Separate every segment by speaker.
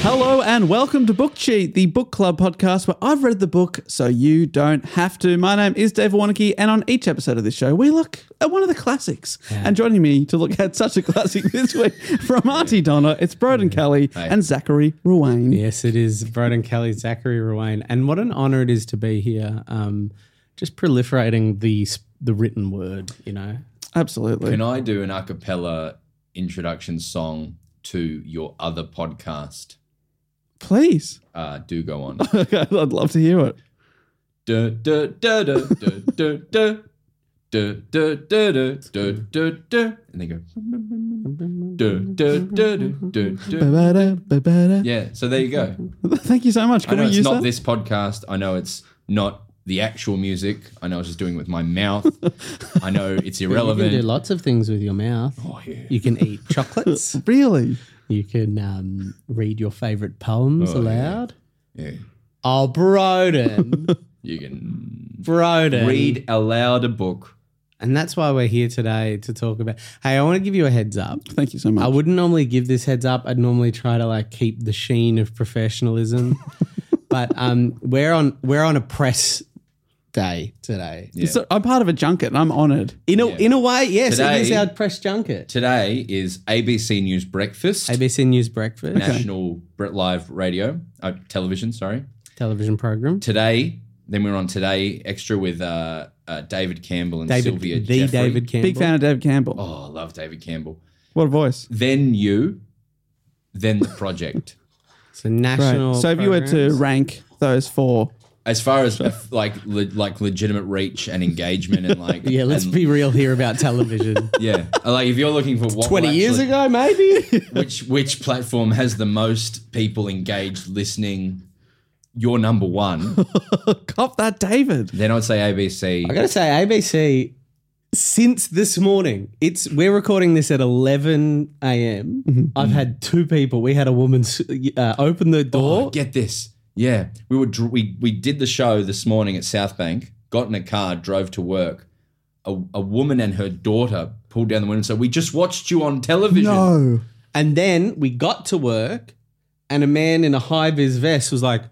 Speaker 1: Hello and welcome to Book Cheat, the book club podcast where I've read the book so you don't have to. My name is Dave Warnicki, and on each episode of this show, we look at one of the classics. And joining me to look at such a classic this week from Auntie Donna, it's Broden Kelly and Zachary Ruane.
Speaker 2: Yes, it is. Broden Kelly, Zachary Ruane. And what an honor it is to be here. Um, just proliferating the s- the written word, you know.
Speaker 1: Absolutely.
Speaker 3: Can I do an a cappella introduction song to your other podcast?
Speaker 1: Please.
Speaker 3: Uh, do go on.
Speaker 1: Okay, I'd love to hear it.
Speaker 3: Du- du- du- du- du- du- du. Du- du- du- du- du- du- du. And they go. Du- du- du- du- du- du.
Speaker 1: Ba-ba-da, ba-ba-da.
Speaker 3: Yeah, so there you go.
Speaker 1: Thank you so much.
Speaker 3: I
Speaker 1: Can
Speaker 3: know
Speaker 1: we
Speaker 3: it's
Speaker 1: use
Speaker 3: not
Speaker 1: that?
Speaker 3: this podcast. I know it's not the actual music. I know I was just doing it with my mouth. I know it's
Speaker 2: You can do
Speaker 3: irrelevant.
Speaker 2: lots of things with your mouth.
Speaker 3: Oh.
Speaker 2: You can eat chocolates.
Speaker 1: Really?
Speaker 2: you can um, read your favorite poems
Speaker 3: Oh, yeah.
Speaker 2: aloud.
Speaker 3: Yeah.
Speaker 2: Oh, Broden.
Speaker 3: You can
Speaker 2: Broden.
Speaker 3: read aloud a book.
Speaker 2: And that's why we're here today to talk about. Hey, I want to give you a heads up.
Speaker 1: Thank you so much.
Speaker 2: I wouldn't normally give this heads up. I'd normally try to like keep the sheen of professionalism. but um we're on we're on a press day today.
Speaker 3: Yeah.
Speaker 1: So I'm part of a junket and I'm honoured.
Speaker 2: In a
Speaker 3: Yeah.
Speaker 2: in a way, yes,
Speaker 3: Today-
Speaker 2: it is our press junket.
Speaker 3: Today is ABC News Breakfast,
Speaker 2: ABC News Breakfast
Speaker 3: national Brit live radio, uh, television, sorry.
Speaker 2: television program.
Speaker 3: Today, then we were on Today Extra with uh, uh, David Campbell and
Speaker 2: David
Speaker 3: Sylvia
Speaker 2: the
Speaker 3: Jeffrey.
Speaker 2: David Campbell.
Speaker 1: Big fan of Dave Campbell.
Speaker 3: Oh, I love David Campbell.
Speaker 1: What a voice.
Speaker 3: Then you, then the project.
Speaker 2: It's a national
Speaker 1: Right. So if you were to
Speaker 2: programs.
Speaker 1: rank those four,
Speaker 3: As far as uh, like le- like legitimate reach and engagement and like
Speaker 2: Yeah, let's
Speaker 3: and-
Speaker 2: be real here about television.
Speaker 3: yeah like if you're looking for what will
Speaker 2: 20 years
Speaker 3: actually-
Speaker 2: ago maybe?
Speaker 3: which which platform has the most people engaged listening? You're number one.
Speaker 1: cop that David.
Speaker 3: Then I'd say ABC.
Speaker 2: I gotta say, ABC since this morning, it's we're recording this at eleven a.m. I've had two people. We had a woman s- uh, open the door.
Speaker 3: Oh, get this. Yeah, we were dr- we we did the show this morning at South Bank. Got in a car, drove to work. A, a woman and her daughter pulled down the window and said, "We just watched you on television."
Speaker 1: No.
Speaker 2: and then we got to work, and a man in a high vis vest was like,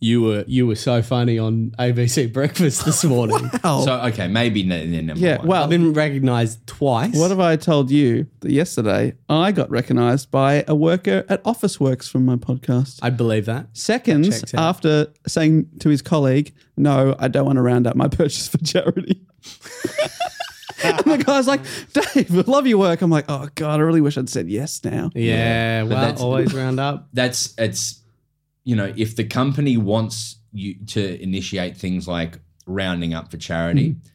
Speaker 2: "You were you were so funny on ABC Breakfast this morning."
Speaker 1: Oh.
Speaker 3: So okay, maybe n- n- number
Speaker 1: yeah.
Speaker 3: one.
Speaker 1: Well,
Speaker 2: I've been recognised twice.
Speaker 1: what have I told you that yesterday I got recognized by a worker at Office Works from my podcast?
Speaker 2: I believe that.
Speaker 1: Seconds
Speaker 2: checked out.
Speaker 1: after saying to his colleague, No, I don't want to round up my purchase for charity. and the guy's like, Dave, I love your work. I'm like, Oh, God, I really wish I'd said yes now.
Speaker 2: Yeah, well,
Speaker 3: that's-
Speaker 2: always round up.
Speaker 3: that's it's you know if the company wants you to initiate things like rounding up for charity
Speaker 2: Mm-hmm.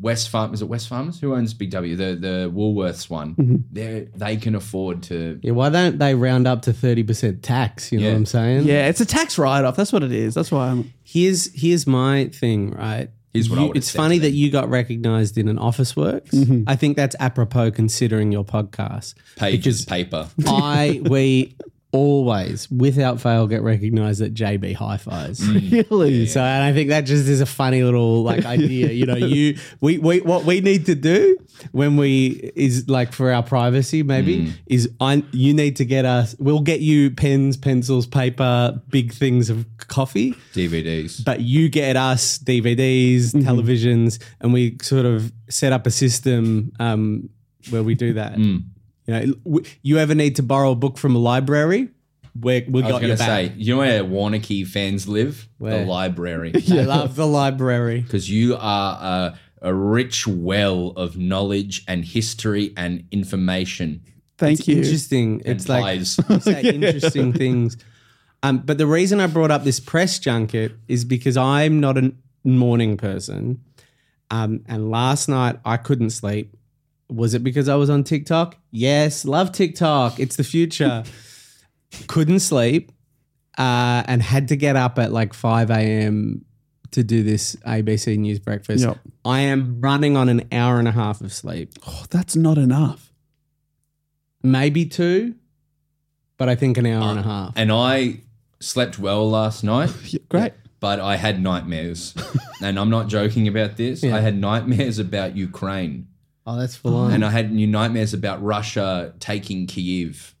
Speaker 3: west farm is it west farmers who owns big w the the woolworths one they they can afford to
Speaker 2: Mm-hmm. Yeah, why don't they round up to thirty percent tax? You know
Speaker 3: Yeah.
Speaker 2: what I'm saying?
Speaker 1: Yeah, it's a tax write off. That's what it is. That's why I'm.
Speaker 2: Here's here's my thing, right?
Speaker 3: Here's what I
Speaker 2: You-
Speaker 3: would've
Speaker 2: It's
Speaker 3: said
Speaker 2: funny
Speaker 3: to them.
Speaker 2: that you got recognized in an office works. I think that's apropos considering your podcast.
Speaker 3: pay just paper
Speaker 2: I we always, without fail, get recognized at JB Hi Fi's.
Speaker 3: Mm.
Speaker 1: Really?
Speaker 2: So and I think that just is a funny little like idea. You know, you we, we what we need to do when we is like for our privacy maybe
Speaker 3: Mm.
Speaker 2: is I you need to get us we'll get you pens, pencils, paper, big things of coffee
Speaker 3: dvds
Speaker 2: but you get us DVDs,
Speaker 1: Mm-hmm.
Speaker 2: televisions, and we sort of set up a system um, where we do that.
Speaker 3: Mm.
Speaker 2: You know, w- you ever need to borrow a book from a library? We're, we
Speaker 3: I was
Speaker 2: got
Speaker 3: going
Speaker 2: your
Speaker 3: to
Speaker 2: back.
Speaker 3: say, you know where Warnocky fans live?
Speaker 2: Where?
Speaker 3: The library.
Speaker 2: I love the library.
Speaker 3: Because you are a, a rich well of knowledge and history and information
Speaker 1: Thank you.
Speaker 2: Interesting.
Speaker 3: and
Speaker 2: it's like
Speaker 3: lies.
Speaker 2: you say interesting things. Um, but the reason I brought up this press junket is because I'm not a morning person. Um, and last night I couldn't sleep. Was it because I was on TikTok? Yes, love TikTok. It's the future. couldn't sleep uh, and had to get up at like 5 a.m. to do this ABC News breakfast.
Speaker 1: Yep.
Speaker 2: I am running on an hour and a half of sleep,
Speaker 1: Oh, that's not enough.
Speaker 2: maybe two, but I think an hour and a half.
Speaker 3: And I slept well last night.
Speaker 1: Yeah, great.
Speaker 3: but I had nightmares. and I'm not joking about this. I had nightmares about Ukraine.
Speaker 2: Oh, that's full on.
Speaker 3: And I had new nightmares about Russia taking Kiev.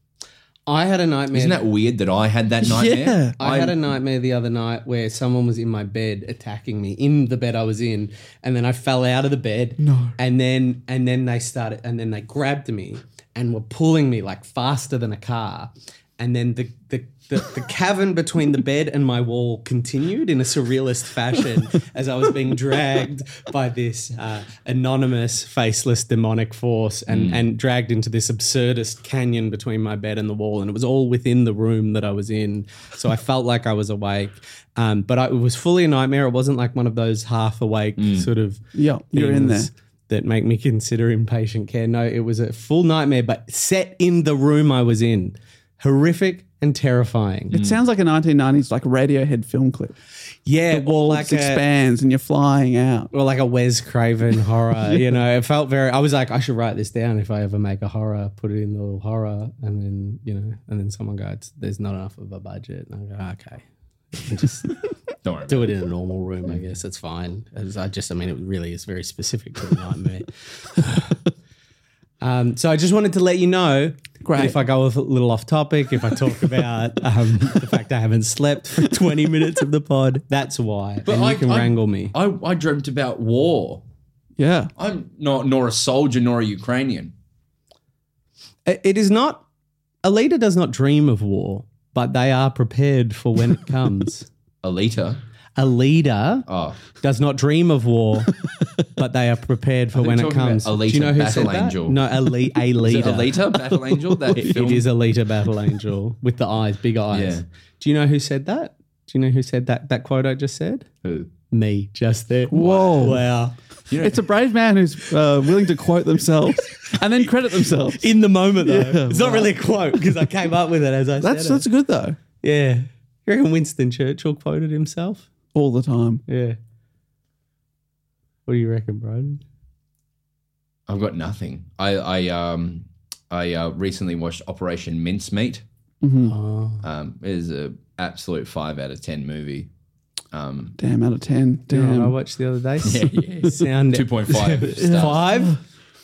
Speaker 2: I had a nightmare.
Speaker 3: Isn't that weird that I had that nightmare?
Speaker 1: Yeah.
Speaker 2: I had a nightmare the other night where someone was in my bed attacking me in the bed I was in, and then I fell out of the bed. No. And then and then they started and then they grabbed me and were pulling me like faster than a car. And then the the the, the cavern between the bed and my wall continued in a surrealist fashion as I was being dragged by this uh, anonymous, faceless, demonic force and, and dragged into this absurdist canyon between my bed and the wall. And it was all within the room that I was in. So I felt like I was awake. Um, but I, it was fully a nightmare. It wasn't like one of those half awake sort of
Speaker 1: Yeah, you're in there.
Speaker 2: things that make me consider inpatient care. No, it was a full nightmare, but set in the room I was in. Horrific and terrifying.
Speaker 1: It sounds like a 1990s like Radiohead film clip.
Speaker 2: yeah,
Speaker 1: The wall
Speaker 2: well, like a,
Speaker 1: expands and you're flying out.
Speaker 2: well, like a Wes Craven horror. You know, it felt very. I was like, I should write this down if I ever make a horror. Put it in the little horror, and then you know, and then someone goes, "There's not enough of a budget." And I go, "Okay,
Speaker 3: Don't worry. about
Speaker 2: do it in a normal room. I guess it's fine." As I just, I mean, it really is very specific to the nightmare. um, so I just wanted to let you know.
Speaker 1: Great.
Speaker 2: that If I go a little off topic, if I talk about um, the fact I haven't slept for 20 minutes of the pod, that's why. and you can wrangle me.
Speaker 3: I, I dreamt about war.
Speaker 1: Yeah.
Speaker 3: I'm not nor a soldier nor a Ukrainian.
Speaker 2: I- It is not. A leader does not dream of war, but they are prepared for when it comes.
Speaker 3: Alita.
Speaker 2: a leader
Speaker 3: Oh,
Speaker 2: does not dream of war, but they are prepared for when it
Speaker 3: talking about
Speaker 2: comes.
Speaker 3: Alita, Battle
Speaker 2: that?
Speaker 3: Angel.
Speaker 2: No, a, le- a
Speaker 3: is it
Speaker 2: leader.
Speaker 3: Alita Battle Angel? That
Speaker 2: It-
Speaker 3: film?
Speaker 2: it is Alita Battle Angel with the eyes, big eyes.
Speaker 3: Yeah.
Speaker 2: Do you know who said that? Do you know who said that? That quote I just said.
Speaker 3: Who?
Speaker 2: Me, just there.
Speaker 1: Whoa.
Speaker 2: Wow.
Speaker 1: It's a brave man who's uh, willing to quote themselves and then credit themselves.
Speaker 2: In the moment, though,
Speaker 1: Yeah,
Speaker 2: it's not really a quote because I came up with it as I
Speaker 1: That's
Speaker 2: said it.
Speaker 1: that's good though.
Speaker 2: Yeah. You reckon Winston Churchill quoted himself?
Speaker 1: All the time.
Speaker 2: Yeah. What do you reckon, Broden?
Speaker 3: I've got nothing. I I um I uh, recently watched Operation Mincemeat.
Speaker 2: Ah.
Speaker 3: Um, it is a absolute five out of ten movie. Um,
Speaker 1: Damn, out of ten. Damn.
Speaker 2: I watched the other day. Sound
Speaker 3: two point five stars.
Speaker 2: five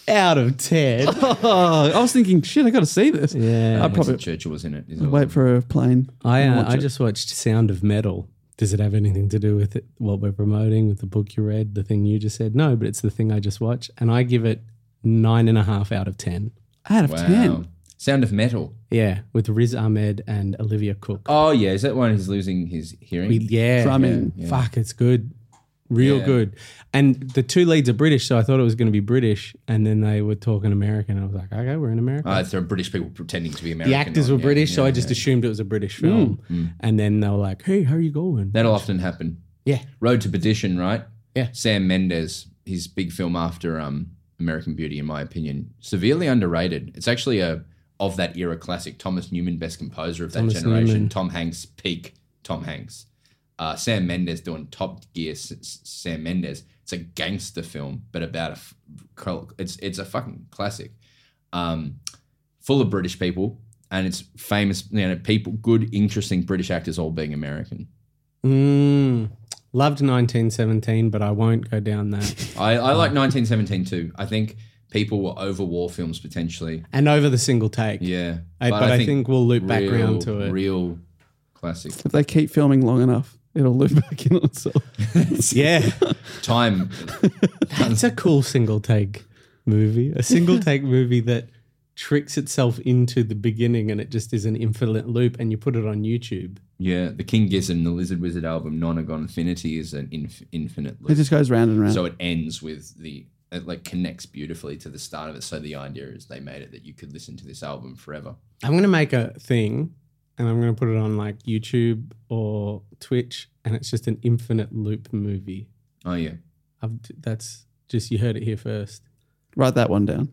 Speaker 2: out of ten.
Speaker 1: Oh, I was thinking, shit, I got to see this.
Speaker 2: Yeah.
Speaker 1: I
Speaker 3: Winston
Speaker 1: probably
Speaker 3: Churchill was in it. is all.
Speaker 1: wait for a plane.
Speaker 2: I
Speaker 1: and
Speaker 2: uh,
Speaker 1: watch
Speaker 2: I
Speaker 1: it.
Speaker 2: just watched Sound of Metal. Does it have anything to do with it, what we're promoting, with the book you read, the thing you just said? No, but it's the thing I just watched, and I give it nine and a half out of ten.
Speaker 1: out of
Speaker 3: wow.
Speaker 1: ten.
Speaker 3: Sound of Metal.
Speaker 2: Yeah, with Riz Ahmed and Olivia Cook.
Speaker 3: Oh yeah, is that one he's losing his hearing?
Speaker 2: We- yeah,
Speaker 1: Drumming.
Speaker 2: yeah, Fuck, it's good. Real
Speaker 3: Yeah.
Speaker 2: good. And the two leads are British, so I thought it was going to be British. And then they were talking American. and I was like, okay, we're in America.
Speaker 3: Uh, there are British people pretending to be American.
Speaker 2: the actors
Speaker 3: on-
Speaker 2: were
Speaker 3: yeah,
Speaker 2: British, so
Speaker 3: yeah,
Speaker 2: I just
Speaker 3: yeah. Mm.
Speaker 2: assumed it was a British film. And then they were like, hey, how are you going?
Speaker 3: that'll often happen.
Speaker 2: yeah.
Speaker 3: Road to Perdition, right?
Speaker 2: Yeah.
Speaker 3: Sam Mendes, his big film after um, American Beauty, in my opinion, severely underrated. It's actually a of that era classic. Thomas Newman, best composer of that
Speaker 2: Thomas
Speaker 3: generation.
Speaker 2: Newman.
Speaker 3: Tom Hanks, peak Tom Hanks. Uh, Sam Mendes doing Top Gear. S- S- Sam Mendes. It's a gangster film, but about a f- cul- it's it's a fucking classic. Um, full of British people, and it's famous. You know, people, good, interesting British actors, all being American.
Speaker 2: Mm, loved 1917, but I won't go down that.
Speaker 3: I, I like 1917 too. I think people were over war films potentially.
Speaker 2: and over the single take.
Speaker 3: Yeah,
Speaker 2: I- but I think we'll loop back round to it.
Speaker 3: Real classic
Speaker 1: If they keep filming long enough, it'll loop back in on itself.
Speaker 2: Yeah.
Speaker 3: time.
Speaker 2: It's a cool single take movie. A single take movie that tricks itself into the beginning and it just is an infinite loop and you put it on YouTube.
Speaker 3: yeah, the King Gizzard and the Lizard Wizard album Nonagon Infinity is an inf- infinite
Speaker 1: It
Speaker 3: loop.
Speaker 1: just goes round and round.
Speaker 3: so it ends with the it like connects beautifully to the start of it. So the idea is they made it that you could listen to this album forever.
Speaker 2: I'm going to make a thing and I'm going to put it on like YouTube or Twitch, and it's just an infinite loop movie.
Speaker 3: Oh yeah.
Speaker 2: I've, that's just you heard it here first.
Speaker 1: Write that one down.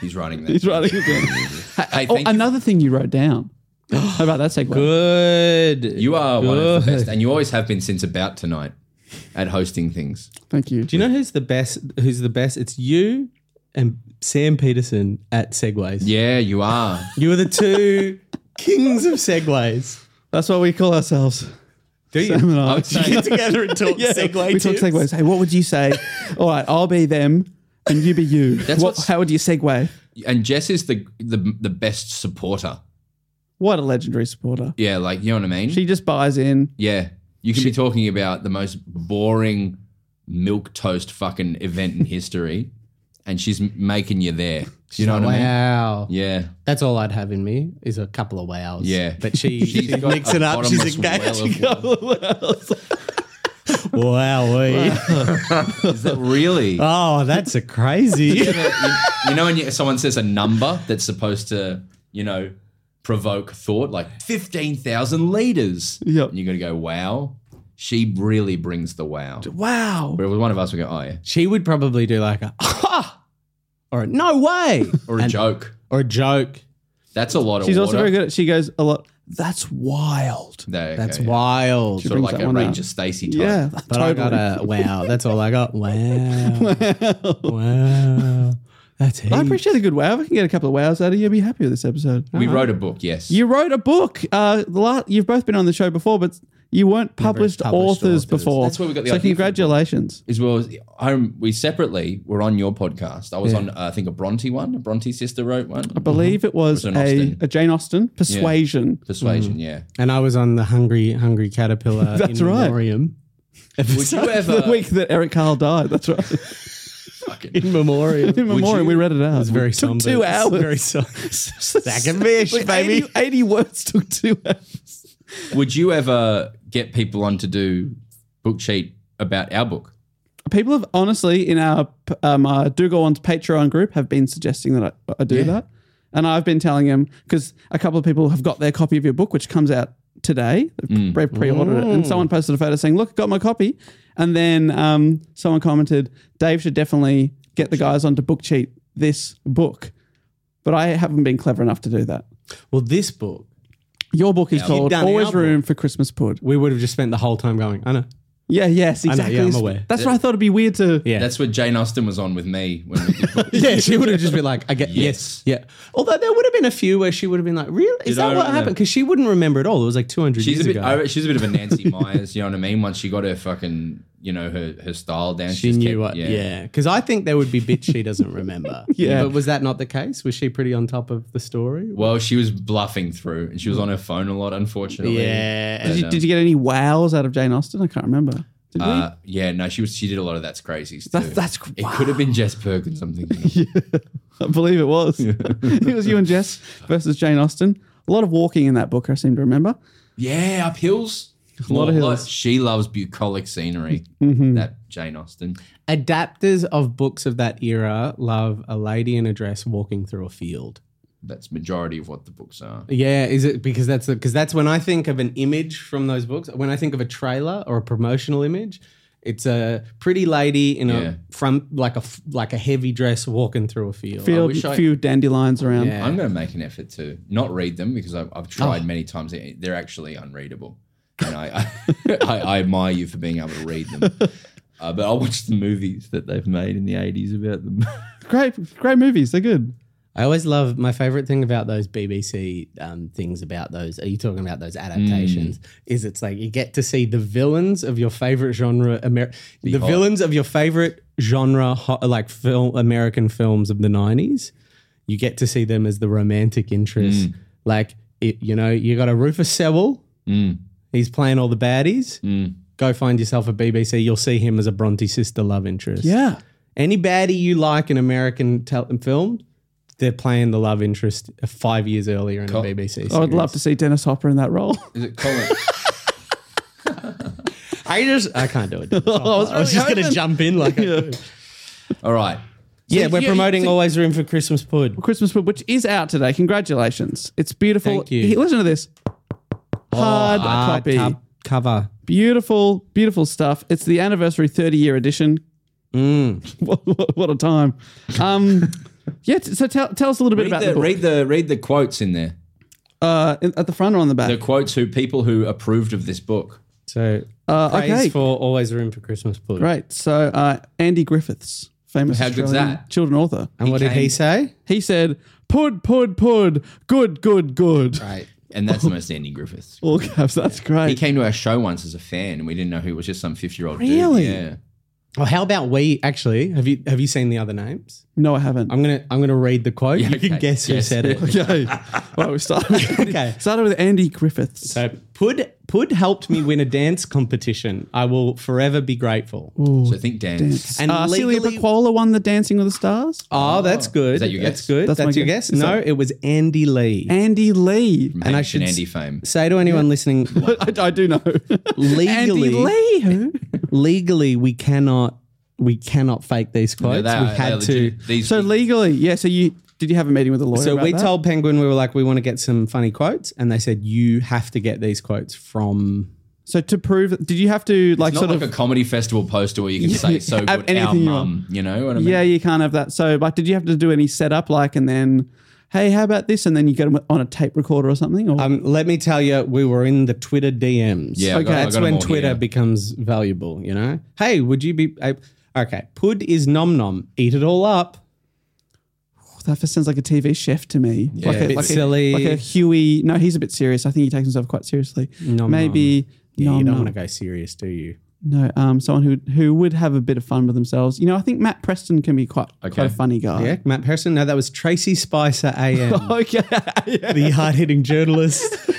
Speaker 3: He's writing that.
Speaker 1: He's writing it down.
Speaker 3: Hey,
Speaker 1: oh,
Speaker 3: thank you.
Speaker 1: another thing you wrote down. How about that segue?
Speaker 2: Good.
Speaker 3: You are one of the best, and you always have been since about tonight at hosting things.
Speaker 1: Thank you.
Speaker 2: Do you know who's the best? Who's the best? It's you and Sam Peterson at Segways.
Speaker 3: Yeah, you are.
Speaker 2: You are the two kings of Segways.
Speaker 1: That's what we call ourselves.
Speaker 2: Do you?
Speaker 1: Sam and I.
Speaker 2: get together and talk
Speaker 1: Yeah,
Speaker 2: Segway.
Speaker 1: we talk
Speaker 2: tips.
Speaker 1: segues. Hey, what would you say? All right, I'll be them and you be you.
Speaker 3: That's
Speaker 1: what,
Speaker 3: what's-
Speaker 1: how would you segue?
Speaker 3: and Jess is the, the the best supporter.
Speaker 1: What a legendary supporter.
Speaker 3: Yeah, like you know what I mean.
Speaker 1: She just buys in.
Speaker 3: yeah, you can be talking about the most boring milk toast fucking event in history, and she's m- making you there. You know what I mean?
Speaker 2: Wow.
Speaker 3: Yeah,
Speaker 2: That's all I'd have in me is a couple of wows.
Speaker 3: Yeah.
Speaker 2: But she, she
Speaker 3: got
Speaker 2: mix
Speaker 3: a
Speaker 2: it up. She's
Speaker 3: bottomless well
Speaker 2: engaged.
Speaker 3: of love.
Speaker 2: Wow.
Speaker 3: Is that really?
Speaker 2: Oh, that's a crazy.
Speaker 3: you, you know when you, someone says a number that's supposed to, you know, provoke thought, like fifteen thousand liters.
Speaker 1: Yep.
Speaker 3: And you got to go, wow. She really brings the wow.
Speaker 1: Wow.
Speaker 3: But it was one of us. We go, oh yeah,
Speaker 2: she would probably do like a, ha! Or a, no way.
Speaker 3: or a joke.
Speaker 2: Or a joke.
Speaker 3: That's a lot of.
Speaker 1: She's
Speaker 3: water.
Speaker 1: also very good at, she goes a lot, that's wild.
Speaker 3: There, okay,
Speaker 2: That's
Speaker 3: yeah.
Speaker 2: wild.
Speaker 3: Sort of
Speaker 1: brings
Speaker 3: like
Speaker 1: that
Speaker 3: a
Speaker 1: one
Speaker 3: Ranger
Speaker 1: out.
Speaker 3: Stacy type.
Speaker 1: Yeah,
Speaker 2: But
Speaker 1: totally.
Speaker 2: I got a wow. That's all I got. Wow. wow. That's it.
Speaker 1: I appreciate a good wow. If I can get a couple of wows out of you, I'd be happy with this episode.
Speaker 3: We wrote a book, yes.
Speaker 1: Uh-huh. You wrote a book. Uh, the la- you've both been on the show before, but you weren't published,
Speaker 2: published
Speaker 1: authors,
Speaker 2: authors.
Speaker 1: before.
Speaker 3: That's where we got the
Speaker 1: So
Speaker 3: idea from.
Speaker 1: congratulations.
Speaker 3: as well as I, we separately were on your podcast. I was on, uh, I think, a Bronte one. A Bronte sister wrote one.
Speaker 1: I believe
Speaker 2: Mm-hmm.
Speaker 1: it was,
Speaker 3: It was an
Speaker 1: a,
Speaker 3: Austen.
Speaker 1: a Jane Austen persuasion.
Speaker 3: Persuasion,
Speaker 1: Mm.
Speaker 3: yeah.
Speaker 2: And I was on the Hungry Hungry Caterpillar
Speaker 1: That's
Speaker 2: in
Speaker 1: right.
Speaker 2: memoriam.
Speaker 3: Would you ever?
Speaker 1: the week that Eric Carl died. That's right.
Speaker 2: In memoriam.
Speaker 1: In memoriam, we read it out. It
Speaker 2: It's very
Speaker 1: took
Speaker 2: somber.
Speaker 1: two
Speaker 2: It's
Speaker 1: hours.
Speaker 2: Very somber. Sack of fish,
Speaker 1: Like
Speaker 2: baby.
Speaker 1: 80, 80 words took two hours.
Speaker 3: would you ever get people on to do book sheet about our book?
Speaker 1: People have honestly in our um, uh, Do Go On's Patreon group have been suggesting that I, I do that, and I've been telling them because a couple of people have got their copy of your book, which comes out today.
Speaker 2: Mm.
Speaker 1: They've pre- pre-ordered it, and someone posted a photo saying, "Look, got my copy," and then um, someone commented, "Dave should definitely get the guys on to book cheat this book," but I haven't been clever enough to do that.
Speaker 2: Well, this book,
Speaker 1: Your book is called
Speaker 2: done
Speaker 1: Always
Speaker 2: our book.
Speaker 1: Room for Christmas Pud.
Speaker 2: we would have just spent the whole time going, I know.
Speaker 1: Yeah, yes,
Speaker 2: know, yeah,
Speaker 1: exactly.
Speaker 2: I'm aware.
Speaker 1: That's what I thought it'd be weird to.
Speaker 2: Yeah.
Speaker 3: That's what Jane Austen was on with me when we did book.
Speaker 2: yeah, she would have just been like, I get
Speaker 3: Yes.
Speaker 2: yes. Yeah. Although there would have been a few where she would have been like, Really? Is
Speaker 3: Did I
Speaker 2: that what
Speaker 3: remember?
Speaker 2: happened? Because she wouldn't remember at all. It was like 200
Speaker 3: She's a
Speaker 2: years
Speaker 3: bit.
Speaker 2: ago.
Speaker 3: I- she's a bit of a Nancy Myers. You know what I mean? Once she got her fucking, you know, her her style down,
Speaker 2: she
Speaker 3: just
Speaker 2: knew
Speaker 3: kept-
Speaker 2: what. Yeah. Because I think there would be bits she doesn't remember.
Speaker 1: Yeah.
Speaker 2: But was that not the case? Was she pretty on top of the story?
Speaker 3: Well, she was bluffing through, and she was on her phone a lot, unfortunately. Uh,
Speaker 2: Yeah.
Speaker 1: Did you, did you get any wows out of Jane Austen? I can't remember. Did we?
Speaker 3: Uh, yeah, no, she was. She did a lot of that's crazy too.
Speaker 1: That's- that's-
Speaker 3: it
Speaker 1: wow.
Speaker 3: could have been Jess Perkins. I'm thinking.
Speaker 1: I believe it was. it was you and Jess versus Jane Austen. A lot of walking in that book, I seem to remember.
Speaker 3: yeah, up hills. A
Speaker 1: lot of hills.
Speaker 3: she loves bucolic scenery. That Jane Austen.
Speaker 2: Adapters of books of that era love a lady in a dress walking through a field.
Speaker 3: That's majority of what the books are.
Speaker 2: Yeah, is it because that's because that's when I think of an image from those books. When I think of a trailer or a promotional image, it's a pretty lady in
Speaker 3: Yeah.
Speaker 2: a from like a f- like a heavy dress walking through a field.
Speaker 1: Field,
Speaker 3: wish I-
Speaker 1: few dandelions around.
Speaker 2: Yeah.
Speaker 3: I'm going to make an effort to not read them because I've, I've tried many times. They're actually unreadable, and I I, I, admire you for being able to read them. Uh, but I watched the movies that they've made in the 80s about them.
Speaker 1: Great, great movies. They're good.
Speaker 2: I always love my favorite thing about those BBC um, things about those. Are you talking about those adaptations? Is it's like you get to see the villains of your favorite genre, Amer- the
Speaker 3: hot.
Speaker 2: villains of your favorite genre, ho- like film American films of the nineties. You get to see them as the romantic interest. Like it, you know, you got a Rufus Sewell. He's playing all the baddies. Go find yourself a BBC. You'll see him as a Bronte sister love interest.
Speaker 1: Yeah.
Speaker 2: Any baddie you like in American tel- film, they're playing the love interest five years earlier in
Speaker 3: Cool.
Speaker 2: a BBC series.
Speaker 1: I would Oh, love to see Dennis Hopper in that role.
Speaker 3: Is it Colin?
Speaker 2: I just I can't do it. I was, just
Speaker 1: hoping.
Speaker 2: gonna jump in like. I do.
Speaker 3: All right.
Speaker 2: yeah, we're
Speaker 1: you-
Speaker 2: promoting
Speaker 1: so-
Speaker 2: always room for Christmas pud.
Speaker 1: Christmas book, which is out today. Congratulations. It's beautiful.
Speaker 2: Thank you.
Speaker 1: Here, listen to this. Hard
Speaker 2: Ah,
Speaker 1: copy.
Speaker 2: cup- cover.
Speaker 1: Beautiful, beautiful stuff. It's the anniversary 30 year edition.
Speaker 3: Mm.
Speaker 1: what, what, what a time. Um, yeah, t- so tell, tell us a little bit
Speaker 3: Read
Speaker 1: about
Speaker 3: the,
Speaker 1: the book.
Speaker 3: read the read the quotes in there.
Speaker 1: uh, in- at the front or on the back?
Speaker 3: The quotes who people who approved of this book.
Speaker 2: So
Speaker 1: Uh,
Speaker 2: praise
Speaker 1: okay.
Speaker 2: for always room for Christmas pud.
Speaker 1: Great. So uh, Andy Griffiths, famous
Speaker 3: How good's
Speaker 1: Australian
Speaker 3: that?
Speaker 1: children author.
Speaker 2: And what did he say?
Speaker 1: He said, "Pud, pud, pud. Good, good, good."
Speaker 3: Right. And that's the most Andy Griffiths.
Speaker 1: All caps. That's
Speaker 3: He
Speaker 1: great.
Speaker 3: came to our show once as a fan, and we didn't know who he was. Just some fifty-year-old.
Speaker 1: Really?
Speaker 3: Dude. Yeah.
Speaker 2: Oh, how about we actually? Have you have you seen the other names?
Speaker 1: No, I haven't.
Speaker 2: I'm gonna I'm gonna read the quote.
Speaker 3: Yeah,
Speaker 2: you can
Speaker 3: okay.
Speaker 2: guess
Speaker 3: Yes.
Speaker 2: who said it.
Speaker 1: okay. Well, we started. With
Speaker 2: Okay.
Speaker 1: Started with Andy Griffiths.
Speaker 2: So Pud Pud helped me win a dance competition. I will forever be grateful.
Speaker 3: So think dance.
Speaker 2: And
Speaker 1: uh, Celia
Speaker 2: legally-
Speaker 1: Paquola won the Dancing with the Stars.
Speaker 2: Oh, that's good.
Speaker 3: Is that your guess?
Speaker 2: That's good.
Speaker 1: That's
Speaker 2: That's,
Speaker 1: my
Speaker 2: your
Speaker 1: guess.
Speaker 2: guess. No, it was Andy Lee.
Speaker 1: Andy Lee.
Speaker 3: and
Speaker 2: I
Speaker 3: I
Speaker 2: should
Speaker 3: should
Speaker 2: s-
Speaker 3: Andy fame.
Speaker 2: Say to anyone listening,
Speaker 1: I, I do know. Andy
Speaker 2: legally,
Speaker 1: Lee. Who?
Speaker 2: legally, we cannot we cannot fake these quotes.
Speaker 3: They are-
Speaker 2: we
Speaker 3: they are
Speaker 2: had to.
Speaker 3: legit. These,
Speaker 1: So legally, yeah. So you did you have a meeting with a lawyer?
Speaker 2: So
Speaker 1: about
Speaker 2: we
Speaker 1: that?
Speaker 2: told Penguin we were like, we want to get some funny quotes, and they said you have to get these quotes from.
Speaker 1: So to prove, did you have to like
Speaker 3: not
Speaker 1: sort
Speaker 3: like
Speaker 1: of
Speaker 3: a comedy festival poster where you can say so
Speaker 1: have
Speaker 3: good our
Speaker 1: anything you want.
Speaker 3: mum. You know what I mean?
Speaker 1: Yeah, you can't have that. So, like, did you have to do any setup, like, and then, hey, how about this? And then you get them on a tape recorder or something? Or
Speaker 2: Um, let me tell you, we were in the Twitter DMs.
Speaker 3: Yeah, I got- I
Speaker 2: that's
Speaker 3: got 'em
Speaker 2: when
Speaker 3: all
Speaker 2: Twitter
Speaker 3: here.
Speaker 2: becomes valuable. You know, hey, would you be I, okay? Pud is nom nom. Eat it all up.
Speaker 1: that just sounds like a TV chef to me. Yeah, like
Speaker 2: a bit
Speaker 1: like
Speaker 2: silly.
Speaker 1: like a Huey. No, he's a bit serious. I think he takes himself quite seriously.
Speaker 2: Nom
Speaker 1: Maybe
Speaker 2: Yeah,
Speaker 1: no,
Speaker 2: you don't
Speaker 1: no,
Speaker 2: want to go serious, do you?
Speaker 1: no. Um, someone who who would have a bit of fun with themselves. You know, I think Matt Preston can be quite quite a
Speaker 3: Okay.
Speaker 1: funny guy.
Speaker 2: Yeah, Matt Person. No, that was Tracy Spicer AM,
Speaker 1: Okay. Yeah.
Speaker 2: the hard hitting journalist.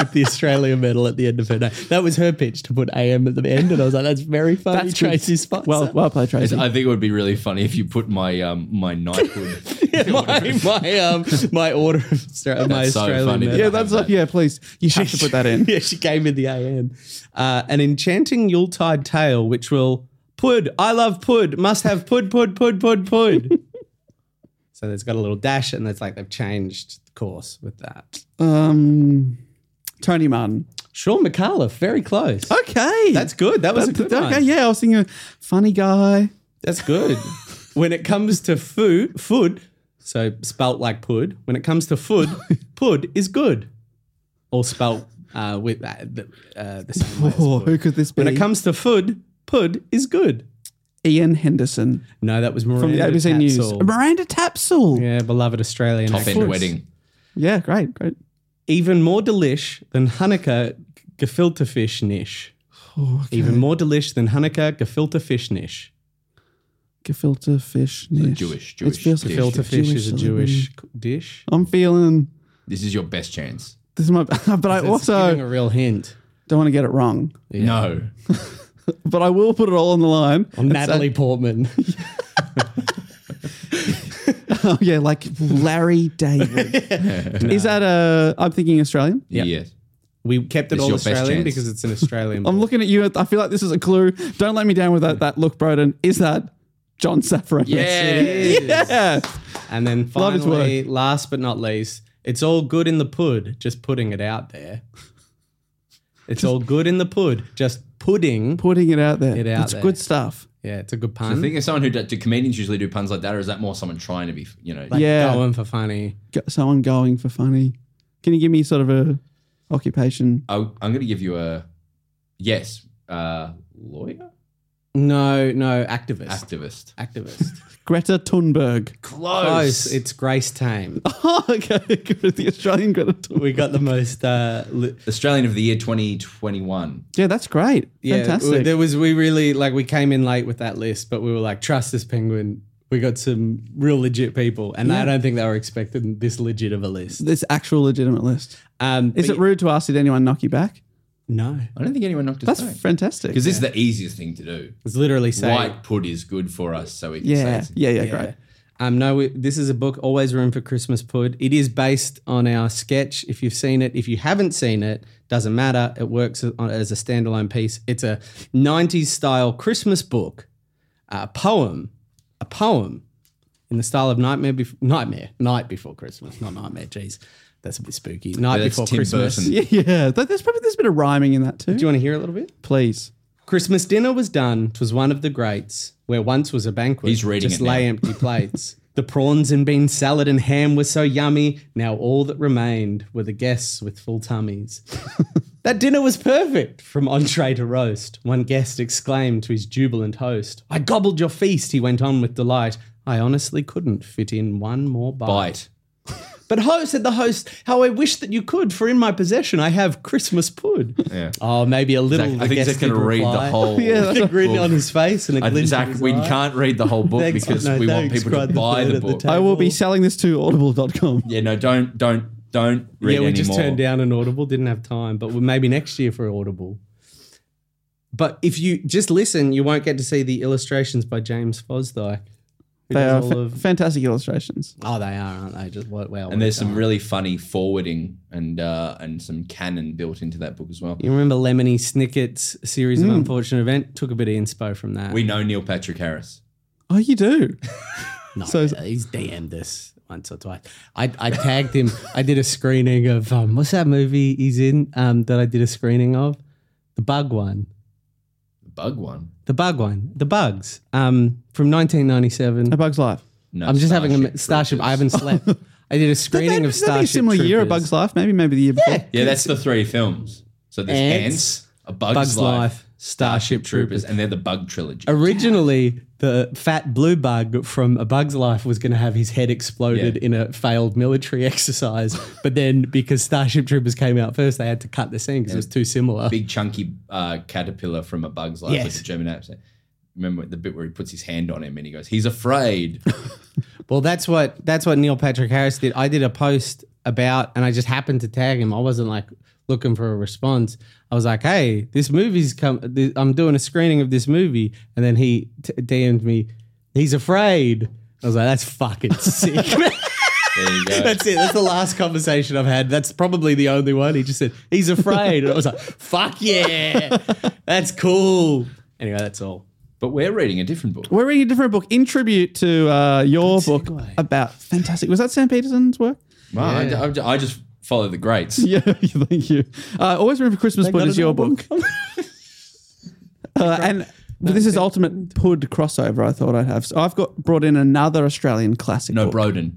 Speaker 2: With the Australia medal at the end of her name. That was her pitch to put AM at the end. And I was like, that's very funny,
Speaker 1: That's good.
Speaker 2: Tracy Spicer.
Speaker 1: Well, well played,
Speaker 3: It's-
Speaker 1: Tracy.
Speaker 3: I think it would be really funny if you put my um my knighthood.
Speaker 2: my my um my order of Austra- my
Speaker 3: That's so
Speaker 2: Australian.
Speaker 3: funny.
Speaker 2: medal.
Speaker 1: yeah, that's like, yeah. Please, you have to put that in.
Speaker 2: yeah, she came in the AM. Uh, an enchanting Yuletide tale, which will pud. I love pud. Must have pud pud pud pud pud. so there's got a little dash, and it's like they've changed the course with that.
Speaker 1: Um, Tony Martin.
Speaker 2: Sean McAuliffe, very close.
Speaker 1: Okay,
Speaker 2: Oh, That's good. That was a good
Speaker 1: okay,
Speaker 2: one.
Speaker 1: yeah, I was thinking, funny guy.
Speaker 2: That's good. when it comes to food, food, so spelt like pud. When it comes to food, pud is good, or spelt uh, with uh, the, uh, the same way. as
Speaker 1: Oh,
Speaker 2: food.
Speaker 1: who could this be?
Speaker 2: When it comes to food, pud is good.
Speaker 1: Ian Henderson
Speaker 2: No, that was
Speaker 1: from the
Speaker 2: Miranda
Speaker 1: ABC News.
Speaker 2: Tapsell.
Speaker 1: Miranda Tapsell. Yeah.
Speaker 2: Yeah, beloved Australian.
Speaker 3: Top
Speaker 2: actress.
Speaker 3: end wedding.
Speaker 1: great, great.
Speaker 2: Even more delish than Hanukkah gefilte fish nish.
Speaker 1: Oh,
Speaker 2: Even more delish than Hanukkah gefilte fish nish.
Speaker 1: Gefilte fish. niche.
Speaker 3: Jewish-
Speaker 1: It
Speaker 3: Jewish
Speaker 1: feels
Speaker 3: dish.
Speaker 1: like
Speaker 2: Gefilte
Speaker 1: Jewish
Speaker 2: fish is a
Speaker 1: celebrity.
Speaker 2: Jewish c- dish.
Speaker 1: I'm feeling
Speaker 3: This is your best chance.
Speaker 1: this is my, but I
Speaker 2: That's
Speaker 1: also
Speaker 2: giving a real hint.
Speaker 1: don't want to get it wrong.
Speaker 3: No.
Speaker 1: But I will put it all on the line.
Speaker 2: I'm Natalie Portman.
Speaker 1: Oh yeah, like Larry David. Is that a? I'm thinking Australian.
Speaker 3: Yes.
Speaker 2: We kept it
Speaker 3: It's
Speaker 2: all
Speaker 3: your best
Speaker 2: Australian
Speaker 3: chance.
Speaker 2: because it's an Australian.
Speaker 1: I'm looking at you. I feel like this is a clue. Don't let me down with that, that look, Broden. Is that John Safran?
Speaker 3: Yes.
Speaker 1: Yeah.
Speaker 2: and then
Speaker 1: Love is
Speaker 2: finally, last but not least, it's all good in the pud. Just putting it out there. It's all good in the pud. Just pudding.
Speaker 1: Putting it out there.
Speaker 2: It out
Speaker 1: it's
Speaker 2: there.
Speaker 1: good stuff.
Speaker 2: Yeah, it's a good
Speaker 3: I
Speaker 1: Mm-hmm.
Speaker 2: pun.
Speaker 3: think it's someone who do, do comedians usually do puns like that, or is that more someone trying to be, you know?
Speaker 1: yeah.
Speaker 2: Going for funny.
Speaker 1: go- someone going for funny. Can you give me sort of a occupation?
Speaker 3: I, I'm going to give you a yes, uh, lawyer,
Speaker 2: No, no, activist.
Speaker 3: activist.
Speaker 2: activist.
Speaker 1: Greta Thunberg.
Speaker 2: Close. It's Grace Tame.
Speaker 1: Oh, okay, the Australian Greta Thunberg.
Speaker 2: we got the most. Uh, li-
Speaker 3: Australian of the year 2021.
Speaker 1: Yeah, that's great.
Speaker 2: yeah,
Speaker 1: Fantastic.
Speaker 2: There was. We really like. We came in late with that list, but we were like, trust this penguin. We got some real legit people, and I don't think they were expecting this legit of a list.
Speaker 1: this actual legitimate list.
Speaker 2: Um,
Speaker 1: Is
Speaker 2: but-
Speaker 1: it rude to ask? Did anyone knock you back?
Speaker 2: No,
Speaker 3: I don't think anyone knocked us
Speaker 1: That's
Speaker 3: back.
Speaker 1: fantastic.
Speaker 3: Because this is the easiest thing to do.
Speaker 2: it's literally saying.
Speaker 3: White put is good for us, so we can say
Speaker 1: yeah,
Speaker 3: it's-
Speaker 1: yeah, yeah, great.
Speaker 2: Um, no, we, this is a book, Always Room for Christmas Pud. It is based on our sketch. If you've seen it, if you haven't seen it, doesn't matter. It works on- as a standalone piece. It's a uh, 90s style Christmas book, a poem, a poem in the style of Nightmare Bef- Nightmare Night Before Christmas, not Nightmare. Jeez, that's a bit spooky. Night
Speaker 3: that's
Speaker 2: Before
Speaker 3: Tim
Speaker 2: Christmas.
Speaker 3: Burton.
Speaker 2: Do
Speaker 1: Yeah, yeah. Th- There's probably there's a bit of rhyming in that too.
Speaker 2: you want to hear a little bit?
Speaker 1: Please.
Speaker 2: Christmas dinner was done. 'Twas one of the greats, where once was a banquet.
Speaker 3: He's reading
Speaker 2: Just
Speaker 3: it now.
Speaker 2: lay empty plates. the prawns and bean salad and ham were so yummy. Now all that remained were the guests with full tummies. that dinner was perfect, from entree to roast. One guest exclaimed to his jubilant host, "I gobbled your feast," he went on with delight. I honestly couldn't fit in one more bite.
Speaker 3: Bite.
Speaker 2: But ho, said the host, how I wish that you could, for in my possession I have Christmas pud.
Speaker 3: Yeah.
Speaker 2: Oh, maybe a little.
Speaker 3: Zach, I
Speaker 2: the
Speaker 3: think
Speaker 2: guest
Speaker 3: Zach can
Speaker 2: did
Speaker 3: read
Speaker 2: reply.
Speaker 3: the whole.
Speaker 1: Yeah.
Speaker 2: The grin
Speaker 3: book.
Speaker 2: on his face and a
Speaker 3: I,
Speaker 2: glint. in
Speaker 3: Zach,
Speaker 2: his
Speaker 3: we
Speaker 2: eye.
Speaker 3: can't read the whole book
Speaker 2: Thanks,
Speaker 3: because
Speaker 2: no,
Speaker 3: we want
Speaker 2: thanks,
Speaker 3: people to
Speaker 2: cried the
Speaker 3: buy
Speaker 2: third
Speaker 3: the
Speaker 2: at the
Speaker 3: book.
Speaker 2: table.
Speaker 1: I will be selling this to audible.com.
Speaker 3: yeah, no, don't, don't, don't read
Speaker 2: Yeah, we just
Speaker 3: anymore.
Speaker 2: turned down an Audible, didn't have time, but we- maybe next year for Audible. But if you just listen, you won't get to see the illustrations by James Fosdyke. who
Speaker 1: They are
Speaker 2: does all
Speaker 1: fa-
Speaker 2: of-
Speaker 1: fantastic illustrations.
Speaker 2: oh, they are, aren't they? Just wow. wow,
Speaker 3: And there's
Speaker 2: wow.
Speaker 3: some really funny forwarding and uh, and some canon built into that book as well.
Speaker 2: You remember Lemony Snicket's series of unfortunate event? Took a bit of inspo from that.
Speaker 3: Hmm. We know Neil Patrick Harris.
Speaker 1: Oh, you do.
Speaker 2: No,
Speaker 1: So-
Speaker 2: he's DM'd us once or twice. I, I tagged him. I did a screening of um, what's that movie he's in um, that I did a screening of? The Bug one.
Speaker 3: Bug one.
Speaker 2: The Bug one. The Bugs um, from 1997.
Speaker 1: A Bug's Life.
Speaker 3: No,
Speaker 2: I'm just having a mi-
Speaker 3: Starship
Speaker 2: Starship. I
Speaker 3: Troopers.
Speaker 2: haven't slept. I did a
Speaker 1: Did
Speaker 2: screening of
Speaker 1: is that be
Speaker 2: Starship.
Speaker 1: a similar year, A
Speaker 2: Troopers.
Speaker 1: Bug's Life? Maybe, maybe the year before.
Speaker 2: Yeah.
Speaker 3: Yeah, that's the three films. So there's
Speaker 2: Ants,
Speaker 3: Ants, A Bug's,
Speaker 2: Bug's
Speaker 3: Life,
Speaker 2: Life, Starship
Speaker 3: Starship Troopers,
Speaker 2: Troopers.
Speaker 3: and they're the Bug trilogy.
Speaker 2: Originally, the fat blue bug from A Bug's Life was going to have his head exploded
Speaker 3: Yeah.
Speaker 2: in a failed military exercise. but then, because Starship Troopers came out first, they had to cut the scene because it was too similar.
Speaker 3: Big chunky uh, caterpillar from A Bug's Life,
Speaker 2: Yes.
Speaker 3: like a German accent. Remember the bit where he puts his hand on him and he goes, "He's afraid."
Speaker 2: Well, that's what that's what Neil Patrick Harris did. I did a post about, and I just happened to tag him. I wasn't like looking for a response. I was like, "Hey, this movie's come. th- I'm doing a screening of this movie," and then he t- DM'd me. He's afraid. I was like, "That's fucking sick."
Speaker 3: There you go.
Speaker 2: That's it. That's the last conversation I've had. That's probably the only one. He just said he's afraid, and I was like, "Fuck yeah, that's cool." Anyway, that's all.
Speaker 3: but we're reading a different book.
Speaker 1: We're reading a different book in tribute to uh, your book about fantastic. Was that Sam Peterson's work?
Speaker 3: Wow, I- I, I just follow the greats.
Speaker 1: Yeah, thank you. Uh, always remember Christmas Pud
Speaker 2: God
Speaker 1: is your
Speaker 2: it's all
Speaker 1: book. uh, and but this is ultimate Pud crossover. I thought I'd have. So I've got brought in another Australian classic.
Speaker 3: No,
Speaker 1: book.
Speaker 3: Broden.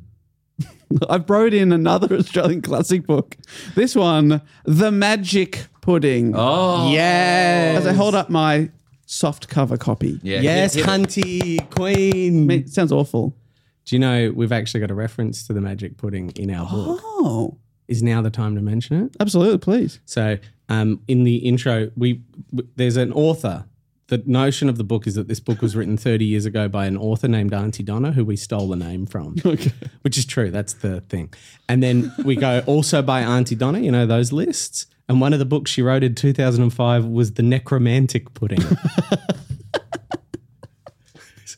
Speaker 1: I've brought in another Australian classic book. This one, The Magic Pudding.
Speaker 3: Oh,
Speaker 2: Yes.
Speaker 1: As I hold up my soft cover copy.
Speaker 3: yeah.
Speaker 2: Yes,
Speaker 3: Hit- hit it.
Speaker 2: Hunty Queen.
Speaker 1: I mean, it sounds awful.
Speaker 2: Do you know we've actually got a reference to the magic pudding in our book?
Speaker 1: Oh,
Speaker 2: Is now the time to mention it?
Speaker 1: absolutely, please.
Speaker 2: So, um, in the intro, we, w there's an author. The notion of the book is that this book was written 30 years ago by an author named Auntie Donna, who we stole the name from, which is true. That's the thing. And then we go also by Auntie Donna. You know those lists. And one of the books she wrote in 2005 was the Necromantic Pudding. so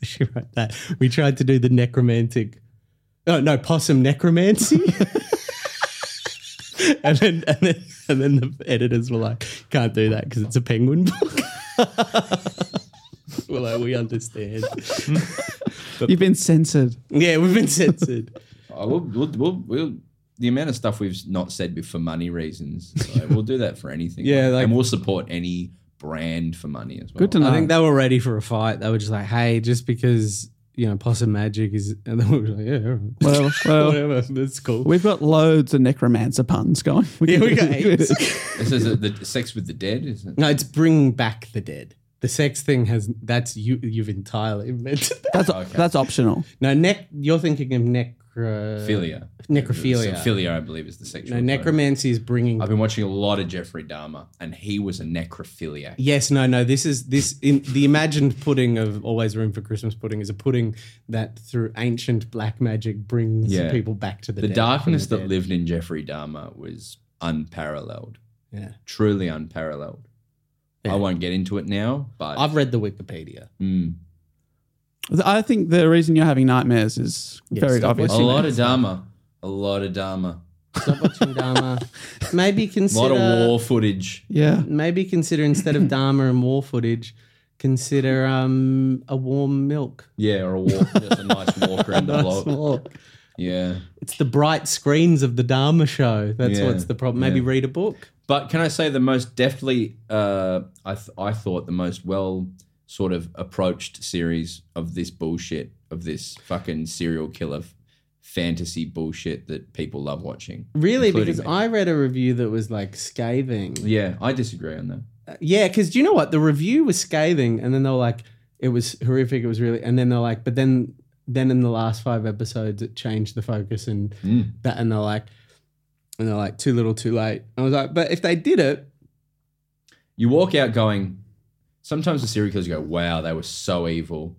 Speaker 2: she wrote that. We tried to do the Necromantic. Oh no, possum necromancy. and then and then and then the editors were like, "Can't do that because it's a penguin book." well, like, we understand.
Speaker 1: You've been censored.
Speaker 2: yeah, we've been censored.
Speaker 3: Oh, we'll, we'll, we'll, we'll, the amount of stuff we've not said be- for money reasons, so we'll do that for anything.
Speaker 2: Yeah, like-
Speaker 3: and we'll support any brand for money as well.
Speaker 1: Good to know.
Speaker 2: I think they were ready for a fight. They were just like, "Hey, just because you know possum magic is," and then we were like, "Yeah, all right.
Speaker 1: Well, well,
Speaker 2: whatever, that's cool."
Speaker 1: we've got loads of necromancer puns going. We
Speaker 2: yeah, we got
Speaker 1: can-
Speaker 2: heaps.
Speaker 3: This is a, the sex with the dead, is it?
Speaker 2: no, it's bring back the dead. The sex thing has that's you. You've entirely invented that.
Speaker 1: that's that's optional.
Speaker 2: No, neck. You're thinking of necro.
Speaker 3: Philia.
Speaker 2: necrophilia.
Speaker 3: So philia, I believe, is the sexual.
Speaker 2: No,
Speaker 3: term.
Speaker 2: necromancy is bringing.
Speaker 3: I've been watching a lot of Jeffrey Dahmer, and he was a necrophiliac.
Speaker 2: Yes, no, no. This is this in the imagined pudding of always room for Christmas pudding is a pudding that through ancient black magic brings
Speaker 3: Yeah.
Speaker 2: people back to the,
Speaker 3: the
Speaker 2: dead,
Speaker 3: darkness
Speaker 2: from the
Speaker 3: that
Speaker 2: dead.
Speaker 3: lived in Jeffrey Dahmer was unparalleled,
Speaker 2: Yeah.
Speaker 3: truly unparalleled.
Speaker 2: Yeah.
Speaker 3: I won't get into it now, but
Speaker 2: I've read the Wikipedia.
Speaker 3: Mm.
Speaker 1: I think the reason you're having nightmares is
Speaker 2: Yes,
Speaker 1: very
Speaker 2: stop
Speaker 1: obvious.
Speaker 3: a lot of Dahmer, a lot of Dahmer,
Speaker 2: Stop watching Dharma. Maybe
Speaker 3: a lot
Speaker 2: consider
Speaker 3: of war footage.
Speaker 1: Yeah.
Speaker 2: Maybe consider instead of Dharma and war footage, consider um, a warm milk.
Speaker 3: Yeah, or a walk, just a nice walk around the block. Yeah.
Speaker 2: It's the bright screens of the Dharma show. That's
Speaker 3: Yeah,
Speaker 2: what's the problem. Maybe
Speaker 3: yeah.
Speaker 2: read a book.
Speaker 3: But can I say the most deftly, uh, I, th- I thought the most well sort of approached series of this bullshit, of this fucking serial killer f- fantasy bullshit that people love watching.
Speaker 2: Really,
Speaker 3: including
Speaker 2: because
Speaker 3: me.
Speaker 2: I read a review that was like scathing.
Speaker 3: Yeah, I disagree on that.
Speaker 2: Yeah, because do you know what? The review was scathing, and then they were like, it was horrific. It was really, and then they're like, but then, then in the last five episodes, it changed the focus and
Speaker 3: Mm.
Speaker 2: that, and they're like, and they're like, too little, too late. I was like, but if they did it,
Speaker 3: You walk out going, sometimes the serial killers go, wow, they were so evil.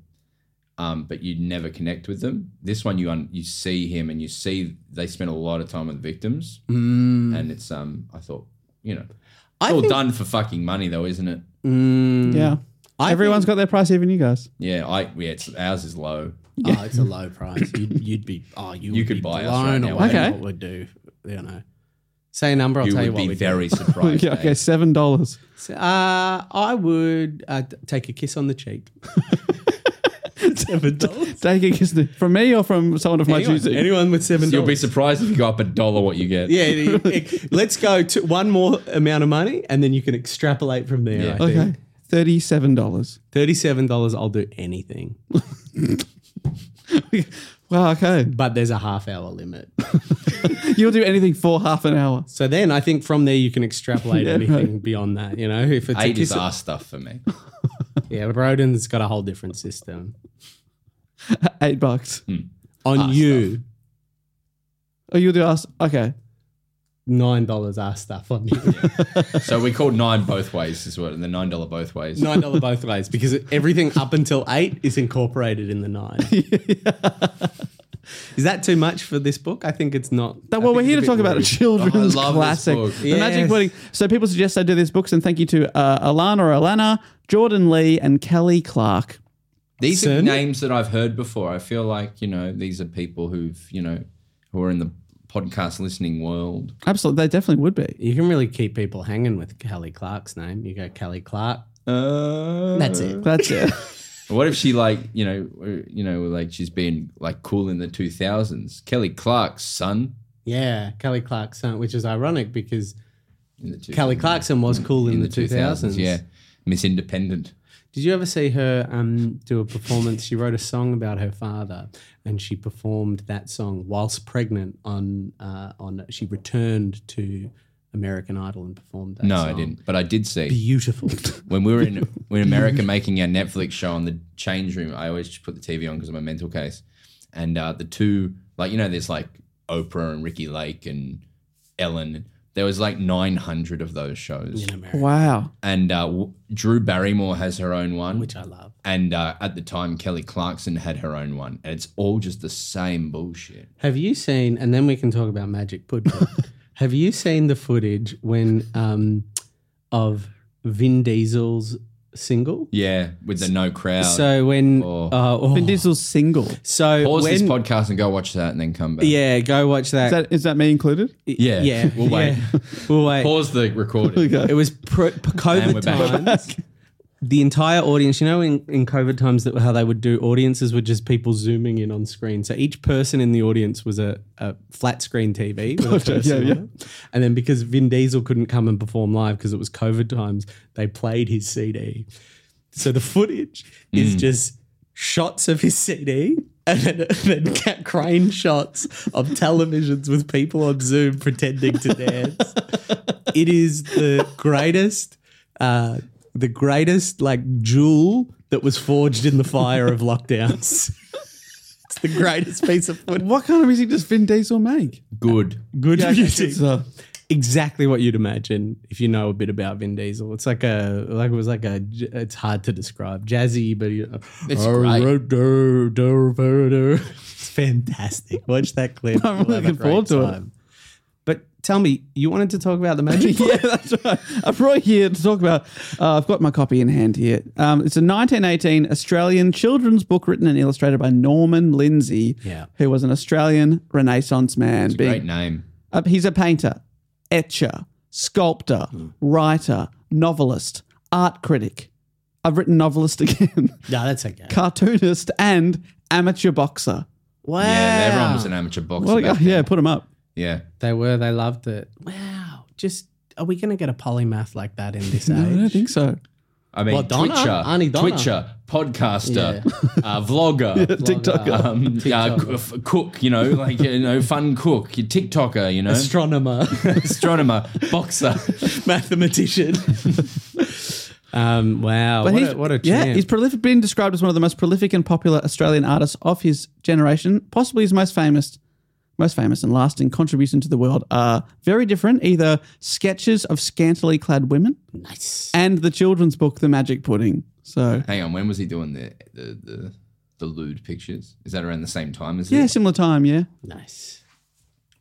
Speaker 3: Um, but you never connect with them. This one, you un- you see him and you see they spent a lot of time with victims, and it's um. I thought, you know, it's
Speaker 2: Mm. I
Speaker 3: all
Speaker 2: think,
Speaker 3: done for fucking money, though, isn't it?
Speaker 2: mm,
Speaker 1: Yeah. Everyone's got their price, even you guys.
Speaker 3: Yeah, I yeah, it's, ours is low.
Speaker 2: oh, it's a low price. You'd, you'd be, oh, you,
Speaker 3: You
Speaker 2: would
Speaker 3: could
Speaker 2: be
Speaker 3: buy us
Speaker 2: blown
Speaker 3: right now,
Speaker 2: away.
Speaker 1: wouldn't you?
Speaker 2: What we'd do, you know. Say a number. I'll
Speaker 3: you
Speaker 2: tell
Speaker 3: would
Speaker 2: you what
Speaker 3: be
Speaker 2: we'd do.
Speaker 3: very surprised. eh?
Speaker 1: Yeah,
Speaker 3: Dave.
Speaker 1: okay, seven dollars.
Speaker 2: So, Uh, I would uh, t- take a kiss on the cheek. seven dollars.
Speaker 1: Take a kiss from me or from someone of my
Speaker 2: Anyone,
Speaker 1: choosing.
Speaker 2: anyone with seven
Speaker 3: You'll be
Speaker 2: dollars.
Speaker 3: surprised if you go up a dollar what you get.
Speaker 2: Yeah, you- you- let's go to one more amount of money, and then you can extrapolate from there.
Speaker 3: Yeah.
Speaker 2: I think.
Speaker 1: Okay, thirty-seven dollars.
Speaker 2: thirty-seven dollars. I'll do anything,
Speaker 1: Wow. Okay,
Speaker 2: but there's a half hour limit.
Speaker 1: you'll do anything for half an hour.
Speaker 2: So then, I think from there you can extrapolate anything beyond that. You know, if it's a
Speaker 3: Eight is
Speaker 2: kiss,
Speaker 3: our stuff for me.
Speaker 2: yeah, Broden's got a whole different system
Speaker 1: Eight bucks.
Speaker 2: on
Speaker 1: Ah,
Speaker 2: you.
Speaker 1: Oh, you'll do us. Okay.
Speaker 2: Nine dollars our stuff on you.
Speaker 3: so we called nine both ways is what the nine dollar both ways.
Speaker 2: Nine dollar both ways because everything up until eight is incorporated in the nine. Is that too much for this book? I think it's not.
Speaker 1: That, well, we're
Speaker 2: I think
Speaker 1: here
Speaker 2: it's
Speaker 1: to
Speaker 2: bit
Speaker 1: talk about a
Speaker 2: rude.
Speaker 1: children's
Speaker 3: Oh, I love this
Speaker 1: classic,
Speaker 3: book.
Speaker 1: The Magic
Speaker 2: Yes.
Speaker 1: Pudding. So people suggest I do these books, and thank you to uh, Alana or Alana, Jordan Lee, and Kelly Clark.
Speaker 3: These are
Speaker 2: Certain-
Speaker 3: names that I've heard before. I feel like, you know, these are people who've, you know, who are in the podcast listening world.
Speaker 1: Absolutely, they definitely would be.
Speaker 2: You can really keep people hanging with Kelly Clark's name. You go Kelly Clark.
Speaker 3: Uh,
Speaker 2: it.
Speaker 1: That's it.
Speaker 3: What if she like, you know, uh, you know, like she's been like cool in the 2000s? Kelly Clark's son
Speaker 2: Yeah, Kelly Clarkson, which is ironic because
Speaker 3: in the 2000s.
Speaker 2: Kelly Clarkson was cool in,
Speaker 3: in
Speaker 2: the two thousands.
Speaker 3: Yeah. Miss Independent.
Speaker 2: Did you ever see her um, do a performance? She wrote a song about her father, and she performed that song whilst pregnant. On uh, on she returned to American Idol and performed that.
Speaker 3: No, I
Speaker 2: song.
Speaker 3: didn't. But I did see
Speaker 2: Beautiful.
Speaker 3: when we were in when America making our Netflix show on the change room. I always just put the TV on because I'm a mental case, and uh, the two like you know there's like Oprah and Ricky Lake and Ellen. There was like 900 of those shows,
Speaker 1: wow.
Speaker 3: and uh, w- Drew Barrymore has her own one,
Speaker 2: which I love.
Speaker 3: and uh, at the time Kelly Clarkson had her own one, and it's all just the same bullshit.
Speaker 2: Have you seen? And then we can talk about Magic Pudding. Have you seen the footage when um, of Vin Diesel's single?
Speaker 3: Yeah, with the no crowd.
Speaker 2: So when
Speaker 3: Oh.
Speaker 2: uh, oh.
Speaker 1: Vin Diesel's single.
Speaker 2: so
Speaker 3: Pause
Speaker 2: when,
Speaker 3: this podcast and go watch that, and then come back.
Speaker 2: yeah, go watch that.
Speaker 1: Is that is that me included?
Speaker 3: yeah,
Speaker 2: yeah,
Speaker 3: We'll wait.
Speaker 2: yeah. Oh We'll wait.
Speaker 3: Pause the recording.
Speaker 2: It was pro,
Speaker 3: And we're
Speaker 2: COVID
Speaker 3: back.
Speaker 2: times. The entire audience, you know, in, in COVID times, that how they would do audiences were just people zooming in on screen. So each person in the audience was a, a flat screen TV with a person
Speaker 1: yeah.
Speaker 2: on it. And then because Vin Diesel couldn't come and perform live because it was COVID times, they played his CD. So the footage is
Speaker 3: Mm.
Speaker 2: just shots of his CD and then, then ca- crane shots of televisions with people on Zoom pretending to dance. it is the greatest, uh, the greatest like jewel that was forged in the fire of lockdowns. it's the greatest piece of footage.
Speaker 1: What kind of music does Vin Diesel make?
Speaker 3: Good.
Speaker 2: Good
Speaker 1: Yeah, I guess
Speaker 2: music.
Speaker 1: it's, uh,
Speaker 2: exactly what you'd imagine if you know a bit about Vin Diesel. It's like a like it was like a j- it's hard to describe jazzy, but you
Speaker 3: It's
Speaker 2: it's fantastic. Watch that clip.
Speaker 1: I'm
Speaker 2: You'll have a
Speaker 1: looking
Speaker 2: great
Speaker 1: forward to it.
Speaker 2: time. But tell me, you wanted to talk about the magic?
Speaker 1: yeah, that's right. I'm right here to talk about. Uh, I've got my copy in hand here. Um, it's a 1918 Australian children's book written and illustrated by Norman Lindsay,
Speaker 2: Yeah.
Speaker 1: who was an Australian Renaissance man. being-
Speaker 3: Great name.
Speaker 1: uh, he's a painter, Hmm. etcher, sculptor, writer, novelist, art critic, I've written novelist again,
Speaker 2: No, that's okay.
Speaker 1: cartoonist, and amateur boxer.
Speaker 2: Wow.
Speaker 3: Yeah, everyone was an amateur boxer.
Speaker 1: Well,
Speaker 3: back
Speaker 1: yeah,
Speaker 3: then.
Speaker 1: put him up.
Speaker 3: yeah.
Speaker 2: They were. They loved it. Wow. Just are we going to get a polymath like that in this
Speaker 1: No, I don't
Speaker 2: age?
Speaker 1: think so.
Speaker 3: I mean,
Speaker 2: Well, Donna,
Speaker 3: Twitcher,
Speaker 2: Arnie Donna.
Speaker 3: Twitcher, podcaster, uh, vlogger,
Speaker 1: TikToker.
Speaker 3: um, uh, c- f- cook, you know, like you know, fun cook, you TikToker, you know,
Speaker 2: Astronomer,
Speaker 3: astronomer, boxer.
Speaker 2: mathematician. um. Wow.
Speaker 1: But
Speaker 2: what,
Speaker 1: he's,
Speaker 2: a, what a
Speaker 1: yeah,
Speaker 2: champ.
Speaker 1: he's prolific, been described as one of the most prolific and popular Australian artists of his generation. Possibly his most famous, most famous and lasting contribution to the world are very different: either sketches of scantily clad women,
Speaker 2: nice.
Speaker 1: and the children's book, The Magic Pudding. So
Speaker 3: Hang on, when was he doing the the the, the lewd pictures? Is that around the same time as
Speaker 1: yeah,
Speaker 3: this?
Speaker 1: similar time, yeah.
Speaker 2: Nice.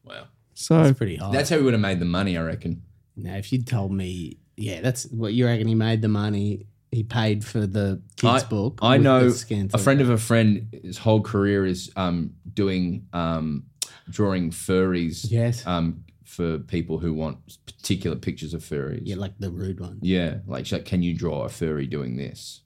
Speaker 3: Wow,
Speaker 1: So
Speaker 2: That's pretty hard.
Speaker 3: that's how he would have made the money, I reckon.
Speaker 2: now, if you'd told me, yeah, that's what you reckon. He made the money. He paid for the kids'
Speaker 3: I,
Speaker 2: book.
Speaker 3: I
Speaker 2: with
Speaker 3: know
Speaker 2: the scans
Speaker 3: a
Speaker 2: of-
Speaker 3: friend of a friend. His whole career is um, doing um, drawing furries.
Speaker 2: Yes.
Speaker 3: Um, for people who want particular pictures of furries.
Speaker 2: Yeah, like the rude one.
Speaker 3: Yeah, like, she's like can you draw a furry doing this?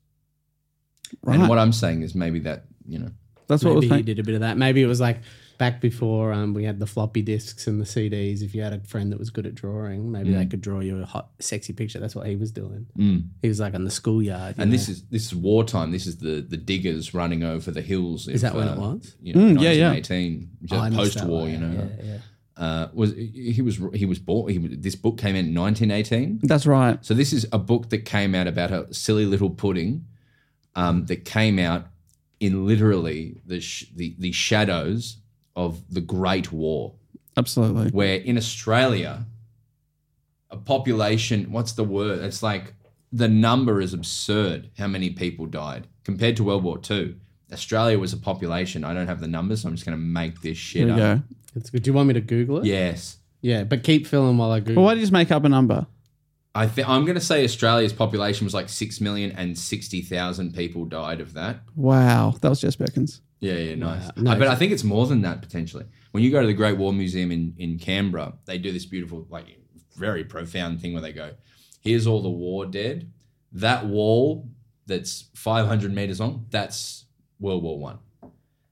Speaker 1: right.
Speaker 3: And what I'm saying is maybe that you know.
Speaker 1: that's what
Speaker 2: Maybe
Speaker 1: was
Speaker 2: he
Speaker 1: made.
Speaker 2: did a bit of that. Maybe it was like back before um, we had the floppy disks and the CDs. If you had a friend that was good at drawing, maybe they could draw you a hot, sexy picture. That's what he was doing. He was like on the schoolyard.
Speaker 3: mm. And this is this is wartime. This is the the diggers running over the hills. Is
Speaker 2: that when it was? Mm,
Speaker 3: You know,
Speaker 1: yeah, yeah.
Speaker 3: 1918,
Speaker 2: Oh,
Speaker 3: post war. You know,
Speaker 2: Yeah,
Speaker 3: uh, was he was he was born. He was, this book came out in 1918.
Speaker 1: That's right.
Speaker 3: So this is a book that came out about a silly little pudding um, that came out in literally the, sh- the the shadows of the Great War,
Speaker 1: Absolutely.
Speaker 3: where in Australia, a population what's the word? It's like the number is absurd. How many people died compared to World War II? Australia was a population. I don't have the numbers, so I'm just going to make this shit
Speaker 1: There you
Speaker 3: up.
Speaker 1: go.
Speaker 2: It's good. Do you want me to Google it?
Speaker 3: Yes.
Speaker 2: Yeah, but keep filling while I Google.
Speaker 1: Well, why do you just make up a number?
Speaker 3: I th- I'm going to say Australia's population was like 6 million and 60,000 people died of that.
Speaker 1: Wow, that was Jess Perkins.
Speaker 3: Yeah, yeah, nice. I, but I think it's more than that potentially. When you go to the Great War Museum in, in Canberra, they do this beautiful, like, very profound thing where they go, "Here's all the war dead. That wall that's 500 meters long, that's World War One."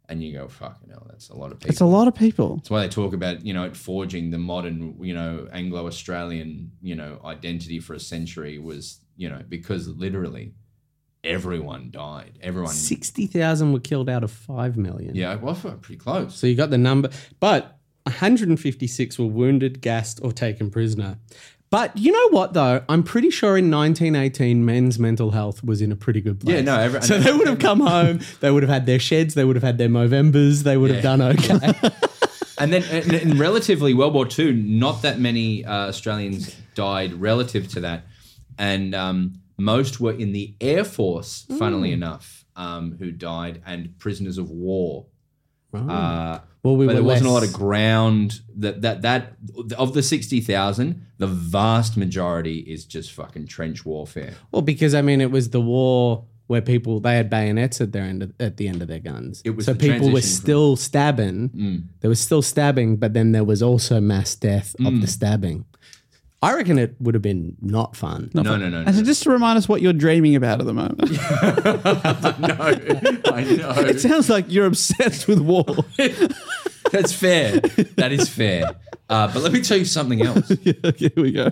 Speaker 3: And you go, "Fucking hell, that's a lot of people."
Speaker 1: It's a lot of people.
Speaker 3: That's why they talk about you know it forging the modern you know Anglo-Australian you know identity for a century was you know because literally everyone died. Everyone,
Speaker 2: Sixty thousand were killed out of five million.
Speaker 3: yeah, well, pretty close.
Speaker 2: So you got the number, but 156 were wounded, gassed, or taken prisoner. But you know what, though? I'm pretty sure in 1918, men's mental health was in a pretty good place.
Speaker 3: Yeah, no, every-
Speaker 2: so they would have come home, they would have had their sheds, they would have had their Movembers, they would have done okay.
Speaker 3: And then, and, and relatively, World War II, not that many uh, Australians died relative to that, and um, most were in the Air Force, funnily enough, um, who died, and prisoners of war. Uh,
Speaker 2: Well, we
Speaker 3: but
Speaker 2: were
Speaker 3: there wasn't a lot
Speaker 2: less-
Speaker 3: of ground. That that that of the sixty thousand, the vast majority is just fucking trench warfare.
Speaker 2: well, because I mean, it was the war where people, they had bayonets at their end of, at the end of their guns.
Speaker 3: It was
Speaker 2: so
Speaker 3: the
Speaker 2: people were
Speaker 3: transition from- Mm.
Speaker 2: still stabbing. There was still stabbing, but then there was also mass death of
Speaker 3: Mm.
Speaker 2: the stabbing. I reckon it would have been not fun.
Speaker 3: No, no, no, no,
Speaker 1: And so just to remind us what you're dreaming about at the moment.
Speaker 3: no. I know
Speaker 1: it sounds like you're obsessed with war.
Speaker 3: that's fair. That is fair. Uh, but let me tell you something else.
Speaker 1: yeah, okay, here we go.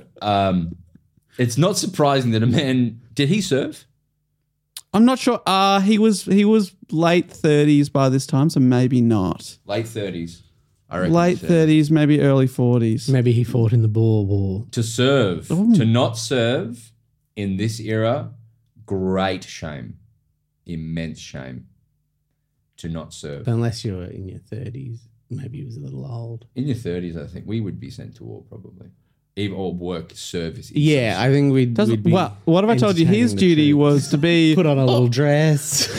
Speaker 3: It's not surprising that a man did he serve?
Speaker 1: I'm not sure. Uh he was he was late 30s by this time, so maybe not.
Speaker 3: Late thirties, I reckon.
Speaker 1: Late
Speaker 3: he served.
Speaker 1: 30s, maybe early 40s.
Speaker 2: Maybe he fought in the Boer War.
Speaker 3: to serve, to not serve in this era, great shame, immense shame. To not serve
Speaker 2: But unless you were in your 30s, maybe he was a little old.
Speaker 3: in your thirties, I think we would be sent to war probably, even or work service.
Speaker 2: Yeah, I think we'd.
Speaker 1: Doesn't,
Speaker 2: we'd be
Speaker 1: well, what have I told you? His
Speaker 2: entertaining the
Speaker 1: duty
Speaker 2: troops.
Speaker 1: was Oh. to be.
Speaker 2: Put on a little dress.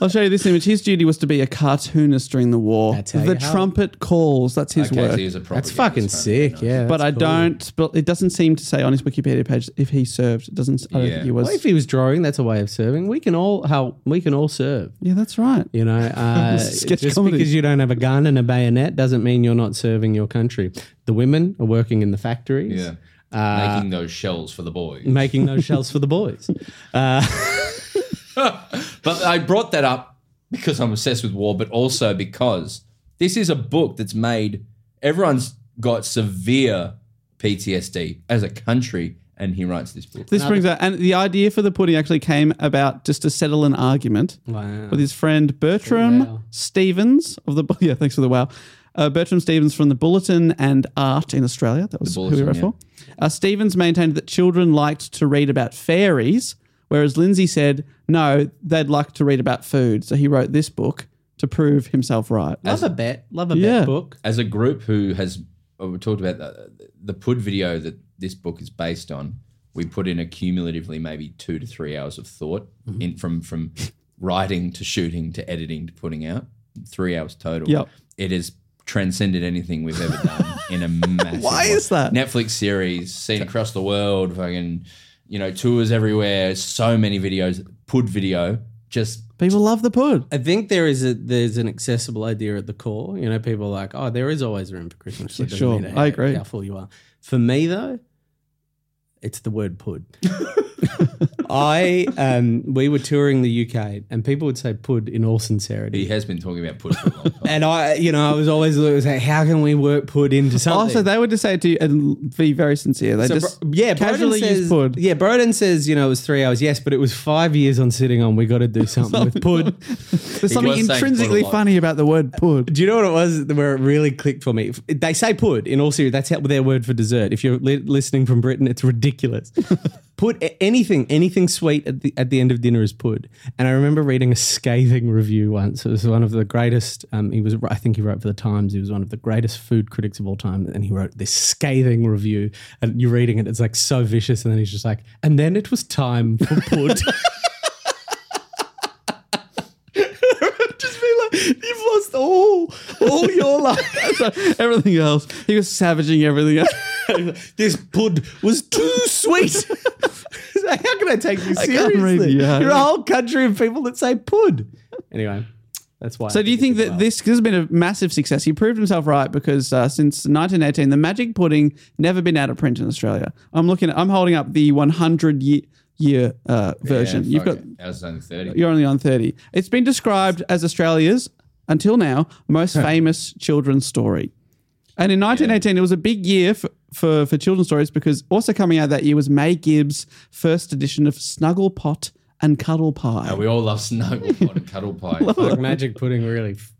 Speaker 1: I'll show you this image. His duty was to be a cartoonist during the war.
Speaker 2: That's how
Speaker 1: the
Speaker 2: you help.
Speaker 1: trumpet calls. That's his
Speaker 3: okay, so
Speaker 1: work.
Speaker 3: he's a
Speaker 2: That's
Speaker 3: propagandist,
Speaker 2: fucking
Speaker 3: kind of
Speaker 2: sick,
Speaker 3: guy.
Speaker 2: yeah.
Speaker 1: but I
Speaker 2: that's cool.
Speaker 1: don't. But it doesn't seem to say on his Wikipedia page if he served. It doesn't. I don't
Speaker 3: Yeah.
Speaker 1: think he was.
Speaker 2: Well, if he was drawing, that's a way of serving. We can all help. We can all serve.
Speaker 1: yeah, that's right.
Speaker 2: You know, uh,
Speaker 1: Sketch
Speaker 2: just
Speaker 1: comedy.
Speaker 2: because you don't have a gun and a bayonet doesn't mean you're not serving your country. The women are working in the factories.
Speaker 3: Yeah.
Speaker 2: Uh,
Speaker 3: making those shells for the boys.
Speaker 2: making those shells for the boys. Uh,
Speaker 3: But I brought that up because I'm obsessed with war, but also because this is a book that's made everyone's got severe PTSD as a country, and he writes this book.
Speaker 1: This brings out, and the idea for the pudding actually came about just to settle an argument
Speaker 2: Wow.
Speaker 1: with his friend Bertram
Speaker 2: Wow.
Speaker 1: Stevens of the yeah, thanks for the wow. Uh, Bertram Stevens from the Bulletin and Art in Australia. That was who
Speaker 3: Bulletin,
Speaker 1: he wrote
Speaker 3: yeah.
Speaker 1: for. Uh, Stevens maintained that children liked to read about fairies, whereas Lindsay said no, they'd like to read about food. So he wrote this book to prove himself right.
Speaker 2: love a bet. Love a
Speaker 1: Yeah.
Speaker 2: bet book.
Speaker 3: As a group who has oh, we talked about the, the pud video that this book is based on, we put in accumulatively maybe two to three hours of thought
Speaker 1: Mm-hmm.
Speaker 3: in from from writing to shooting to editing to putting out three hours total.
Speaker 1: Yep.
Speaker 3: It has transcended anything we've ever done in a massive
Speaker 1: Why
Speaker 3: way.
Speaker 1: is that?
Speaker 3: Netflix series seen across the world, fucking, you know, tours everywhere, so many videos, pud video, just
Speaker 1: People love the pud.
Speaker 2: I think there is a there's an accessible idea at the core. You know, people are like, oh, there is always room for Christmas. So it doesn't
Speaker 1: sure.
Speaker 2: matter
Speaker 1: I
Speaker 2: how-
Speaker 1: agree.
Speaker 2: How full you are. For me though, it's the word pud. I um, we were touring the UK and people would say pud in all sincerity.
Speaker 3: he has been talking about pud for a long time.
Speaker 2: And I, you know, I was always like, how can we work pud into something?
Speaker 1: Also, Oh, they would just say it to you and be very sincere. They
Speaker 2: So
Speaker 1: just
Speaker 2: Bro- yeah, Broden
Speaker 1: casually
Speaker 2: says,
Speaker 1: use pud.
Speaker 2: Yeah, Broden says, you know, it was three hours, yes, but it was five years on sitting on. We got to do something with pud.
Speaker 1: There's something
Speaker 3: was saying pud a
Speaker 1: intrinsically
Speaker 3: lot.
Speaker 1: funny about the word pud.
Speaker 2: Do you know what it was where it really clicked for me? They say pud in all seriousness. That's how, their word for dessert. If you're li- listening from Britain, it's ridiculous. put a- anything, anything sweet at the at the end of dinner is pud. And I remember reading a scathing review once. It was one of the greatest. Um, he was, I think, he wrote for the Times. He was one of the greatest food critics of all time, and he wrote this scathing review. And you're reading it, it's like so vicious. And then he's just like, and then it was time for pud.
Speaker 1: just be like, you've lost all, all your life, everything else. He was savaging everything else.
Speaker 2: this pud was too sweet. So How can I take you
Speaker 1: I can't read uh,
Speaker 2: seriously?
Speaker 1: you, Harry.
Speaker 2: You're a whole country of people that say pud. Anyway, that's why. I
Speaker 1: So, do you think
Speaker 2: it's
Speaker 1: that this, this has been a massive success? He proved himself right because uh, since 1918, the magic pudding never been out of print in Australia. I'm looking, I'm holding up the 100 year, year uh, version.
Speaker 3: Yeah,
Speaker 1: You've
Speaker 3: fuck
Speaker 1: got,
Speaker 3: it. I was only 30.
Speaker 1: you're only on 30. It's been described as Australia's, until now, most famous children's story. And in 1918, it was a big year for, for, for children's stories because also coming out that year was May Gibbs' first edition of Snuggle Pot and Cuddle Pie.
Speaker 3: Uh, we all love snuggle pot and cuddle pie.
Speaker 2: like magic pudding really. f-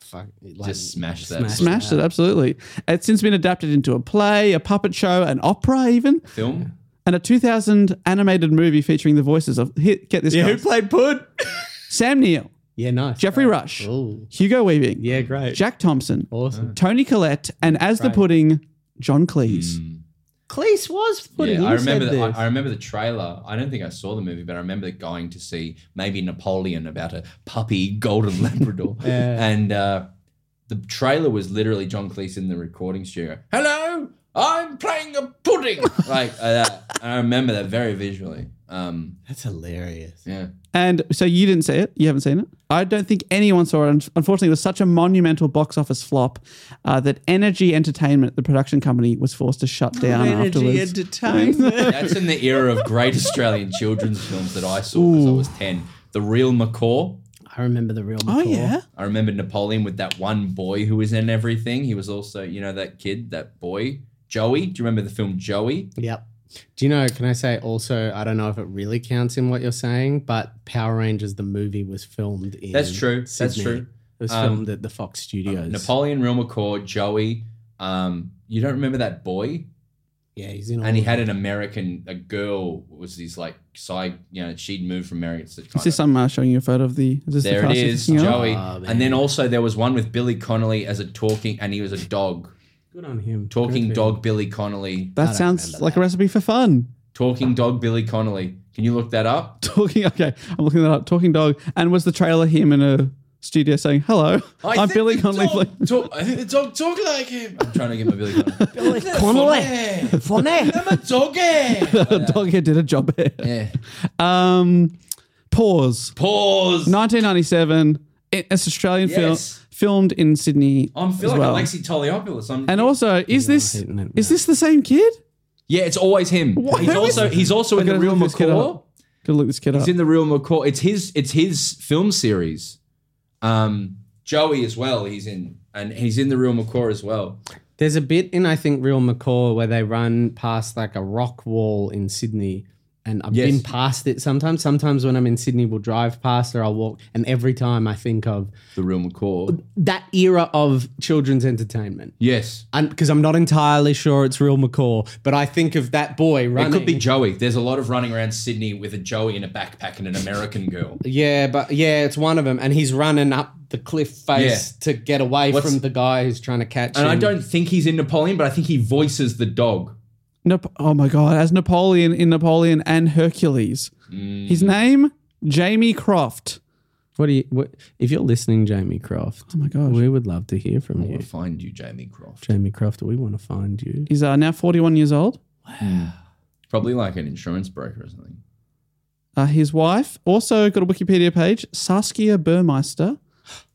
Speaker 2: Fuck, like,
Speaker 3: Just smash that.
Speaker 2: Smash.
Speaker 1: Smashed it, absolutely. It's since been adapted into a play, a puppet show, an opera, even,
Speaker 3: Film.
Speaker 1: and a 2000 animated movie featuring the voices of, hit, get this,
Speaker 2: yeah, who
Speaker 1: guys,
Speaker 2: played pud?
Speaker 1: Sam Neill,
Speaker 2: Yeah, nice.
Speaker 1: Jeffrey Rush,
Speaker 2: Ooh.
Speaker 1: Hugo Weaving,
Speaker 2: Yeah, great.
Speaker 1: Jack Thompson,
Speaker 2: awesome.
Speaker 1: Tony Collette, and as the pudding, John Cleese.
Speaker 2: Hmm. Cleese was pudding.
Speaker 3: Yeah, I
Speaker 2: you said
Speaker 3: remember. The,
Speaker 2: this.
Speaker 3: I, I remember the trailer. I don't think I saw the movie, but I remember going to see maybe Napoleon about a puppy golden Labrador, and uh, the trailer was literally John Cleese in the recording studio. Hello, I'm playing a pudding. like uh, I remember that very visually. Um,
Speaker 2: That's hilarious.
Speaker 3: yeah,
Speaker 1: And so you didn't see it. You haven't seen it. I don't think anyone saw it. Un- Unfortunately, it was such a monumental box office flop uh, that Energy Entertainment, the production company, was forced to shut down
Speaker 2: Oh, Energy
Speaker 1: afterwards.
Speaker 2: entertainment.
Speaker 3: that's in the era of great Australian children's films that I saw because I was ten. The Real Macaw.
Speaker 2: I remember the real.
Speaker 1: oh yeah,
Speaker 3: I remember Napoleon with that one boy who was in everything. He was also, you know, that kid, that boy, Joey. Do you remember the film Joey?
Speaker 2: Yep. Do you know? Can I say also? I don't know if it really counts in what you're saying, but Power Rangers the movie was filmed in.
Speaker 3: That's true. That's
Speaker 2: Sydney.
Speaker 3: true.
Speaker 2: It was
Speaker 3: Um, uh,
Speaker 2: filmed at the Fox Studios.
Speaker 3: Napoleon, Real McCaw, Joey. Um, you don't remember that boy?
Speaker 2: Yeah, he's in. All
Speaker 3: And he had an American, a girl was his like side, you know, she'd moved from America. To
Speaker 1: is this I'm uh, showing you a photo of the? Is this the
Speaker 3: there it
Speaker 1: cast you're
Speaker 3: is,
Speaker 1: thinking of?
Speaker 3: Joey.
Speaker 2: Ah,
Speaker 3: and then also there was one with Billy Connolly as a talking, and he was a dog.
Speaker 2: good on him.
Speaker 3: Talking
Speaker 2: Good for him.
Speaker 3: dog Billy Connolly.
Speaker 1: That sounds like a recipe for fun.
Speaker 3: Talking dog Billy Connolly. Can you look that up?
Speaker 1: Talking. Okay, I'm looking that up. Talking dog. And was the trailer him in a studio saying hello?
Speaker 3: I
Speaker 1: I'm
Speaker 3: think
Speaker 1: Billy
Speaker 3: the
Speaker 1: Connolly.
Speaker 3: dog talk- I think the dog talk like him. I'm trying to get my Billy Connolly. Billy
Speaker 2: Connolly. Funny.
Speaker 3: I'm a doggy.
Speaker 1: The dog here did a job. here.
Speaker 3: yeah.
Speaker 1: Um, pause.
Speaker 3: Pause.
Speaker 1: 1997. It- It's Australian
Speaker 3: Yes.
Speaker 1: film filmed in Sydney.
Speaker 3: I'm
Speaker 1: as
Speaker 3: feeling
Speaker 1: well.
Speaker 3: like Alexi Toliopoulos. I'm
Speaker 1: And also, is this
Speaker 2: hitting it,
Speaker 1: is this the same kid?
Speaker 3: Yeah, it's always him. He's
Speaker 1: Who is-
Speaker 3: also he's also in
Speaker 1: Okay,
Speaker 3: the real
Speaker 1: let's look this kid
Speaker 3: McCaw.
Speaker 1: up. Gotta look this kid
Speaker 3: He's
Speaker 1: up.
Speaker 3: in the real McCaw. It's his it's his film series. Um, Joey as well. He's in and he's in the real McCaw as well.
Speaker 2: There's a bit in I think Real McCaw where they run past like a rock wall in Sydney, and I've
Speaker 3: Yes.
Speaker 2: been past it sometimes. Sometimes when I'm in Sydney, we'll drive past or I'll walk, and every time I think of
Speaker 3: The real McCaw.
Speaker 2: that era of children's entertainment.
Speaker 3: Yes,
Speaker 2: Because I'm not entirely sure it's Real McCaw, but I think of that boy
Speaker 3: it
Speaker 2: running.
Speaker 3: could be Joey. There's a lot of running around Sydney with a Joey in a backpack and an American girl.
Speaker 2: Yeah, but yeah, it's one of them, and he's running up the cliff face to get away
Speaker 3: What's-
Speaker 2: from the guy who's trying to catch
Speaker 3: And
Speaker 2: him.
Speaker 3: I don't think he's in Napoleon, but I think he voices the dog.
Speaker 1: Nap- oh my god, as Napoleon in Napoleon and Hercules.
Speaker 3: Mm.
Speaker 1: His name Jamie Croft.
Speaker 2: What do you? What, if you're listening, Jamie Croft? Oh my
Speaker 1: gosh.
Speaker 2: we would love to hear from
Speaker 3: We'll
Speaker 2: you,
Speaker 3: find you, Jamie Croft.
Speaker 2: Jamie Croft. We want to find you.
Speaker 1: He's uh, now 41 years old.
Speaker 3: Probably like an insurance broker or something.
Speaker 1: Uh, his wife also got a Wikipedia page, Saskia Burmeister,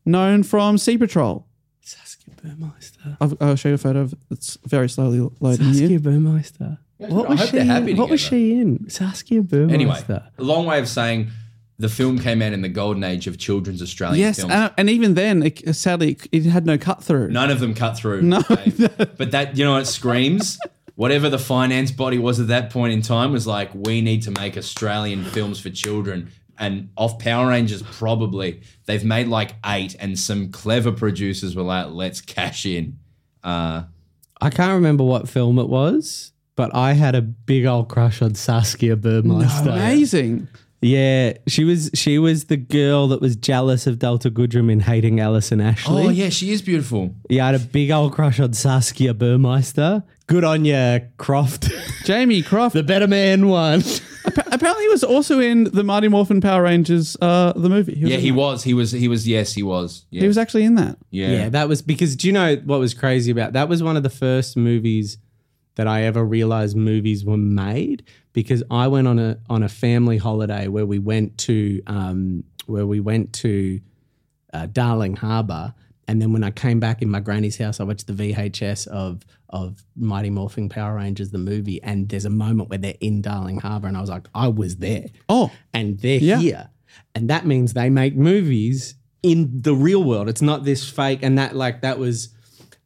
Speaker 1: known from Sea Patrol.
Speaker 2: Saskia Burmeister.
Speaker 1: I've, I'll show you a photo of it's very slowly loading here.
Speaker 2: Saskia Burmeister. What
Speaker 3: I
Speaker 2: was
Speaker 3: hope
Speaker 2: she?
Speaker 3: they're
Speaker 2: In?
Speaker 3: happy
Speaker 2: what was
Speaker 3: together.
Speaker 2: she in? Saskia Burmeister.
Speaker 3: Anyway, a long way of saying the film came out in the golden age of children's Australian
Speaker 1: Yes,
Speaker 3: films.
Speaker 1: and, and even then, it, sadly, it had no cut through.
Speaker 3: None of them cut through. No. But that, you know, what it screams. Whatever the finance body was at that point in time was like, we need to make Australian films for children. And off Power Rangers, probably they've made like eight, and some clever producers were like, let's cash in. Uh,
Speaker 2: I can't remember what film it was, but I had a big old crush on Saskia Burmeister.
Speaker 1: Amazing.
Speaker 2: Yeah, she was she was the girl that was jealous of Delta Goodrum in hating Alison Ashley.
Speaker 3: oh, yeah, she is beautiful.
Speaker 2: yeah, I had a big old crush on Saskia Burmeister. Good on you, Croft.
Speaker 1: Jamie Croft.
Speaker 2: the better man won.
Speaker 1: Apparently, he was also in the Mighty Morphin Power Rangers, uh, the movie. He was
Speaker 3: Yeah,
Speaker 1: in
Speaker 3: he
Speaker 1: that.
Speaker 3: was. He was. He was. Yes, he was. Yeah.
Speaker 1: He was actually in that.
Speaker 3: yeah.
Speaker 2: Yeah. that was because do you know what was crazy about that was one of the first movies that I ever realized movies were made because I went on a on a family holiday where we went to um, where we went to uh, Darling Harbour. And then when I came back in my granny's house, I watched the VHS of of Mighty Morphing Power Rangers the movie, and there's a moment where they're in Darling Harbour, and I was like, I was there.
Speaker 1: Oh.
Speaker 2: and they're
Speaker 1: Yeah.
Speaker 2: here, and that means they make movies in the real world. It's not this fake. And that like that was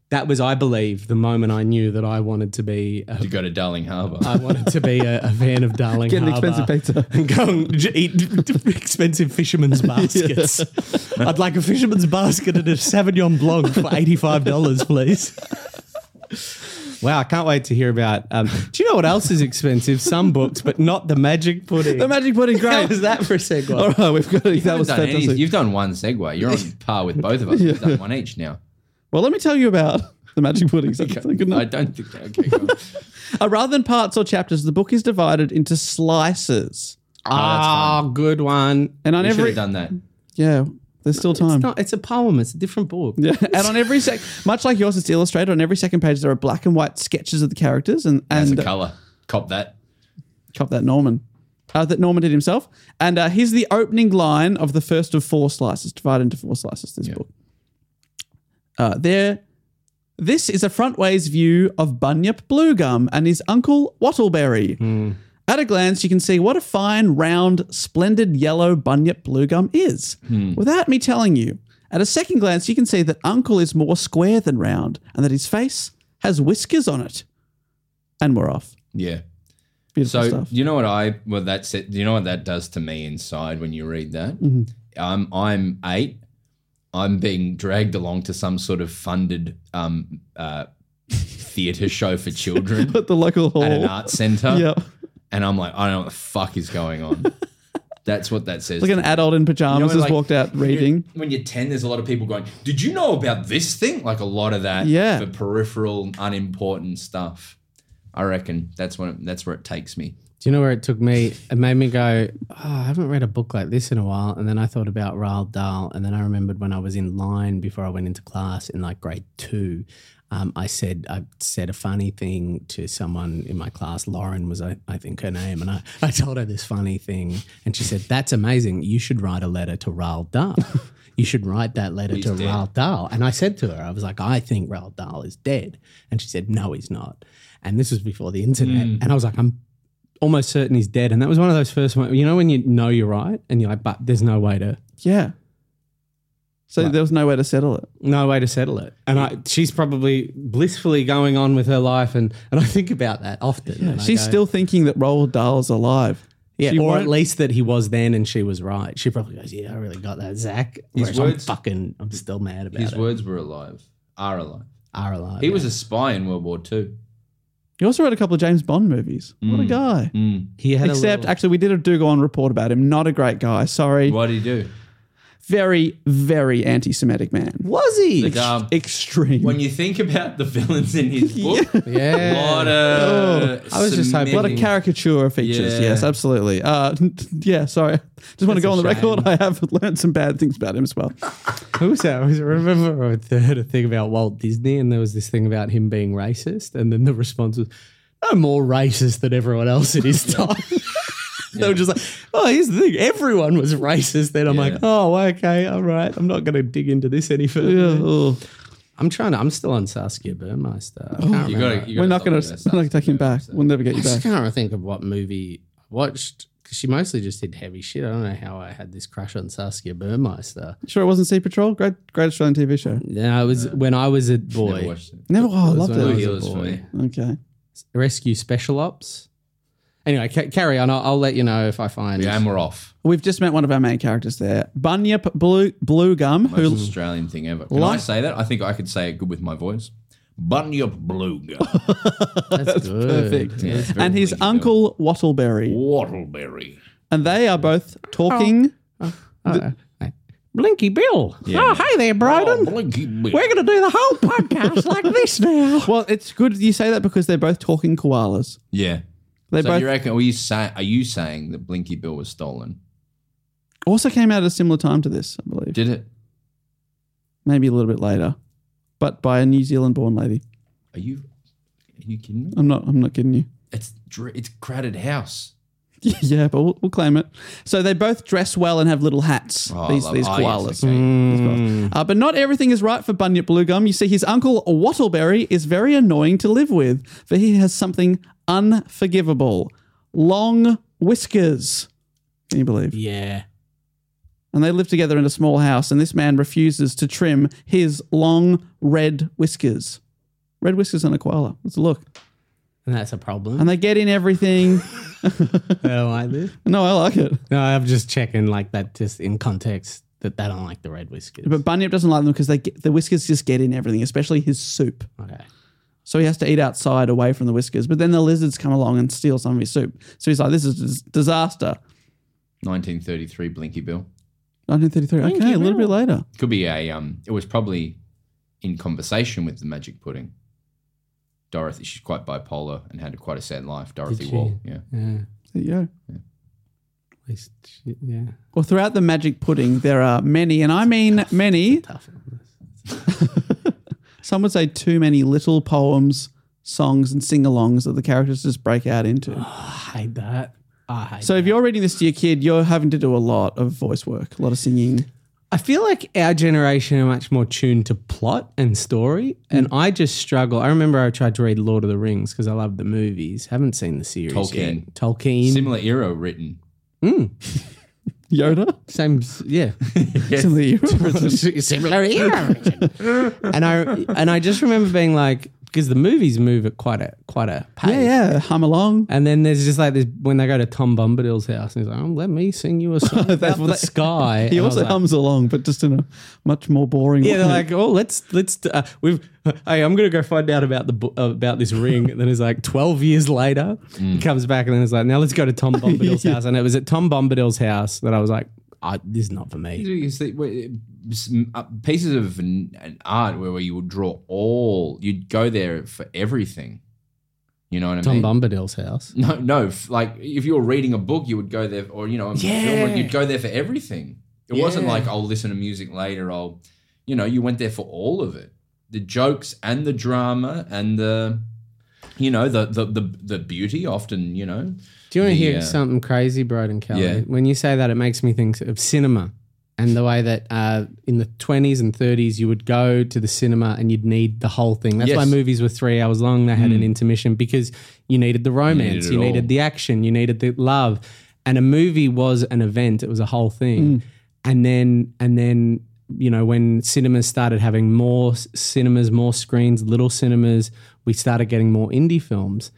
Speaker 2: that was I believe the moment I knew that I wanted to be a,
Speaker 3: To go to Darling Harbour.
Speaker 1: Uh,
Speaker 2: I wanted to be a, a fan of Darling
Speaker 1: Get an
Speaker 2: Harbour
Speaker 1: expensive pizza.
Speaker 2: and go and j- eat expensive fisherman's baskets. I'd like a fisherman's basket and a Sauvignon Blanc for $85, please. Wow, I can't wait to hear about. Um, do you know what else is expensive? Some books, but not the magic pudding.
Speaker 1: The Magic Pudding,
Speaker 2: How
Speaker 1: great.
Speaker 2: was that for a segue?
Speaker 1: All right, Oh, we've got it. That was
Speaker 3: done any-
Speaker 1: fantastic.
Speaker 3: you've done one segue. You're on par with both of us. You've done one each now.
Speaker 1: Well, let me tell you about the Magic Pudding. That's a good
Speaker 3: I
Speaker 1: name.
Speaker 3: don't think. Okay, go on.
Speaker 1: Uh, rather than parts or chapters, the book is divided into slices.
Speaker 2: Ah, good one. Um,
Speaker 1: And on
Speaker 3: we should
Speaker 1: every
Speaker 3: have done that.
Speaker 1: yeah, there's still time.
Speaker 2: It's not. It's a poem. It's a different book.
Speaker 1: Yeah, and on every sec, much like yours, it's illustrated. On every second page, there are black and white sketches of the characters, and
Speaker 3: That's
Speaker 1: and
Speaker 3: a colour. Cop that.
Speaker 1: cop that Norman, uh, that Norman did himself. And uh, here's the opening line of the first of four slices, divided into four slices. This book. Uh, there, this is a front ways view of Bunyip Bluegum and his uncle Wattleberry. At a glance, you can see what a fine, round, splendid yellow bunyip bluegum is. Without me telling you, at a second glance, you can see that Uncle is more square than round and that his face has whiskers on it. And we're off.
Speaker 3: Yeah.
Speaker 1: Beautiful
Speaker 3: So
Speaker 1: stuff.
Speaker 3: you know what I well that's it. You know what that does to me inside when you read that.
Speaker 1: Mm-hmm.
Speaker 3: Um, I'm eight. I'm being dragged along to some sort of funded um, uh, theatre show for children
Speaker 1: At the local hall.
Speaker 3: at an art centre,
Speaker 1: Yeah.
Speaker 3: and I'm like, I don't know what the fuck is going on. that's what that says.
Speaker 1: Like an adult in
Speaker 3: You know,
Speaker 1: pajamas has
Speaker 3: like,
Speaker 1: walked out
Speaker 3: when you're-
Speaker 1: reading.
Speaker 3: When you're 10, there's a lot of people going, Did you know about this thing? Like a lot of that
Speaker 1: Yeah.
Speaker 3: for peripheral, unimportant stuff. I reckon that's when it, that's where it takes me.
Speaker 2: Do you know where it took me? It made me go, oh, I haven't read a book like this in a while. And then I thought about Roald Dahl. And then I remembered when I was in line before I went into class in like grade two, um, I said I said a funny thing to someone in my class. Lauren was, I, I think, her name. And I, I told her this funny thing. And she said, That's amazing. You should write a letter to Roald Dahl. You should write that letter to
Speaker 3: dead.
Speaker 2: Roald Dahl. And I said to her, I was like, I think Roald Dahl is dead. And she said, No, he's not. and this was before the internet. And I was like, I'm almost certain he's dead. And that was one of those first moments, you know, when you know you're right and you're like, but there's no way to
Speaker 1: Yeah. So there was no way to settle it.
Speaker 2: no way to settle it. And I, she's probably blissfully going on with her life, and and I think about that often. and I
Speaker 1: She's
Speaker 2: go,
Speaker 1: still thinking that Roald Dahl's alive.
Speaker 2: yeah,
Speaker 1: she
Speaker 2: or at
Speaker 1: won't-
Speaker 2: least that he was then, and she was right. She probably goes, yeah, I really got that, Zach.
Speaker 3: His
Speaker 2: Whereas
Speaker 3: words-
Speaker 2: I'm fucking, I'm still mad about
Speaker 3: His
Speaker 2: it.
Speaker 3: words were alive, are alive.
Speaker 2: Are alive.
Speaker 3: He was a spy in World War Two.
Speaker 1: He also wrote a couple of James Bond movies. What a
Speaker 3: Mm.
Speaker 1: guy.
Speaker 2: He had
Speaker 1: Except,
Speaker 2: a little,
Speaker 1: actually, we did a do go on report about him. Not a great guy. Sorry.
Speaker 3: What did he do?
Speaker 1: Very, very anti Semitic man.
Speaker 2: was he?
Speaker 3: Like, um,
Speaker 1: Extreme.
Speaker 3: when you think about the villains in his book,
Speaker 2: Yeah.
Speaker 3: what
Speaker 1: Oh,
Speaker 3: a
Speaker 2: I was just hoping-
Speaker 1: a lot of caricature features.
Speaker 3: Yeah.
Speaker 1: Yes, absolutely. Uh, yeah, sorry. Just want to
Speaker 2: That's
Speaker 1: go
Speaker 2: a
Speaker 1: on the
Speaker 2: shame.
Speaker 1: record. I have learned some bad things about him as well.
Speaker 2: Who was that? I was- I remember I heard a thing about Walt Disney, and there was this thing about him being racist, and then the response was, "No more racist than everyone else at his time." They were just like, "Oh, here's the thing: everyone was racist." Then I'm like,
Speaker 3: Yeah.
Speaker 2: "Oh, okay, all right. I'm not going to dig into this any further."
Speaker 1: Ugh.
Speaker 2: I'm trying to. I'm still on Saskia Burmeister. I can't,
Speaker 3: oh. You
Speaker 2: remember.
Speaker 3: gotta, you
Speaker 1: We're
Speaker 3: gotta
Speaker 1: not going
Speaker 3: stop
Speaker 1: to
Speaker 3: doing that
Speaker 1: we're not
Speaker 3: stuff.
Speaker 1: taking back. We'll never get
Speaker 2: I
Speaker 1: you
Speaker 2: just
Speaker 1: back.
Speaker 2: can't think of what movie I watched because she mostly just did heavy shit. I don't know how I had this crush on Saskia Burmeister.
Speaker 1: Sure, it wasn't Sea Patrol. Great, great Australian TV show.
Speaker 2: No, it was when I was a boy.
Speaker 3: Never watched it.
Speaker 1: Never. Oh, I loved
Speaker 2: when I
Speaker 3: Blue
Speaker 1: it.
Speaker 2: was a
Speaker 3: Heels for
Speaker 2: boy.
Speaker 3: me.
Speaker 1: Okay.
Speaker 2: rescue special ops. Anyway, ca- carry on. I'll, I'll let you know if I find.
Speaker 3: Yeah, and we're off.
Speaker 1: We've just met one of our main characters there, Bunyip Blue Blue Gum,
Speaker 3: Most
Speaker 1: who
Speaker 3: Australian thing ever. Can I
Speaker 1: Like-
Speaker 3: say that? I think I could say it good with my voice. Bunny up blue gum.
Speaker 2: that's, good.
Speaker 1: perfect,
Speaker 3: Yeah, it's very
Speaker 1: and his
Speaker 3: English,
Speaker 1: uncle Wattleberry,
Speaker 3: Wattleberry.
Speaker 1: and they are both talking.
Speaker 2: Oh, Blinky Bill. Oh, hey there, Broden.
Speaker 3: Blinky bit.
Speaker 2: We're going to do the whole podcast like this now.
Speaker 1: Well, it's good you say that because they're both talking koalas.
Speaker 3: Yeah.
Speaker 1: They
Speaker 3: so
Speaker 1: both
Speaker 3: you reckon? Were you say, are you saying that Blinky Bill was stolen?
Speaker 1: also came out at a similar time to this, I believe.
Speaker 3: Did it?
Speaker 1: Maybe a little bit later, but by a New Zealand-born lady.
Speaker 3: Are you? Are you kidding me?
Speaker 1: I'm not. I'm not kidding you.
Speaker 3: It's dr- it's crowded house.
Speaker 1: yeah, but we'll, we'll claim it. So they both dress well and have little hats.
Speaker 3: Oh, I
Speaker 1: these
Speaker 3: love-
Speaker 1: these
Speaker 3: oh, yes,
Speaker 1: koalas.
Speaker 3: okay.
Speaker 1: These koalas. Uh, but not everything is right for Bunyip Blue Gum. You see, his uncle Wattleberry is very annoying to live with, for he has something unforgivable: long whiskers. Can you believe?
Speaker 2: Yeah.
Speaker 1: and they live together in a small house and this man refuses to trim his long red whiskers red whiskers on a koala let's look
Speaker 2: And that's a problem.
Speaker 1: and they get in everything
Speaker 2: I don't like this.
Speaker 1: no i like it
Speaker 2: No, I'm just checking like that just in context that they don't like the red whiskers.
Speaker 1: but bunyip doesn't like them because they get, the whiskers just get in everything especially his soup
Speaker 2: okay.
Speaker 1: so he has to eat outside away from the whiskers but then the lizards come along and steal some of his soup so he's like this is a dis- disaster
Speaker 3: 1933 Blinky Bill.
Speaker 1: 1933 okay a little bit later
Speaker 3: Could be a um. It was probably in conversation with the Magic Pudding. Dorothy, she's quite bipolar and had quite a sad life. Dorothy
Speaker 2: she?
Speaker 3: Wall, yeah.
Speaker 2: Yeah.
Speaker 1: there you go
Speaker 2: At least she- yeah.
Speaker 1: well throughout the magic pudding there are many and i mean many
Speaker 2: Tough. on this.
Speaker 1: some would say too many little poems, songs, and sing alongs that the characters just break out into.
Speaker 2: I hate that. I hate
Speaker 1: So if you're reading this to your kid, you're having to do a lot of voice work, a lot of singing.
Speaker 2: I feel like our generation are much more tuned to plot and story, and I just struggle. I remember I tried to read Lord of the Rings because I love the movies. Haven't seen the series
Speaker 3: Tolkien.
Speaker 2: yet. Tolkien.
Speaker 3: Similar era written.
Speaker 1: Yoda?
Speaker 2: Same, s- yeah.
Speaker 1: Similarly,
Speaker 2: Similar era. and I and I just remember being like, because the movies move at quite a quite a pace.
Speaker 1: yeah, yeah, hum along.
Speaker 2: And then there's just like this when they go to Tom Bombadil's house, and he's like, oh, "Let me sing you a song about
Speaker 1: That's
Speaker 2: the
Speaker 1: like-
Speaker 2: sky."
Speaker 1: He
Speaker 2: And I was
Speaker 1: also
Speaker 2: like,
Speaker 1: hums along, but just in a much more boring
Speaker 2: Yeah,
Speaker 1: way.
Speaker 2: they're like, oh, let's let's. Uh, we've hey, I'm gonna go find out about the bo- uh, about this ring. And then it's like 12 years later,
Speaker 1: Mm.
Speaker 2: he comes back and then it's like, now let's go to Tom Bombadil's house. And it was at Tom Bombadil's house that I was like, I this is not for me.
Speaker 3: You see, wait, some, uh, Pieces of n- an art where, where you would draw all, you'd go there for everything. You know what I
Speaker 2: Tom
Speaker 3: mean?
Speaker 2: Bombadil's house.
Speaker 3: No, no. f- Like if you were reading a book, you would go there, or you know, a film,
Speaker 2: Yeah.
Speaker 3: you'd go there for everything. It wasn't like I'll listen to music later. I'll, you know, you went there for all of it, the jokes and the drama and the, you know, the the the, the beauty. Often, you know,
Speaker 2: Do you want to hear
Speaker 3: Yeah.
Speaker 2: something crazy, Broden Kelly?
Speaker 3: uh, Yeah.
Speaker 2: When you say that, it makes me think of cinema. and the way that uh, in the 20s and 30s you would go to the cinema and you'd need the whole thing. That's
Speaker 3: Yes. Mm.
Speaker 2: why movies were three hours long. They had an intermission because you needed the romance,
Speaker 3: it
Speaker 2: you needed,
Speaker 3: all.
Speaker 2: the action, you needed the love, and a movie was an event. It was a whole thing, and then and then you know when cinemas started having more s- cinemas, more screens, little cinemas, we started getting more indie films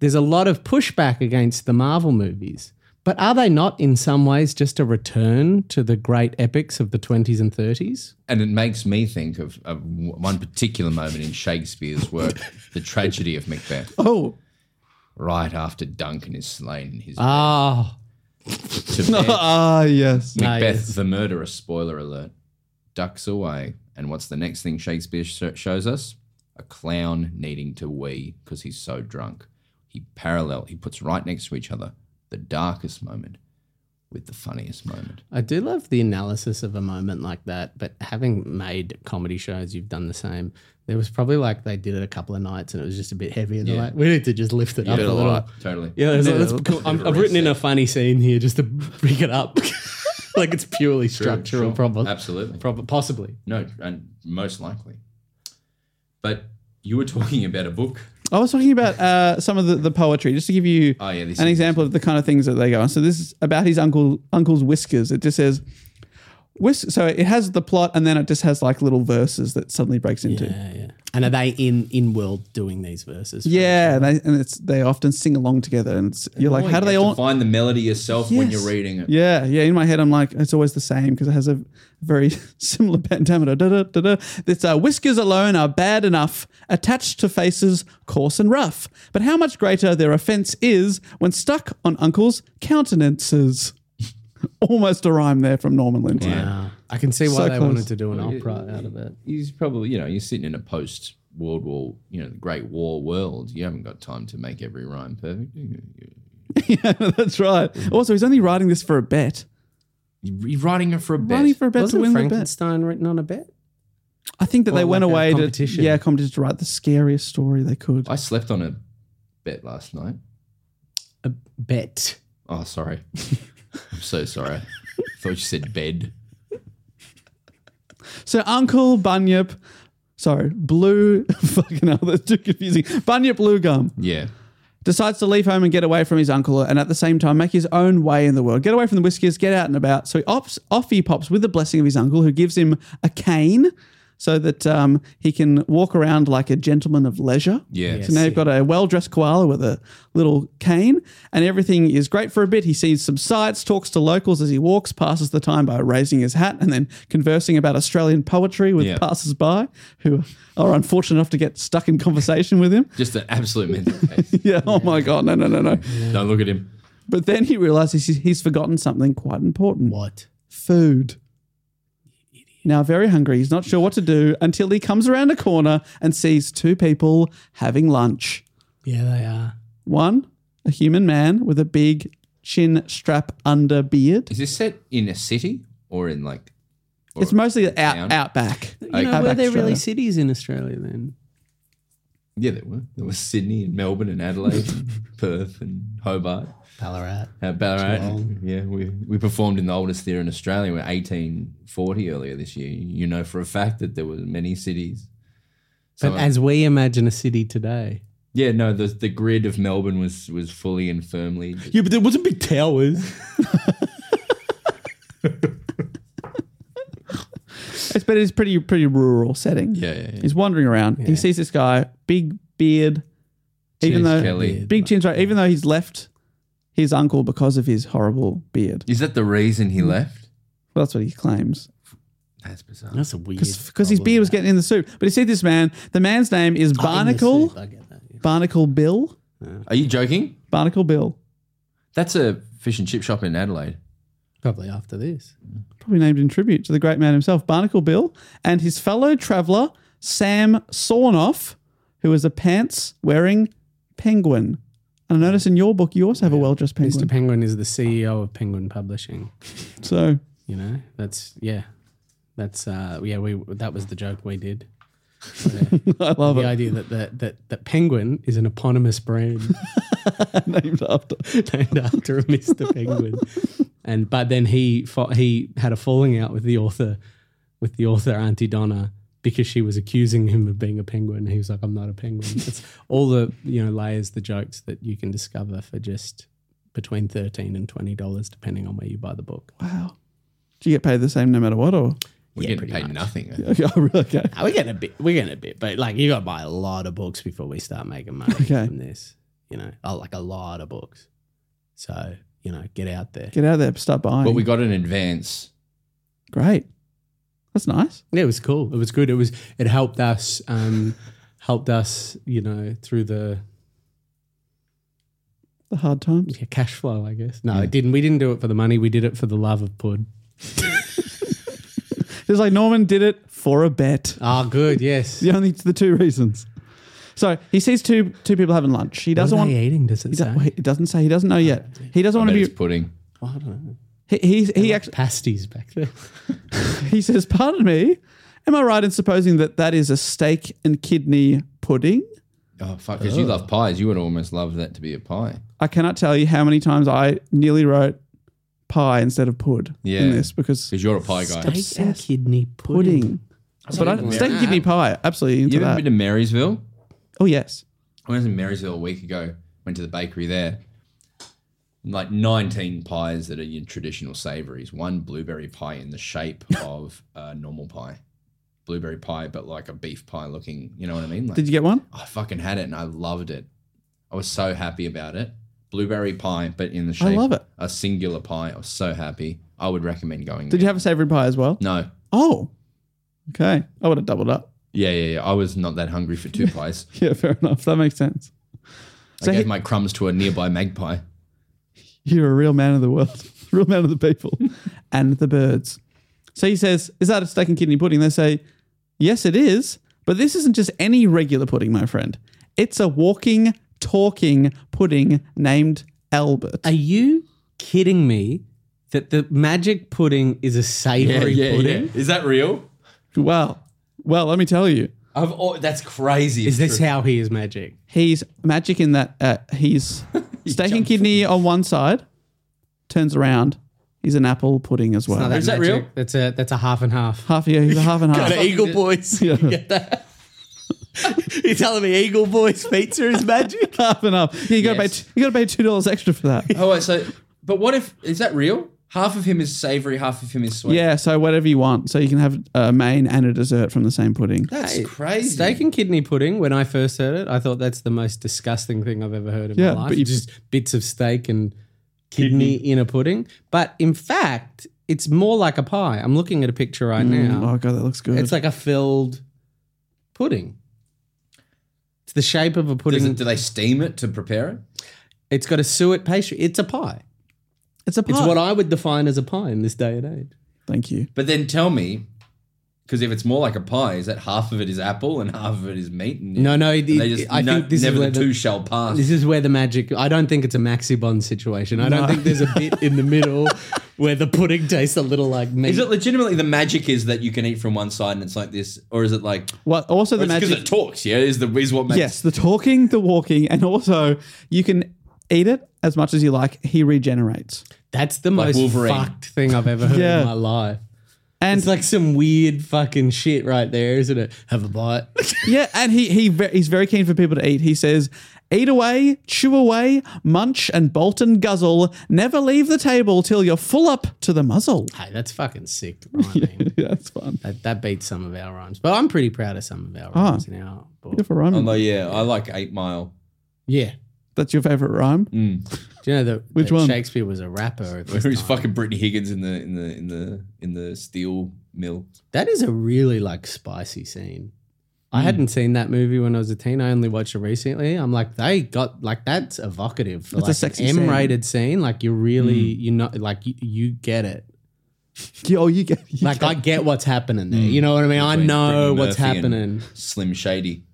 Speaker 2: there's a lot of pushback against the Marvel movies. But are they not, in some ways, just a return to the great epics of the 20s and 30s?
Speaker 3: and it makes me think of, of w- one particular moment in Shakespeare's work, The Tragedy of Macbeth,
Speaker 1: Oh,
Speaker 3: right after Duncan is slain in his
Speaker 2: Ah,
Speaker 3: to bed.
Speaker 1: ah, yes.
Speaker 3: Macbeth
Speaker 2: yes.
Speaker 3: the murderer, spoiler alert, ducks away. And what's the next thing Shakespeare sh- shows us? A clown needing to wee because he's so drunk. He parallel, he puts right next to each other the darkest moment with the funniest moment.
Speaker 2: I do love the analysis of a moment like that. But having made comedy shows, you've done the same. There was probably like they did it a couple of nights and it was just a bit heavy. And they're like, we need to just lift it up a
Speaker 3: Totally.
Speaker 2: little.
Speaker 3: Totally.
Speaker 2: Yeah, it's like, let's- I'm, I've written in a funny scene here just to bring it up. like it's purely structural
Speaker 3: sure.
Speaker 2: problem.
Speaker 3: Absolutely.
Speaker 2: Prob- possibly.
Speaker 3: No, and most likely. But you were talking about a book.
Speaker 1: I was talking about uh, some of the, the poetry, just to give you
Speaker 3: Oh, yeah, this
Speaker 1: an
Speaker 3: is-
Speaker 1: example of the kind of things that they go on. So this is about his uncle uncle's whiskers. It just says whisk. So it has the plot, and then it just has like little verses that suddenly breaks into. Yeah,
Speaker 2: Yeah, yeah. And are they in in world doing these verses?
Speaker 1: and, they, and it's they often sing along together, and it's, you're like, how do they
Speaker 3: You have to
Speaker 1: all?
Speaker 3: find the melody yourself when
Speaker 1: Yes.
Speaker 3: you're reading it?
Speaker 1: Yeah, yeah. In my head, I'm like, it's always the same because it has a very similar pentameter. Da, da, da, da. This uh, whiskers alone are bad enough, attached to faces coarse and rough. But how much greater their offence is when stuck on uncles' countenances. Almost a rhyme there from Norman Lindsay.
Speaker 2: Wow. Uh, I can see why
Speaker 1: So
Speaker 2: they
Speaker 1: close.
Speaker 2: wanted to do an opera out of it.
Speaker 3: He's probably, you know, you're sitting in a post World War, you know, the Great War world. You haven't got time to make every rhyme perfect. do you?
Speaker 1: Yeah, that's right. Also, he's only writing this for a bet.
Speaker 3: You- You're writing it for a bet.
Speaker 1: Writing for a bet to
Speaker 2: Wasn't
Speaker 1: win the bet.
Speaker 2: Frankenstein written on a bet?
Speaker 1: I think that they
Speaker 2: Or
Speaker 1: went
Speaker 2: like a
Speaker 1: away to
Speaker 2: competition.
Speaker 1: yeah, competition to write the scariest story they could.
Speaker 3: I slept on a bet last night.
Speaker 2: A bet.
Speaker 3: Oh, sorry. I'm so sorry. I thought you said bed.
Speaker 1: So Uncle Bunyip, sorry, Blue, fucking hell, that's too confusing. Bunyip Blue Gum
Speaker 3: Yeah.
Speaker 1: decides to leave home and get away from his uncle and at the same time make his own way in the world. Get away from the whiskers, get out and about. So he opts, off he pops with the blessing of his uncle who gives him a cane so that um, he can walk around like a gentleman of leisure.
Speaker 3: Yeah.
Speaker 1: So now you've got a well dressed koala with a little cane, and everything is great for a bit. He sees some sights, talks to locals as he walks, passes the time by raising his hat and then conversing about Australian poetry with
Speaker 3: Yeah.
Speaker 1: passers by who are unfortunate enough to get stuck in conversation with him.
Speaker 3: Just an absolute mental case.
Speaker 1: Yeah, oh my God, no, no, no, no.
Speaker 3: Don't look at him.
Speaker 1: But then he realizes he's- he's forgotten something quite important
Speaker 2: What?
Speaker 1: food. Now, very hungry, he's not sure what to do until he comes around a corner and sees two people having lunch.
Speaker 2: Yeah, they are.
Speaker 1: One, a human man with a big chin strap under beard.
Speaker 3: Is this set in a city or in like
Speaker 1: It's mostly out
Speaker 3: Down.
Speaker 1: outback.
Speaker 2: You know,
Speaker 1: Outback
Speaker 2: were there really
Speaker 1: Australia.
Speaker 2: cities in Australia then?
Speaker 3: Yeah, there were. There was Sydney and Melbourne and Adelaide and Perth and Hobart.
Speaker 2: Ballarat.
Speaker 3: Uh, Ballarat. Yeah, we, we performed in the oldest theatre in Australia, we're 1840 earlier this year. You know for a fact that there were many cities.
Speaker 2: But
Speaker 3: Some-
Speaker 2: as we imagine a city today.
Speaker 3: yeah, no, the, the grid of Melbourne was, was fully and firmly.
Speaker 2: Yeah, but there wasn't big towers.
Speaker 1: It's but it's pretty pretty rural setting.
Speaker 3: Yeah, yeah, yeah.
Speaker 1: He's wandering around. He sees this guy, big beard, even
Speaker 3: Cheers,
Speaker 1: though
Speaker 3: Kelly.
Speaker 1: big chin strap. Even though he's left his uncle because of his horrible beard.
Speaker 3: Is that the reason he left?
Speaker 1: Well, that's what he claims.
Speaker 3: That's bizarre.
Speaker 2: That's a weird.
Speaker 1: Because his beard was getting in the soup. But you see this man. The man's name is Barnacle
Speaker 2: I get that. yeah.
Speaker 1: Barnacle Bill.
Speaker 3: Are you joking?
Speaker 1: Barnacle Bill.
Speaker 3: That's a fish and chip shop in Adelaide.
Speaker 2: Probably after this.
Speaker 1: probably named in tribute to the great man himself, Barnacle Bill, and his fellow traveler, Sam Sornoff, who is a pants wearing penguin. And I notice in your book, you also have a well dressed penguin.
Speaker 2: Mr. Penguin is the CEO of Penguin Publishing.
Speaker 1: so,
Speaker 2: You know, that's yeah, that's uh, yeah. We that was the joke we did. Yeah.
Speaker 1: I love
Speaker 2: the
Speaker 1: it.
Speaker 2: idea that, that that that penguin is an eponymous brand
Speaker 1: named after.
Speaker 2: named after a Mr. Penguin. and but then he fo- he had a falling out with the author, with the author Auntie Donna because she was accusing him of being a penguin. And he was like, "I'm not a penguin." it's all the you know layers, the jokes that you can discover for just between thirteen and twenty dollars, depending on where you buy the book.
Speaker 1: Wow. Do you get paid the same no matter what? Or
Speaker 3: We're getting paid nothing.
Speaker 1: okay, oh, really? okay.
Speaker 2: Nah, we're getting a bit. We're getting a bit, but like you got to buy a lot of books before we start making money
Speaker 1: Okay.
Speaker 2: from this. You know, oh, like a lot of books. So you know, get out there.
Speaker 1: get out of there, start buying.
Speaker 3: But we got an advance.
Speaker 1: Great. That's nice.
Speaker 2: Yeah, it was cool. It was good. It was. It helped us. Um, helped us. You know, through the
Speaker 1: The hard times.
Speaker 2: yeah, cash flow. I guess. No, it didn't. We didn't do it for the money. We did it for the love of pud.
Speaker 1: It's like Norman did it for a bet.
Speaker 3: Uh,
Speaker 2: Ah, good. Yes.
Speaker 1: The only the two reasons. So he sees two two people having lunch. He
Speaker 2: What
Speaker 1: doesn't
Speaker 2: are
Speaker 1: want.
Speaker 2: they eating? Does it
Speaker 1: He
Speaker 2: say?
Speaker 1: doesn't, wait, it doesn't say. He doesn't know yet. He doesn't want
Speaker 3: But
Speaker 1: to
Speaker 3: it's
Speaker 1: be.
Speaker 3: pudding.
Speaker 2: I don't know.
Speaker 1: He he, he actually
Speaker 2: Pasties back there.
Speaker 1: he says, "Pardon me, am I right in supposing that that is a steak and kidney pudding?"
Speaker 3: Oh fuck! Because you love pies, you would almost love that to be a pie.
Speaker 1: I cannot tell you how many times I nearly wrote pie instead of pud
Speaker 3: Yeah.
Speaker 1: in this because
Speaker 3: Because you're a pie guy.
Speaker 2: Steak and kidney pudding.
Speaker 1: pudding. But I, steak and kidney pie, absolutely into
Speaker 3: You ever
Speaker 1: that.
Speaker 3: been to Marysville?
Speaker 1: oh yes,
Speaker 3: I was in Marysville a week ago. Went to the bakery there. Like 19 pies that are your traditional savories. One blueberry pie in the shape of a normal pie. Blueberry pie, but like a beef pie looking. You know what I mean? Like,
Speaker 1: did you get one?
Speaker 3: I fucking had it and I loved it. I was so happy about it. Blueberry pie, but in the shape.
Speaker 1: I love it.
Speaker 3: A singular pie. I was so happy. I would recommend going.
Speaker 1: Did
Speaker 3: there.
Speaker 1: you have a savory pie as well?
Speaker 3: No.
Speaker 1: Oh, okay. I would have doubled up.
Speaker 3: Yeah, yeah, yeah. I was not that hungry for two pies.
Speaker 1: Yeah, fair enough. That makes sense. So
Speaker 3: I gave
Speaker 1: he-
Speaker 3: my crumbs to a nearby magpie.
Speaker 1: You're a real man of the world, real man of the people and the birds. So he says, Is that a steak and kidney pudding? They say, Yes, it is. But this isn't just any regular pudding, my friend. It's a walking, talking pudding named Albert.
Speaker 2: Are you kidding me? That the magic pudding is a savory pudding.
Speaker 3: Is that real?
Speaker 1: well, well, let me tell you,
Speaker 3: I've, oh, that's crazy.
Speaker 2: Is this how he is magic?
Speaker 1: he's magic in that uh, he's steak and kidney on one side, turns around, he's an apple pudding as
Speaker 2: Oh,
Speaker 1: well.
Speaker 3: that real?
Speaker 2: That's a that's a half and half.
Speaker 1: half yeah, he's a half and half.
Speaker 2: Eagle Boys. You get that? You're telling me Eagle Boys pizza is magic?
Speaker 1: half and half. Yeah, you got to
Speaker 3: Yes.
Speaker 1: pay you got to pay two dollars extra for that.
Speaker 3: Oh, wait, so, but what if, is that real? Half of him is savory, half of him is sweet.
Speaker 1: Yeah, so whatever you want. So you can have a main and a dessert from the same pudding.
Speaker 3: That's crazy.
Speaker 2: Steak and kidney pudding. When I first heard it, I thought that's the most disgusting thing I've ever heard in
Speaker 1: Yeah,
Speaker 2: my life.
Speaker 1: but you-
Speaker 2: just bits of steak and kidney, in a pudding. But in fact, it's more like a pie. I'm looking at a picture right now.
Speaker 1: Oh god, that looks good.
Speaker 2: It's like a filled pudding. It's the shape of a
Speaker 3: Does
Speaker 2: pudding.
Speaker 3: it, do they steam it to prepare it?
Speaker 2: it's got a suet pastry. It's a pie.
Speaker 1: it's a pie.
Speaker 2: It's what I would define as a pie in this day and age.
Speaker 1: Thank you.
Speaker 3: But then tell me, because if it's more like a pie, is that half of it is apple and half of it is meat? And
Speaker 2: No, no, it-
Speaker 3: and they
Speaker 2: it-
Speaker 3: just,
Speaker 2: I
Speaker 3: no,
Speaker 2: think this is
Speaker 3: never
Speaker 2: where
Speaker 3: the
Speaker 2: the-
Speaker 3: two shall
Speaker 1: Ah.
Speaker 3: pass.
Speaker 2: This is where the magic. I don't think it's a maxi bond situation. I don't think there's a bit in the middle where the pudding tastes a little like meat.
Speaker 3: Is it legitimately the magic is that you can eat from one side and it's like this, or is it like
Speaker 1: What also the
Speaker 3: because
Speaker 1: magic
Speaker 3: it talks? Yeah, is the is what makes
Speaker 1: Yes, the talking, the walking, and also you can eat it as much as you like. He regenerates.
Speaker 2: That's the
Speaker 3: Like
Speaker 2: most
Speaker 3: Wolverine.
Speaker 2: fucked thing I've ever heard
Speaker 1: Yeah.
Speaker 2: in my life.
Speaker 1: And
Speaker 2: It's like some weird fucking shit right there, isn't it? Have a bite.
Speaker 1: yeah, and he he ve- he's very keen for people to eat. He says, "Eat away, chew away, munch and bolt and guzzle. Never leave the table till you're full up to the muzzle."
Speaker 2: hey, that's fucking sick rhyming.
Speaker 1: Yeah, that's fun.
Speaker 2: that, that beats some of our rhymes, but I'm pretty proud of some of our
Speaker 1: Ah.
Speaker 2: rhymes in our book.
Speaker 1: If I rhyme,
Speaker 3: I'm like, yeah, I like Eight Mile. Mm.
Speaker 2: Yeah.
Speaker 1: that's your favorite rhyme.
Speaker 2: Do you know that,
Speaker 1: Which
Speaker 2: that
Speaker 1: one?
Speaker 2: Shakespeare was a rapper? at this
Speaker 3: Where he's
Speaker 2: time?
Speaker 3: fucking Brittany Higgins in the in the in the in the steel mill.
Speaker 2: That is a really like spicy scene. I
Speaker 1: Hmm.
Speaker 2: hadn't seen that movie when I was a teen. I only watched it recently. I'm like, they got like that's evocative. For,
Speaker 1: That's a
Speaker 2: like, an
Speaker 1: sexy scene. Hmm.
Speaker 2: M-rated scene. Like you really, you know, like you, you get it.
Speaker 1: Yo, Oh, you get Hmm. you
Speaker 2: Like I get what's happening there. You know what I mean? I
Speaker 3: Between
Speaker 2: know
Speaker 3: Brittany
Speaker 2: what's
Speaker 3: Murphy and
Speaker 2: happening.
Speaker 3: Slim Shady.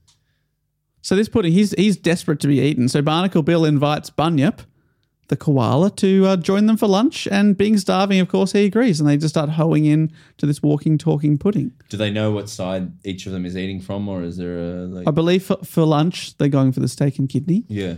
Speaker 1: So this pudding, he's he's desperate to be eaten. So Barnacle Bill invites Bunyip, the koala, to uh, join them for lunch. And being starving, of course, he agrees, and they just start hoeing in to this walking, talking pudding.
Speaker 3: Do they know what side each of them is eating from, or is there a like?
Speaker 1: I believe for, for lunch they're going for the steak and kidney.
Speaker 3: yeah.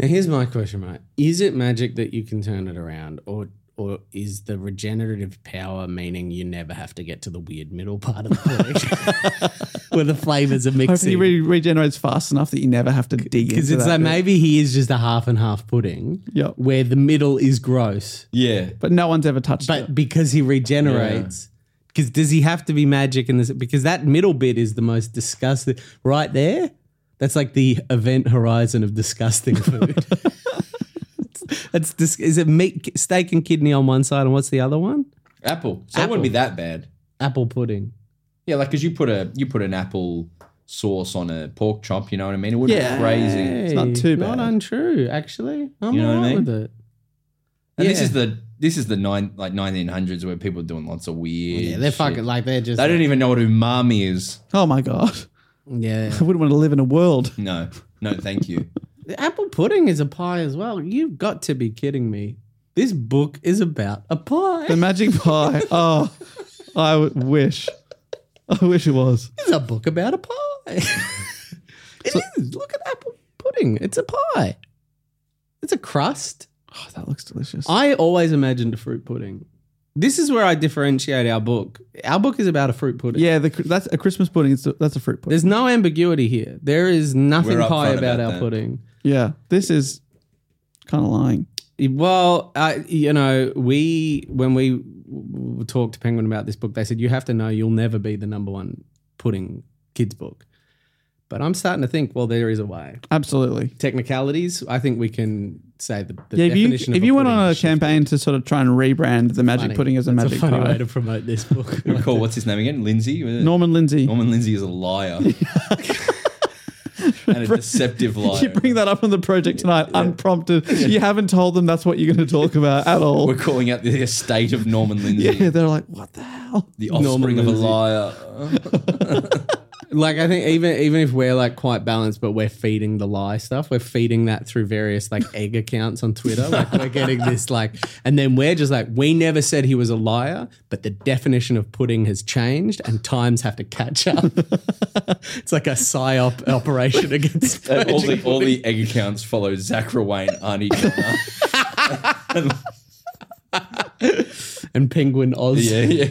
Speaker 2: Now here's my question, right? Is it magic that you can turn it around, or or is the regenerative power meaning you never have to get to the weird middle part of the plate where the flavors are
Speaker 1: Hopefully, he
Speaker 2: mixing?
Speaker 1: re- regenerates fast enough that you never have to dig
Speaker 2: Because
Speaker 1: into
Speaker 2: it's
Speaker 1: that
Speaker 2: like
Speaker 1: bit.
Speaker 2: maybe he is just a half and half pudding,
Speaker 1: Yep.
Speaker 2: where the middle is gross,
Speaker 3: Yeah.
Speaker 1: But no one's ever touched
Speaker 2: but
Speaker 1: it.
Speaker 2: because he regenerates. Because does he have to be magic? And this because that middle bit is the most disgusting. Right there, that's like the event horizon of disgusting food. That's dis- is it meat, steak and kidney on one side, and what's the other one?
Speaker 3: Apple. So it wouldn't be that bad.
Speaker 2: Apple pudding.
Speaker 3: Yeah, like because you put a you put an apple sauce on a pork chop. You know what I mean? It would be
Speaker 1: Yeah.
Speaker 3: crazy.
Speaker 2: It's
Speaker 1: not too bad.
Speaker 2: Not untrue, actually. I'm
Speaker 3: You know what I
Speaker 2: alright
Speaker 3: mean?
Speaker 2: with it.
Speaker 3: And this
Speaker 2: Yeah.
Speaker 3: is the this is the nine like 1900s where people are doing lots of weird.
Speaker 2: Yeah, they're
Speaker 3: shit.
Speaker 2: fucking like they're just.
Speaker 3: They don't even know what umami is.
Speaker 1: Oh my god,
Speaker 2: yeah.
Speaker 1: I wouldn't want to live in a world.
Speaker 3: No, no, thank you.
Speaker 2: The apple pudding is a pie as well. You've got to be kidding me. This book is about a pie.
Speaker 1: The magic pie. Oh, I w- wish. I wish it was.
Speaker 2: It's a book about a pie. It is. Look at apple pudding. It's a pie. It's a crust.
Speaker 1: Oh, that looks delicious.
Speaker 2: I always imagined a fruit pudding. This is where I differentiate our book. Our book is about a fruit pudding.
Speaker 1: yeah, the, that's a Christmas pudding. It's a, that's a fruit pudding.
Speaker 2: There's no ambiguity here. There is nothing
Speaker 3: We're upfront
Speaker 2: high about,
Speaker 3: about
Speaker 2: our
Speaker 3: that.
Speaker 2: pudding.
Speaker 1: yeah, this is kind of lying.
Speaker 2: Well, uh, you know, we when we w- w- talked to Penguin about this book, they said you have to know you'll never be the number one pudding kids book. But I'm starting to think, well, there is a way.
Speaker 1: Absolutely.
Speaker 2: Technicalities, I think we can say the, the
Speaker 1: Yeah, if you
Speaker 2: definition. of
Speaker 1: if you went
Speaker 2: pudding
Speaker 1: on a
Speaker 2: is shifted.
Speaker 1: campaign to sort of try and rebrand the magic
Speaker 2: Funny.
Speaker 1: pudding as a
Speaker 2: That's
Speaker 1: magic
Speaker 2: a funny
Speaker 1: pie,
Speaker 2: way to promote this book.
Speaker 3: Cool. What's his name again? Lindsay.
Speaker 1: Norman Lindsay.
Speaker 3: Norman Lindsay is a liar and a deceptive liar.
Speaker 1: You bring that up on the project tonight, unprompted. You haven't told them that's what you're going to talk about at all.
Speaker 3: We're calling out the estate of Norman Lindsay,
Speaker 1: Yeah, they're like, what the hell?
Speaker 3: the
Speaker 2: Norman
Speaker 3: offspring of a
Speaker 2: Lindsay.
Speaker 3: liar.
Speaker 2: like I think even even if we're like quite balanced, but we're feeding the lie stuff. We're feeding that through various like egg accounts on Twitter. Like we're getting this like, and then we're just like, we never said he was a liar, but the definition of pudding has changed, and times have to catch up. it's like a psyop operation against.
Speaker 3: And all the all the egg accounts follow Zach Rawain on each other.
Speaker 2: and Penguin Oz.
Speaker 3: Yeah, yeah.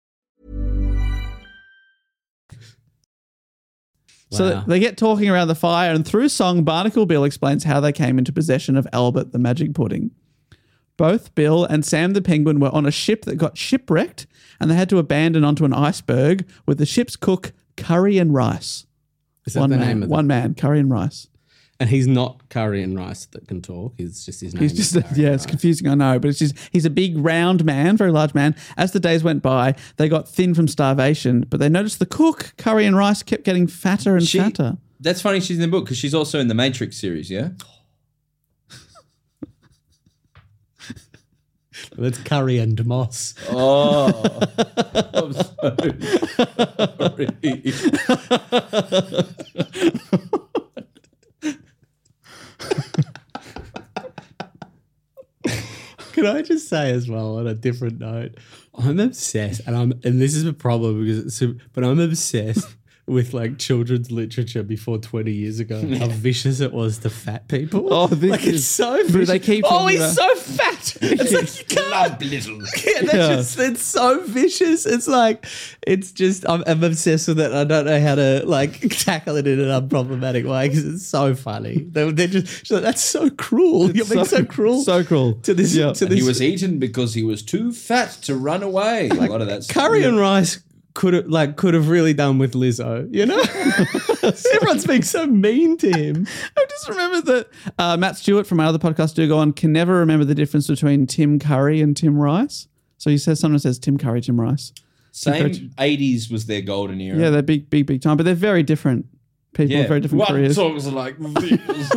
Speaker 1: So
Speaker 2: Wow.
Speaker 1: they get talking around the fire, and through song, Barnacle Bill explains how they came into possession of Albert the Magic Pudding. Both Bill and Sam the Penguin were on a ship that got shipwrecked, and they had to abandon onto an iceberg with the ship's cook, Curry and Rice.
Speaker 2: Is that
Speaker 1: One
Speaker 2: the
Speaker 1: man,
Speaker 2: name of
Speaker 1: one
Speaker 2: one.
Speaker 1: man, Curry and Rice.
Speaker 2: And he's not curry and rice that can talk. He's just his name.
Speaker 1: He's
Speaker 2: is
Speaker 1: just
Speaker 2: Curry
Speaker 1: yeah,
Speaker 2: and
Speaker 1: it's
Speaker 2: Rice.
Speaker 1: confusing, I know, but it's just he's a big round man, very large man. As the days went by, they got thin from starvation, but they noticed the cook, Curry and Rice, kept getting fatter and
Speaker 3: She-
Speaker 1: fatter.
Speaker 3: That's funny. She's in the book because she's also in the Matrix series. Yeah,
Speaker 2: That's curry and moss.
Speaker 3: Oh, I'm so sorry.
Speaker 2: Can I just say as well on a different note? I'm obsessed, and I'm and this is a problem because it's a- but I'm obsessed with like children's literature before 20 years ago. How vicious it was to fat people.
Speaker 1: Oh, this
Speaker 2: like
Speaker 1: is-
Speaker 2: it's so
Speaker 1: but they
Speaker 2: vicious.
Speaker 1: keep
Speaker 2: oh,
Speaker 1: talking
Speaker 2: he's
Speaker 1: about-
Speaker 2: so fat. It's like you can't.
Speaker 3: little.
Speaker 2: Yeah, that's
Speaker 1: Yeah.
Speaker 2: just it's so vicious. It's like it's just I'm, I'm obsessed with it. I don't know how to like tackle it in an unproblematic way because it's so funny. They're, they're just she's like, that's so cruel. You're being so cruel.
Speaker 1: So cruel.
Speaker 2: to this
Speaker 1: Yeah.
Speaker 2: to this
Speaker 3: He was eaten because he was too fat to run away. a lot of that stuff.
Speaker 2: curry and rice could have like could have really done with Lizzo, you know? Everyone's being so mean to him.
Speaker 1: I just remembered that uh, Matt Stewart from my other podcast, Do Go On, can never remember the difference between Tim Curry and Tim Rice. So he says someone says Tim Curry, Tim Rice.
Speaker 3: Same 80s was their golden era.
Speaker 1: Yeah, they're big, big, big time, but they're very different. people with very different
Speaker 3: What
Speaker 1: careers.
Speaker 3: songs are like these?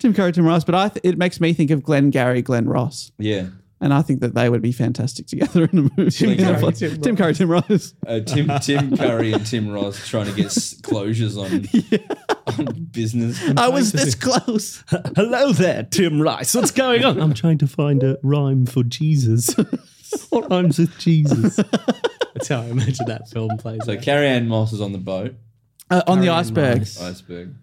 Speaker 1: Tim Curry, Tim Rice, but I th- it makes me think of Glenn Gary, Glenn Ross,
Speaker 3: yeah.
Speaker 1: and I think that they would be fantastic together in a movie. Tim,
Speaker 3: Curry,
Speaker 1: Tim, Curry, Tim Rice.
Speaker 3: Uh, Tim Tim Curry and Tim Ross trying to get s- closures on on business.
Speaker 1: I was this close.
Speaker 2: Hello there, Tim Rice. What's going on? I'm trying to find a rhyme for Jesus. what rhymes with Jesus? That's how I imagine that film plays.
Speaker 3: So
Speaker 2: Like,
Speaker 3: Carrie Ann Moss is on the boat
Speaker 1: Uh, on the
Speaker 2: Curry and
Speaker 1: iceberg.
Speaker 2: Rice.
Speaker 3: iceberg.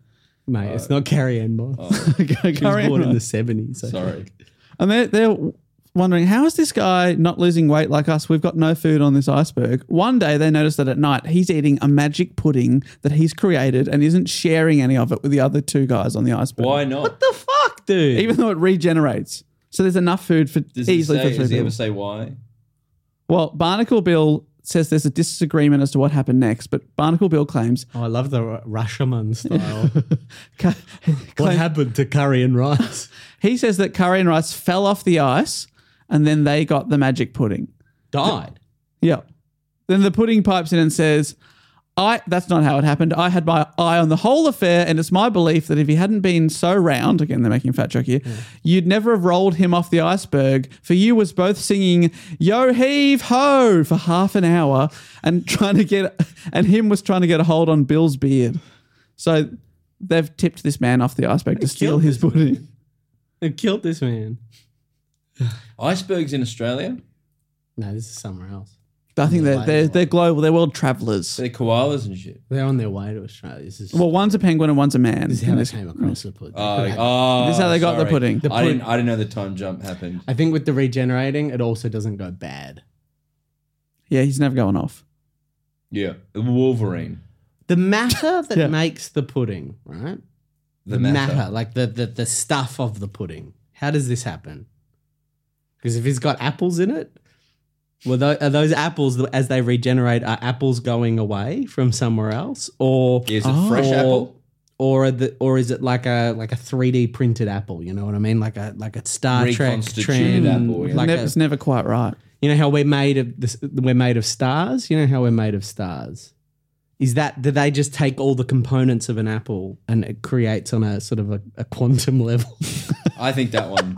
Speaker 2: mate, it's not Carrie Ann Moss.
Speaker 1: Curry
Speaker 2: She was
Speaker 1: and
Speaker 2: born in
Speaker 1: Rice.
Speaker 2: the seventies.
Speaker 3: Sorry,
Speaker 1: And they're, they're wondering, how is this guy not losing weight like us? We've got no food on this iceberg. One day they notice that at night he's eating a magic pudding that he's created and isn't sharing any of it with the other two guys on the iceberg.
Speaker 3: why not?
Speaker 2: the fuck, dude.
Speaker 1: Even though it regenerates. So there's enough food for
Speaker 3: Does he,
Speaker 1: easily
Speaker 3: say,
Speaker 1: for
Speaker 3: does
Speaker 1: three
Speaker 3: he
Speaker 1: people.
Speaker 3: ever say why?
Speaker 1: well, Barnacle Bill says there's a disagreement as to what happened next, but Barnacle Bill claims
Speaker 2: oh, I love the Ru- Rashomon style.
Speaker 1: Ca-
Speaker 2: what
Speaker 1: claim-
Speaker 2: happened to Curry and Rice?
Speaker 1: he says that Curry and Rice fell off the ice and then they got the magic pudding.
Speaker 2: Died.
Speaker 1: Yeah. Then the pudding pipes in and says, I that's not how it happened. I had my eye on the whole affair, and it's my belief that if he hadn't been so round, again they're making a fat joke here, you'd never have rolled him off the iceberg. For you was both singing Yo heave ho for half an hour and trying to get and him was trying to get a hold on Bill's beard. So they've tipped this man off the iceberg to steal
Speaker 2: killed
Speaker 1: his pudding.
Speaker 2: It killed this man.
Speaker 3: Icebergs in Australia?
Speaker 2: No, this is somewhere else.
Speaker 1: I think they're
Speaker 2: Why
Speaker 1: they're,
Speaker 2: not?
Speaker 1: they're global, they're world travellers.
Speaker 3: They're koalas and shit.
Speaker 2: They're on their way to Australia. This is,
Speaker 1: Well, one's a penguin and one's a man.
Speaker 2: this is how
Speaker 1: And
Speaker 2: they
Speaker 1: this-
Speaker 2: came across the pudding.
Speaker 3: Oh, oh,
Speaker 1: This is how they got the
Speaker 3: sorry.
Speaker 1: pudding.
Speaker 2: The
Speaker 3: I didn't.
Speaker 2: pudding.
Speaker 3: I didn't know the time jump happened.
Speaker 2: I think with the regenerating, it also doesn't go bad.
Speaker 1: Yeah, he's never going off.
Speaker 3: Yeah, Wolverine.
Speaker 2: The matter that
Speaker 1: Yeah.
Speaker 2: makes the pudding, right?
Speaker 3: The, matter.
Speaker 2: like the, the the stuff of the pudding. How does this happen? Because if it's got apples in it, well, tho- are those apples th- as they regenerate are apples going away from somewhere else, or
Speaker 3: Is it fresh
Speaker 1: Oh.
Speaker 2: or,
Speaker 3: apple?
Speaker 2: or are the or is it like a like a three D printed apple? You know what I mean, like a like a Star Trek
Speaker 3: Reconstituted
Speaker 1: Mm.
Speaker 2: trend,
Speaker 3: apple, yeah.
Speaker 2: like
Speaker 1: Nev-
Speaker 2: a-
Speaker 1: it's never quite right.
Speaker 2: You know how we're made of this, we're made of stars. You know how we're made of stars. Is that do they just take all the components of an apple and it creates on a sort of a, a quantum level?
Speaker 3: I think that one.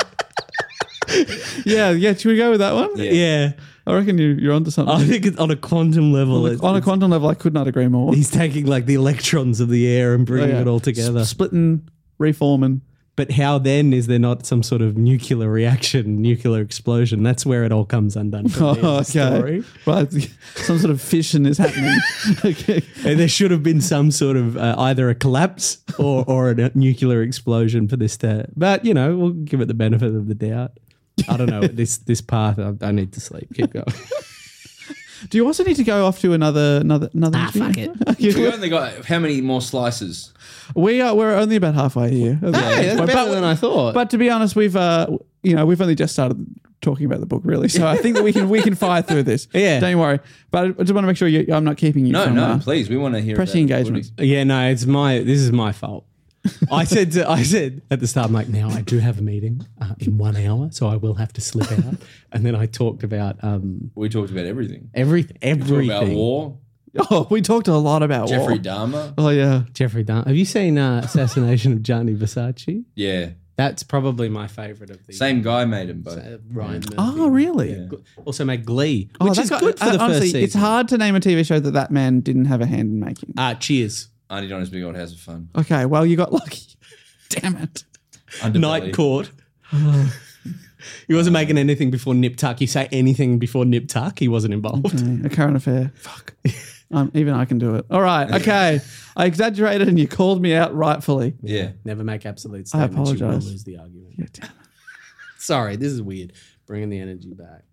Speaker 1: Yeah, yeah. Should we go with that one?
Speaker 3: Yeah.
Speaker 2: yeah, Oh,
Speaker 1: I reckon you, you're onto
Speaker 2: I
Speaker 1: something.
Speaker 2: think it's on a quantum level. it's-
Speaker 1: On a quantum level, I could not agree more.
Speaker 2: he's taking like the electrons of the air and bringing
Speaker 1: Oh, yeah.
Speaker 2: it all together.
Speaker 1: S- splitting, reforming.
Speaker 2: But how then is there not some sort of nuclear reaction, nuclear explosion? That's where it all comes undone. For me,
Speaker 1: Oh,
Speaker 2: as a
Speaker 1: okay.
Speaker 2: story.
Speaker 1: Right. Some sort of fission is happening. okay.
Speaker 2: And there should have been some sort of uh, either a collapse or, or a nuclear explosion for this to. But you know, we'll give it the benefit of the doubt. I don't know this this path. I, I need to sleep. Keep going.
Speaker 1: Do you also need to go off to another another another?
Speaker 2: Ah, fuck
Speaker 1: interview?
Speaker 2: it.
Speaker 1: Okay.
Speaker 3: We only got how many more slices?
Speaker 1: We are we're only about halfway here.
Speaker 2: But-
Speaker 1: but,
Speaker 2: better than I thought.
Speaker 1: but to be honest, we've uh you know we've only just started talking about the book really, so I think that we can we can fire through this.
Speaker 2: Yeah.
Speaker 1: Don't worry. But I just want to make sure you, I'm not keeping you.
Speaker 3: No,
Speaker 1: from,
Speaker 3: no,
Speaker 1: uh,
Speaker 3: please. We want to hear
Speaker 1: pressing
Speaker 3: about
Speaker 1: engagement.
Speaker 3: pudding.
Speaker 2: yeah, no, it's my. This is my fault. I said to, I said at the start, I'm like, now I do have a meeting uh, in one hour, so I will have to slip out. and then I talked about um
Speaker 3: We talked about everything.
Speaker 2: everything,
Speaker 3: Talked
Speaker 2: everything.
Speaker 3: about war.
Speaker 1: Oh, we talked a lot about
Speaker 3: Jeffrey
Speaker 1: war.
Speaker 3: Dahmer.
Speaker 1: Oh yeah.
Speaker 2: Jeffrey Dahmer. Have you seen uh, Assassination of Gianni Versace?
Speaker 3: Yeah,
Speaker 2: That's probably my favorite of the
Speaker 3: same guy made them both.
Speaker 2: uh, Ryan. Murphy.
Speaker 1: Oh really?
Speaker 2: Gl- Also make Glee,
Speaker 1: Oh,
Speaker 2: which
Speaker 1: that
Speaker 2: is
Speaker 1: guy-
Speaker 2: good for the
Speaker 1: uh, honestly,
Speaker 2: first season.
Speaker 1: It's hard to name a TV show that that man didn't have a hand in making.
Speaker 2: Ah, cheers.
Speaker 3: Auntie Donna's big old house of fun.
Speaker 1: Okay, well you got lucky. Damn it.
Speaker 2: Night Court. he wasn't making anything before Nip Tuck. You say anything before Nip Tuck, he wasn't involved.
Speaker 1: A current affair. Fuck. Um, even I can do it. All right. Okay. I exaggerated and you called me out rightfully.
Speaker 3: Yeah,
Speaker 2: Never make absolute
Speaker 1: I
Speaker 2: statements. You will
Speaker 1: apologise.
Speaker 2: lose the argument.
Speaker 1: Yeah, damn it.
Speaker 2: Sorry, this is weird. Bringing the energy back.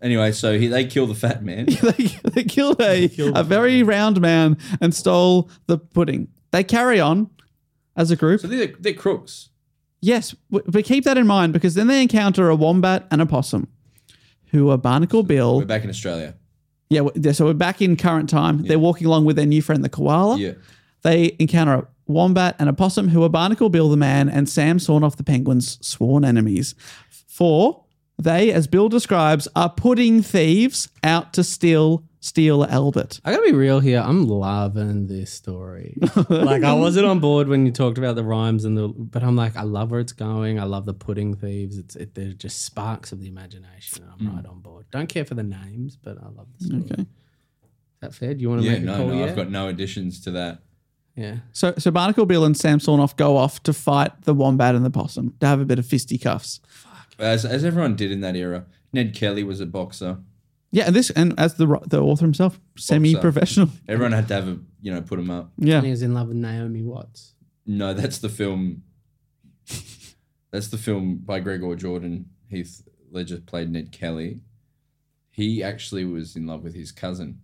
Speaker 3: Anyway, so he, they kill the fat man.
Speaker 1: they, they killed a, a very round man and stole the pudding. They carry on as a group.
Speaker 3: So they're, they're crooks.
Speaker 1: Yes, w- but keep that in mind because then they encounter a wombat and a possum who are Barnacle Bill.
Speaker 3: We're back in Australia.
Speaker 1: Yeah, w- yeah, so we're back in current time. They're walking along with their new friend, the koala.
Speaker 3: Yeah.
Speaker 1: They encounter a wombat and a possum who are Barnacle Bill the man and Sam Sornoff the penguin's sworn enemies. For they, as Bill describes, are pudding thieves out to steal Steele Albert.
Speaker 2: I gotta be real here. I'm loving this story. like I wasn't on board when you talked about the rhymes and the, but I'm like, I love where it's going. I love the pudding thieves. It's it, they're just sparks of the imagination. and I'm right on board. Don't care for the names, but I love the story.
Speaker 1: Hmm. Okay.
Speaker 2: Is that fair? Do you want to
Speaker 3: Yeah,
Speaker 2: make a
Speaker 3: no,
Speaker 2: call
Speaker 3: no,
Speaker 2: yet?
Speaker 3: I've got no additions to that.
Speaker 2: yeah.
Speaker 1: So, so Barnacle Bill and Sam Sawnoff go off to fight the wombat and the possum to have a bit of fisticuffs.
Speaker 3: As, as everyone did in that era, Ned Kelly was a boxer.
Speaker 1: Yeah, and this and as the ro- the author himself, semi-professional.
Speaker 3: Everyone had to have a, you know, put him up.
Speaker 1: Yeah,
Speaker 2: And he was in love with Naomi Watts.
Speaker 3: No, that's the film. That's the film by Gregor Jordan. Heath Ledger played Ned Kelly. He actually was in love with his cousin.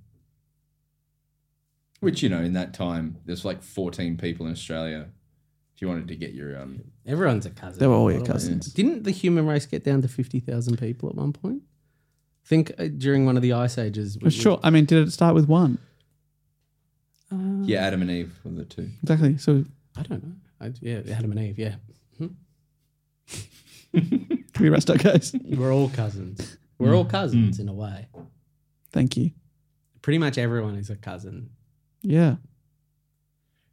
Speaker 3: Which, you know, in that time, there's like 14 people in Australia. If you wanted to get your. Um,
Speaker 2: Everyone's a cousin.
Speaker 1: they were all your
Speaker 2: What a waste.
Speaker 1: cousins.
Speaker 2: Didn't the human race get down to fifty thousand people at one point? I think uh, during one of the ice ages. we-
Speaker 1: Sure. I mean, did it start with one?
Speaker 3: yeah, Adam and Eve were the two.
Speaker 1: Exactly. So
Speaker 2: I don't know. I, yeah, Adam and Eve. Yeah.
Speaker 1: can we rest our case?
Speaker 2: We're all cousins. We're
Speaker 1: Mm.
Speaker 2: all cousins in a way.
Speaker 1: Thank you.
Speaker 2: Pretty much everyone is a cousin.
Speaker 1: Yeah.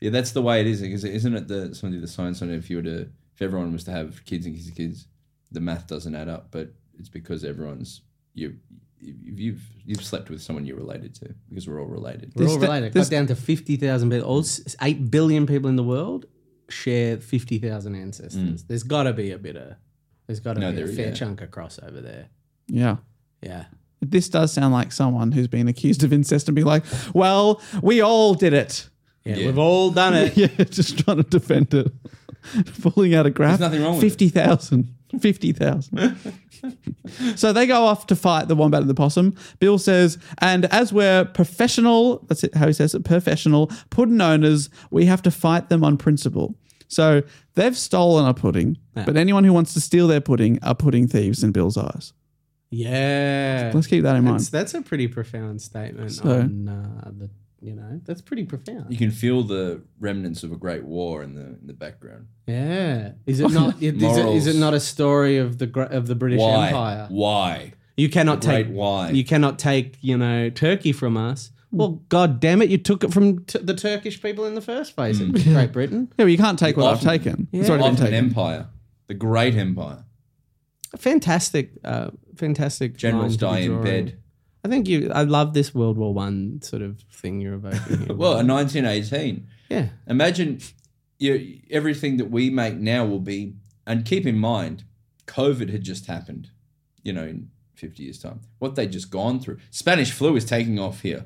Speaker 3: Yeah, that's the way it is. Because isn't it the somebody did the science on it? If you were to, if everyone was to have kids and kids and kids, the math doesn't add up. But it's because everyone's you, if you've you've slept with someone you're related to because we're all related.
Speaker 2: We're
Speaker 1: This
Speaker 2: all
Speaker 1: th-
Speaker 2: related.
Speaker 1: this-
Speaker 2: Cut down to 50,000 people. All s- 8 billion people in the world share 50,000 ancestors.
Speaker 1: Mm.
Speaker 2: There's got to be a bit of, there's got to
Speaker 3: No,
Speaker 2: be a
Speaker 3: there-
Speaker 2: fair
Speaker 3: yeah.
Speaker 2: chunk of crossover there.
Speaker 1: Yeah.
Speaker 2: Yeah.
Speaker 1: This does sound like someone who's been accused of incest and be like, well, we all did it.
Speaker 2: Yeah.
Speaker 3: Yeah.
Speaker 2: We've all done it.
Speaker 1: Yeah, just trying to defend it. Pulling out a graph.
Speaker 3: There's nothing wrong with it.
Speaker 1: 50,000. 50,000. so they go off to fight the wombat and the possum. Bill says, and as we're professional, that's it, how he says it, professional pudding owners, we have to fight them on principle. So they've stolen a pudding, but anyone who wants to steal their pudding are pudding thieves in Bill's eyes.
Speaker 2: Yeah.
Speaker 1: Let's keep that in mind.
Speaker 2: That's, that's a pretty profound statement
Speaker 1: So-
Speaker 2: on uh, the, you know, that's pretty profound.
Speaker 3: You can feel the remnants of a great war in the in the background.
Speaker 2: yeah. Is it not, is, it, is it
Speaker 3: Morals.
Speaker 2: not a story of the, gr- of the British
Speaker 3: Why?
Speaker 2: Empire?
Speaker 3: Why?
Speaker 2: You cannot
Speaker 3: The great
Speaker 2: take
Speaker 3: why.
Speaker 2: You cannot take you know Turkey from us. Well, god damn it, you took it from t- the Turkish people in the first place in
Speaker 3: Mm.
Speaker 2: Great Britain.
Speaker 1: Yeah, well, you can't take what I've
Speaker 3: Ottoman-
Speaker 1: taken. It's already been
Speaker 3: Ottoman
Speaker 1: taken.
Speaker 3: Empire, the great empire.
Speaker 2: Fantastic, uh, fantastic. line to
Speaker 3: Generals
Speaker 2: be
Speaker 3: die in
Speaker 2: drawing.
Speaker 3: bed.
Speaker 2: I think you. I love this World War One sort of thing you're evoking. Here.
Speaker 3: Well, in 1918.
Speaker 2: yeah,
Speaker 3: Imagine you, everything that we make now will be, and keep in mind, COVID had just happened, you know, in 50 years' time. What they'd just gone through. Spanish flu is taking off here.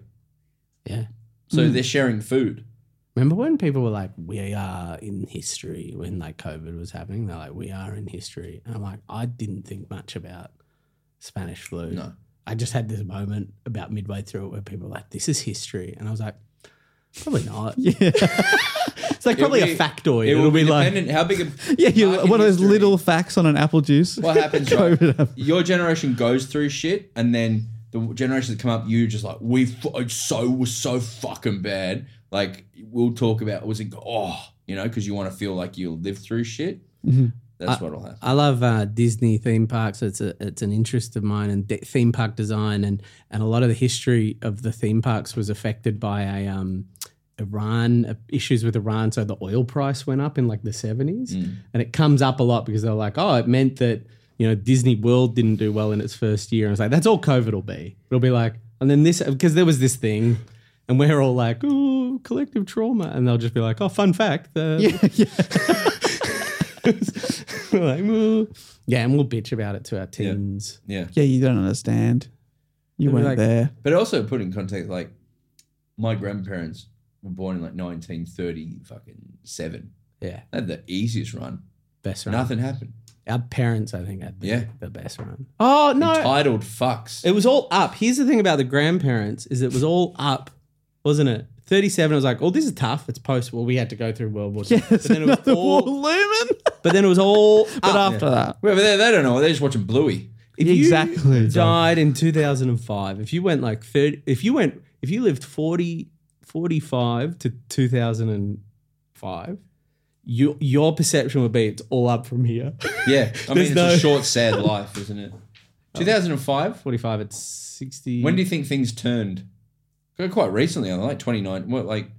Speaker 2: yeah.
Speaker 3: So
Speaker 2: Hmm.
Speaker 3: they're sharing food.
Speaker 2: Remember when people were like, "We are in history" when like COVID was happening? They're like, "We are in history," and I'm like, I didn't think much about Spanish flu.
Speaker 3: No.
Speaker 2: I just had this moment about midway through it where people were like, "This is history," and I was like, "Probably not." yeah, it's like probably
Speaker 3: It'll
Speaker 2: a
Speaker 3: be-
Speaker 2: factoid.
Speaker 3: It
Speaker 2: It'll,
Speaker 3: will be
Speaker 2: be like,
Speaker 3: dependent how big a
Speaker 1: Yeah, you,
Speaker 3: mark in
Speaker 1: one of those
Speaker 3: history.
Speaker 1: little facts on an apple juice.
Speaker 3: What happens, right?
Speaker 1: COVID happened.
Speaker 3: Your generation goes through shit, and then the generations that come up, you just like we fu- it's so was so fucking bad. Like we'll talk about was it oh you know because you want to feel like you lived through shit. That's what'll happen.
Speaker 2: Mm-hmm. I love uh, Disney theme parks. It's a, it's an interest of mine and de- theme park design and and a lot of the history of the theme parks was affected by a um, Iran uh, issues with Iran. So the oil price went up in like the seventies, and it comes up a lot because they're like, oh, it meant that you know Disney World didn't do well in its first year, and it's like that's all COVID will be. It'll be like, and then this because there was this thing. And we're all like, oh, collective trauma. And they'll just be like, oh, fun fact. The, like, "Ooh." yeah, and we'll bitch about it to our teens.
Speaker 3: yeah,
Speaker 1: Yeah, you don't understand. You
Speaker 2: They'll be
Speaker 1: weren't
Speaker 2: like-
Speaker 1: there.
Speaker 3: but also put in context, like my grandparents were born in like nineteen thirty fucking seven.
Speaker 2: Yeah,
Speaker 3: They had the easiest run.
Speaker 2: best run.
Speaker 3: Nothing happened.
Speaker 2: Our parents, I think, had the,
Speaker 3: Yeah.
Speaker 2: the best run. Oh no,
Speaker 3: Titled fucks.
Speaker 2: it was all up. Here's the thing about the grandparents: is it was all up, wasn't it? Thirty-seven. I was like, oh, this is tough. It's post. Well, we had to go through World War. Two. but then it was
Speaker 1: Another war
Speaker 2: all.
Speaker 1: looming.
Speaker 2: But then it was all.
Speaker 1: But
Speaker 2: up.
Speaker 1: after that,
Speaker 3: Well, but they, they don't know. They're just watching Bluey.
Speaker 2: If you
Speaker 1: Exactly.
Speaker 2: died in 2005 if you went like 30 if you went if you lived 40 45 to 2005 your your perception would be it's all up from here
Speaker 3: Yeah, I
Speaker 2: There's
Speaker 3: mean, it's
Speaker 2: no-
Speaker 3: a short, sad life, isn't it? 2005.
Speaker 2: 45 it's 60
Speaker 3: When do you think things turned? quite recently, I like 29, what, like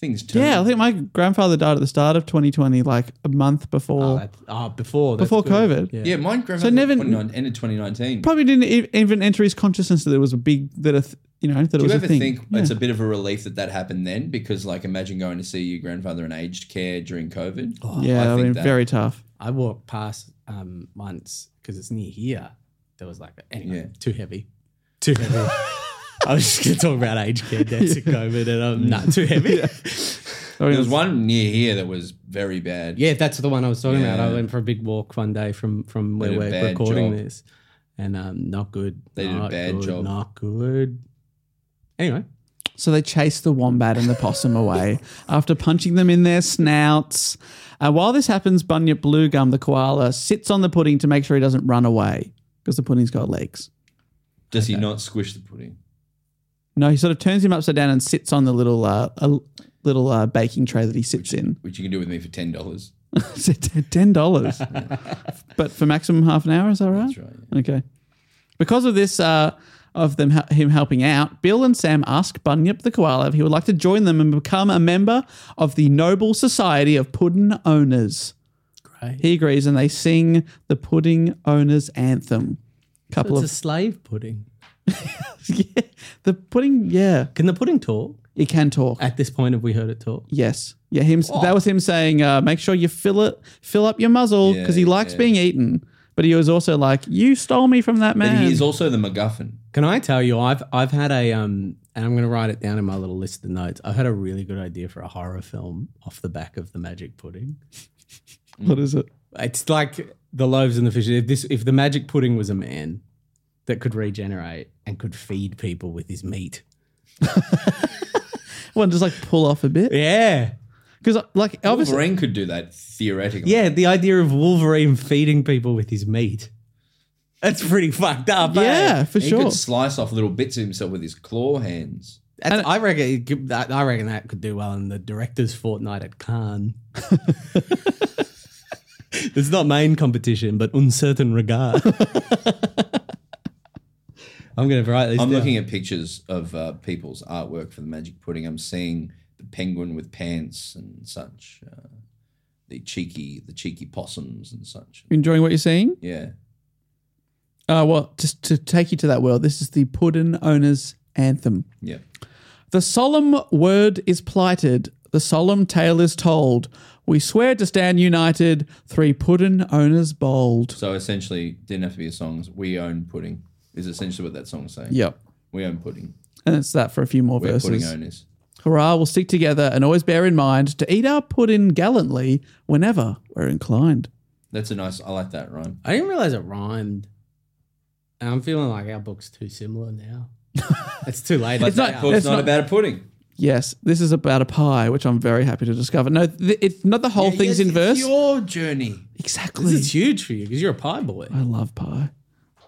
Speaker 3: things turn.
Speaker 1: Yeah, I think my grandfather died at the start of 2020, like a month before.
Speaker 2: Oh, that's, oh, before that's
Speaker 1: Before
Speaker 2: good.
Speaker 1: COVID.
Speaker 2: Yeah.
Speaker 3: yeah, mine
Speaker 1: So
Speaker 3: grandfather
Speaker 1: never-
Speaker 3: 29, ended 2019.
Speaker 1: Probably didn't e- even enter his consciousness that it was a big that a th- you know that it
Speaker 3: Do
Speaker 1: was a
Speaker 3: you ever
Speaker 1: thing.
Speaker 3: think
Speaker 1: Yeah.
Speaker 3: it's a bit of a relief that that happened then? Because, like, imagine going to see your grandfather in aged care during COVID.
Speaker 1: yeah, I,
Speaker 3: think
Speaker 1: mean,
Speaker 3: that-
Speaker 1: very tough.
Speaker 2: I walked past um, once because it's near here. There was like, a, anyway,
Speaker 3: Yeah.
Speaker 2: too heavy. Too heavy. I was just going to talk about aged care deaths and COVID and I'm not too heavy. Yeah.
Speaker 1: I mean,
Speaker 3: There was one near here that was very bad.
Speaker 2: that's the one I was talking about. I
Speaker 3: Yeah.
Speaker 2: went for a big walk one day from, from where
Speaker 3: did a
Speaker 2: we're
Speaker 3: bad
Speaker 2: recording
Speaker 3: job.
Speaker 2: this and um, not good.
Speaker 3: They did a
Speaker 2: not
Speaker 3: bad
Speaker 2: good,
Speaker 3: job.
Speaker 2: Not good. Anyway,
Speaker 1: So they chased the wombat and the possum away after punching them in their snouts. Uh, while this happens, Bunyip Bluegum, the koala, sits on the pudding to make sure he doesn't run away because the pudding's got legs.
Speaker 3: Does he not squish the pudding?
Speaker 1: No, he sort of turns him upside down and sits on the little uh, a little uh, baking tray that he sits in.
Speaker 3: Which you can do with me for ten dollars.
Speaker 1: So t- Ten dollars, but for maximum half an hour. Is that right?
Speaker 3: That's right.
Speaker 1: Okay. Because of this, uh, of them hel- him helping out, Bill and Sam ask Bunyip the koala if he would like to join them and become a member of the Noble Society of Puddin' Owners.
Speaker 2: great.
Speaker 1: He agrees, and they sing the Pudding Owners Anthem. Couple
Speaker 2: It's
Speaker 1: of
Speaker 2: a slave pudding.
Speaker 1: yeah, the pudding. Yeah,
Speaker 2: Can the pudding talk?
Speaker 1: it can talk.
Speaker 2: At this point, have we heard it talk?
Speaker 1: Yes. Yeah, him. That was him saying, uh, "Make sure you fill it, fill up your muzzle," because he
Speaker 3: Yeah,
Speaker 1: likes
Speaker 3: yeah.
Speaker 1: being eaten. But he was also like, "You stole me from that
Speaker 3: But
Speaker 1: man."
Speaker 3: he is also the MacGuffin.
Speaker 2: Can I tell you, I've I've had a um, and I'm going to write it down in my little list of notes. I've had a really good idea for a horror film off the back of the Magic Pudding.
Speaker 1: what is it?
Speaker 2: It's like the loaves and the fishes. If this, if the Magic Pudding was a man that could regenerate and could feed people with his meat,
Speaker 1: Well, just like pull off a bit
Speaker 2: yeah,
Speaker 1: because, like, obviously,
Speaker 3: Wolverine could do that theoretically.
Speaker 2: yeah. The idea of Wolverine feeding people with his meat. That's pretty fucked up. eh?
Speaker 1: yeah, for
Speaker 3: he
Speaker 1: sure.
Speaker 3: could slice off little bits of himself with his claw hands.
Speaker 2: That's- I reckon. it could- that- I reckon that could do well in the director's fortnight at Cannes. it's not main competition, but uncertain regard. I'm going to write this.
Speaker 3: I'm
Speaker 2: down.
Speaker 3: looking at pictures of uh, people's artwork for the magic pudding. I'm seeing the penguin with pants and such, uh, the cheeky, the cheeky possums and such.
Speaker 1: Enjoying what you're seeing?
Speaker 3: Yeah,
Speaker 1: Uh, well, just to take you to that world, this is the Puddin Owners Anthem.
Speaker 3: yeah.
Speaker 1: The solemn word is plighted, the solemn tale is told. We swear to stand united, three Puddin Owners bold.
Speaker 3: So essentially, didn't have to be a song. We own pudding is essentially what that song's saying.
Speaker 1: Yep.
Speaker 3: we own pudding.
Speaker 1: And it's that for a few more
Speaker 3: We're pudding
Speaker 1: verses.
Speaker 3: owners.
Speaker 1: Hurrah, we'll stick together and always bear in mind to eat our puddin gallantly whenever we're inclined.
Speaker 3: That's a nice. I like that rhyme.
Speaker 2: I didn't realize it rhymed. And I'm feeling like our book's too similar now. it's too late.
Speaker 3: But
Speaker 2: It's
Speaker 3: that
Speaker 2: out.
Speaker 3: book's
Speaker 1: it's
Speaker 3: not,
Speaker 1: not-
Speaker 3: about a pudding.
Speaker 1: Yes, this is about a pie, which I'm very happy to discover. No, th- it's not the whole thing's in verse.
Speaker 3: Your journey.
Speaker 1: exactly.
Speaker 2: This is huge for you because you're a pie boy.
Speaker 1: I love pie.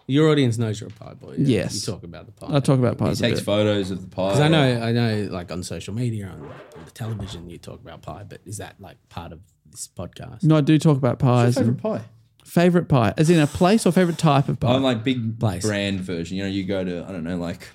Speaker 2: Your audience knows you're a pie boy. yeah?
Speaker 1: Yes.
Speaker 2: you talk about the pie.
Speaker 1: I talk about
Speaker 3: He
Speaker 1: pies a
Speaker 3: takes
Speaker 1: bit.
Speaker 3: photos of the pie.
Speaker 2: Because I know, I know, like on social media, on, on the television, you talk about pie, but is that like part of this podcast?
Speaker 1: No, I do talk about pies. and-
Speaker 3: favorite pie.
Speaker 1: Favorite pie, as in a place or favorite type of pie.
Speaker 3: I'm like big
Speaker 2: Place.
Speaker 3: brand version. You know, you go to I don't know, like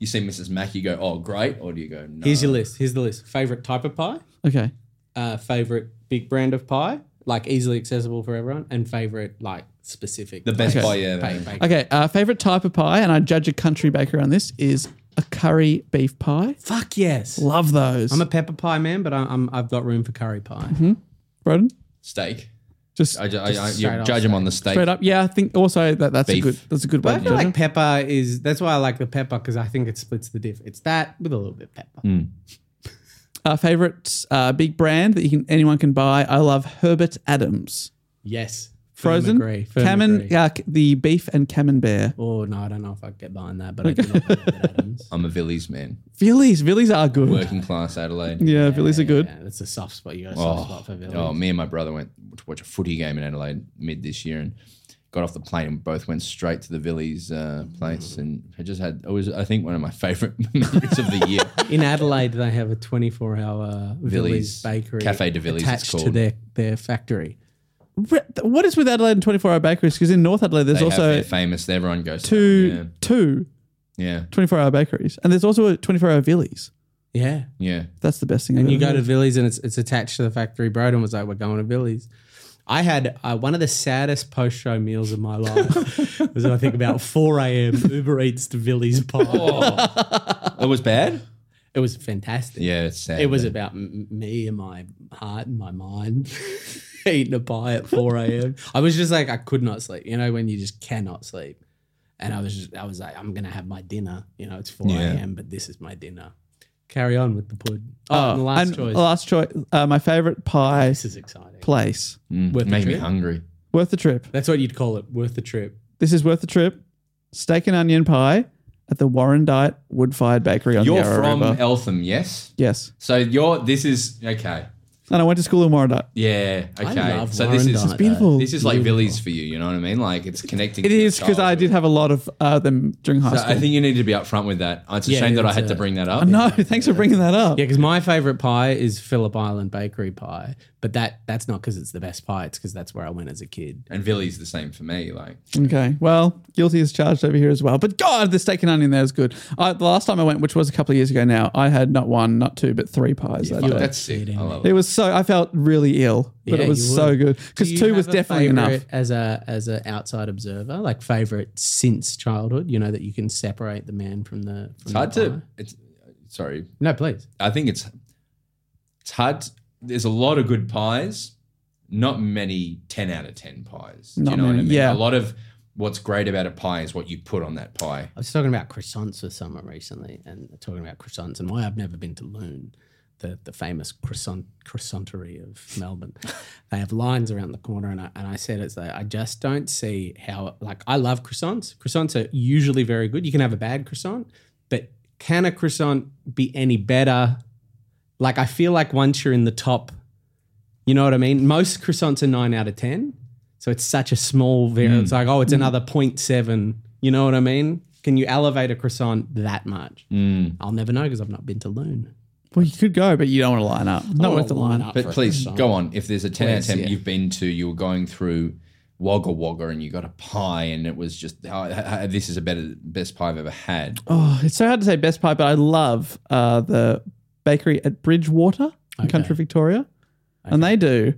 Speaker 3: you see Mrs. Mac, you go, oh great, or do you go no?
Speaker 2: Here's your list. Here's the list. Favorite type of pie,
Speaker 1: okay,
Speaker 2: uh, favorite big brand of pie, like easily accessible for everyone, and favorite like specific.
Speaker 3: the best
Speaker 1: Okay.
Speaker 3: pie ever.
Speaker 2: Pie, pie.
Speaker 1: okay. Uh, favorite type of pie, and I judge a country baker on this is a curry beef pie.
Speaker 2: Fuck yes.
Speaker 1: Love those.
Speaker 2: I'm a pepper pie man, but I, I'm I've got room for curry pie.
Speaker 1: Mm-hmm. Broden.
Speaker 3: Steak.
Speaker 1: Just
Speaker 3: I, ju- I, I,
Speaker 2: Just
Speaker 3: you
Speaker 2: straight up
Speaker 3: judge him on the steak.
Speaker 1: straight up, yeah. I think also that that's
Speaker 3: Beef.
Speaker 1: a good that's a good way
Speaker 2: But I
Speaker 1: to
Speaker 2: feel
Speaker 1: judge
Speaker 2: like
Speaker 1: it.
Speaker 2: pepper is that's why I like the pepper because I think it splits the diff. It's that with a little bit of pepper.
Speaker 1: Uh, favorite uh, big brand that you can anyone can buy. I love Herbert Adams.
Speaker 2: Yes, Firm
Speaker 1: Frozen,
Speaker 2: agree, firm
Speaker 1: Camon,
Speaker 2: agree.
Speaker 1: uh, the beef and camembert.
Speaker 2: Oh no, I don't know if I get behind that, but I do not like that Adams.
Speaker 3: I'm a Villies man.
Speaker 1: Villies, Villies are good.
Speaker 3: Working class Adelaide.
Speaker 1: Yeah, Villies are good.
Speaker 2: Yeah, that's a soft spot. You got a soft
Speaker 3: Oh,
Speaker 2: spot for Villies.
Speaker 3: oh, me and my brother went to watch a footy game in Adelaide mid this year and got off the plane and both went straight to the Villies uh, place and I just had it was I think one of my favourite memories of the year.
Speaker 2: In Adelaide, they have a 24 hour Villies
Speaker 3: Villies.
Speaker 2: bakery.
Speaker 3: Cafe de Villies, it's
Speaker 2: attached to
Speaker 3: called.
Speaker 2: their, their factory.
Speaker 1: Re- What is with Adelaide and 24 hour bakeries? Because in North Adelaide, there's
Speaker 3: They have
Speaker 1: also
Speaker 3: their famous everyone goes to
Speaker 1: two
Speaker 3: them, yeah.
Speaker 1: two
Speaker 3: Yeah.
Speaker 1: 24 hour bakeries. And there's also a 24 hour Villies.
Speaker 2: Yeah.
Speaker 3: Yeah.
Speaker 1: That's the best thing.
Speaker 2: And
Speaker 1: I've
Speaker 2: you
Speaker 1: ever
Speaker 2: go to
Speaker 3: Mm-hmm.
Speaker 1: heard.
Speaker 2: Villies and it's it's attached to the factory broad and was like, we're going to Villies. I had uh, one of the saddest post show meals of my life. it was, I think, about 4 a.m. Uber Eats to Villies pie.
Speaker 3: Oh. It was bad.
Speaker 2: It was fantastic.
Speaker 3: Yeah, it's sad.
Speaker 2: It was
Speaker 3: but-
Speaker 2: about m- me and my heart and my mind eating a pie at 4 a.m. I was just like, I could not sleep, you know, when you just cannot sleep. And I was just, I was like, I'm going to have my dinner. You know, it's 4
Speaker 3: Yeah.
Speaker 2: a.m., but this is my dinner. Carry on with the pud. Oh, and the last
Speaker 1: and
Speaker 2: choice.
Speaker 1: Last choice. Uh, my favorite pie
Speaker 2: this is exciting.
Speaker 1: place.
Speaker 3: Mm,
Speaker 2: Worth the
Speaker 3: made me
Speaker 2: trip?
Speaker 3: hungry.
Speaker 1: Worth the trip.
Speaker 2: That's what you'd call it. Worth the trip.
Speaker 1: This is worth the trip. Steak and onion pie at the Warrandyte Wood Fired Bakery on
Speaker 3: You're
Speaker 1: the Yarra
Speaker 3: from
Speaker 1: River.
Speaker 3: Eltham, yes?
Speaker 1: yes.
Speaker 3: So you're this is okay.
Speaker 1: And I went to school in Warrandyte.
Speaker 3: Yeah. Okay.
Speaker 2: I love
Speaker 3: so this is
Speaker 2: Warrandyte, though.
Speaker 1: Beautiful.
Speaker 3: This is like Villies for you, you know what I mean? Like it's connecting.
Speaker 1: It
Speaker 3: to your
Speaker 1: is because I
Speaker 3: childhood.
Speaker 1: did have a lot of uh, them during high
Speaker 3: So
Speaker 1: school.
Speaker 3: I think you need to be upfront with that. It's a
Speaker 2: Yeah,
Speaker 3: shame that I
Speaker 2: it's
Speaker 3: had
Speaker 2: a-
Speaker 3: to bring that up.
Speaker 1: no, thanks for bringing that up.
Speaker 2: Yeah, because my favorite pie is Phillip Island Bakery pie, but that that's not because it's the best pie. It's because that's where I went as a kid.
Speaker 3: And Villies the same for me. Like
Speaker 1: Okay. Well, guilty is charged over here as well. But God, the steak and onion there is good. I, the last time I went, which was a couple of years ago now, I had not one, not two, but three pies. that day.
Speaker 3: that's sick. I love
Speaker 1: It
Speaker 3: it.
Speaker 1: was so. I felt really ill, but
Speaker 2: Yeah,
Speaker 1: it was
Speaker 2: you
Speaker 1: so
Speaker 2: would.
Speaker 1: good
Speaker 2: Do
Speaker 1: because
Speaker 2: you
Speaker 1: two was
Speaker 2: have a
Speaker 1: definitely enough.
Speaker 2: favourite as a as an outside observer, like favorite since childhood. You know that you can separate the man from the. From
Speaker 3: It's hard
Speaker 2: the
Speaker 3: to
Speaker 2: pie?
Speaker 3: it's sorry.
Speaker 2: No, please.
Speaker 3: I think it's it's hard to- there's a lot of good pies, not many ten out of ten pies. Do
Speaker 1: Not
Speaker 3: you know what I
Speaker 1: many,
Speaker 3: mean?
Speaker 1: yeah.
Speaker 3: A lot of what's great about a pie is what you put on that pie.
Speaker 2: I was talking about croissants with someone recently, and talking about croissants and why I've never been to Loon, the, the famous croissant croissanterie of Melbourne. they have lines around the corner, and I and I said it's like I just don't see how like I love croissants. Croissants are usually very good. You can have a bad croissant, but can a croissant be any better? Like I feel like once you're in the top, you know what I mean. Most croissants are nine out of ten, so it's such a small
Speaker 1: Mm.
Speaker 2: variance. It's like, oh, it's another 0.7. You know what I mean? Can you elevate a croissant that much?
Speaker 1: Mm.
Speaker 2: I'll never know because I've not been to Loon.
Speaker 1: Well, you could go, but you don't want to line up. Not
Speaker 2: Oh,
Speaker 1: worth the line up.
Speaker 3: But please go on. If there's a ten out of
Speaker 2: Please,
Speaker 3: ten
Speaker 2: yeah.
Speaker 3: you've been to, you were going through Wagga Wagga and you got a pie and it was just how, how- this is a better best pie I've ever had.
Speaker 1: Oh, it's so hard to say best pie, but I love uh, the bakery at Bridgewater in Country Victoria, and they do,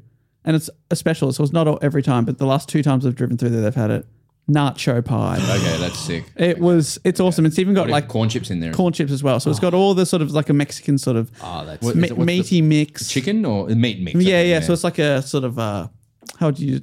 Speaker 1: and it's a special. So it's not all, every time, but the last two times I've driven through there, they've had it. Nacho pie.
Speaker 3: Okay, that's sick.
Speaker 1: It was. It's awesome. It's even got
Speaker 3: Like
Speaker 1: like
Speaker 3: corn chips in there.
Speaker 1: corn chips as well. So it's got all the sort of like a Mexican sort of
Speaker 2: Oh, that's
Speaker 3: What-
Speaker 1: me-
Speaker 3: is Ah, it- what's
Speaker 1: meaty
Speaker 3: the-
Speaker 1: mix.
Speaker 3: chicken or meat mix. I
Speaker 1: Yeah,
Speaker 3: think,
Speaker 1: yeah. So it's like a sort of uh, how do you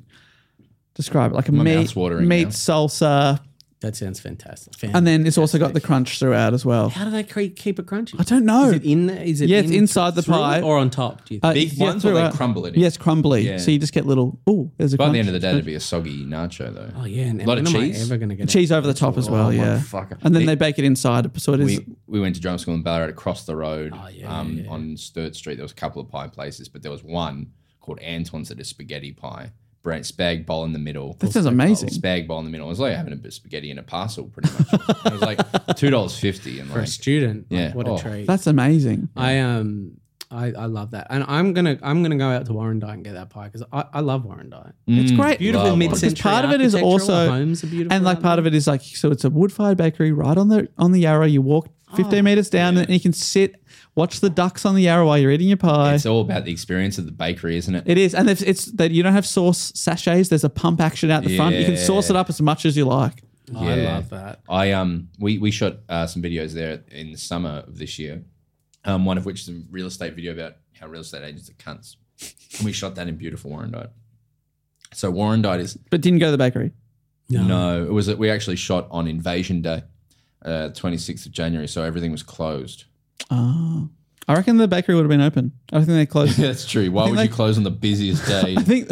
Speaker 1: describe it? Like a meat,
Speaker 3: mouth's watering
Speaker 1: meat
Speaker 3: now.
Speaker 1: salsa,
Speaker 2: that sounds fantastic.
Speaker 1: and then it's also got the crunch throughout as well.
Speaker 2: how do they cre- keep it crunchy?
Speaker 1: I don't know.
Speaker 2: Is it in? Is it?
Speaker 1: Yeah, it's
Speaker 2: in
Speaker 1: inside the
Speaker 2: through
Speaker 1: pie.
Speaker 2: it or on top? Do you think?
Speaker 1: Uh,
Speaker 3: big
Speaker 1: yeah,
Speaker 3: ones or they
Speaker 1: throughout.
Speaker 3: crumbly.
Speaker 1: Yeah, it's crumbly.
Speaker 3: Yeah.
Speaker 1: So you just get little. Oh, there's a.
Speaker 3: By
Speaker 1: crunch.
Speaker 3: the end of the day, it'd be a soggy nacho though.
Speaker 2: oh yeah, and
Speaker 3: a lot of
Speaker 2: when am I
Speaker 3: cheese.
Speaker 2: ever going to get Oh,
Speaker 1: cheese over the top as well. yeah,
Speaker 3: Oh, motherfucker.
Speaker 1: and then
Speaker 3: It-
Speaker 1: they bake it inside, so it is.
Speaker 3: we, we went to drama school in Ballarat across the road
Speaker 1: Oh,
Speaker 2: yeah,
Speaker 3: um, on Sturt Street. There was a couple of pie places, but there was one called Anton's that is spaghetti pie. Brand, spag bowl in the middle.
Speaker 1: that sounds amazing.
Speaker 3: Spag bowl in the middle. It was like having a bit of spaghetti in a parcel, pretty much. it was like two dollars fifty, and
Speaker 2: for
Speaker 3: like
Speaker 2: a student? Like,
Speaker 3: Yeah.
Speaker 2: what
Speaker 3: Oh.
Speaker 2: a treat.
Speaker 1: That's amazing.
Speaker 2: I um I, I love that, and I'm gonna I'm gonna go out to Warrandyte and get that pie because I, I love Warrandyte.
Speaker 1: It's
Speaker 3: Mm.
Speaker 1: great.
Speaker 2: Beautiful
Speaker 3: Love
Speaker 2: mid-century
Speaker 1: Because part of it is
Speaker 2: architecture, all
Speaker 1: also-
Speaker 2: the homes are beautiful,
Speaker 1: and like
Speaker 2: aren't
Speaker 1: part of
Speaker 2: they?
Speaker 1: it is like so it's a wood fired bakery right on the on the Yarra. You walk 15 meters down and you can sit watch the ducks on the Yarra while you're eating your pie.
Speaker 3: it's all about the experience of the bakery, isn't it?
Speaker 1: It is, and it's, it's that you don't have sauce sachets. There's a pump action out the front. You can sauce it up as much as you like.
Speaker 2: I
Speaker 3: Yeah.
Speaker 2: love that.
Speaker 3: I um we we shot uh, some videos there in the summer of this year. Um, one of which is a real estate video about how real estate agents are cunts. And we shot that in beautiful Warrandyte. So Warrandyte is
Speaker 1: But didn't go to the bakery.
Speaker 2: No.
Speaker 1: Oh.
Speaker 3: no, it was we actually shot on Invasion Day, uh, 26th of January. So everything was closed.
Speaker 1: Oh. I reckon the bakery would have been open. I think they closed.
Speaker 3: That's true. Why would
Speaker 1: they-
Speaker 3: you close on the busiest day?
Speaker 1: I think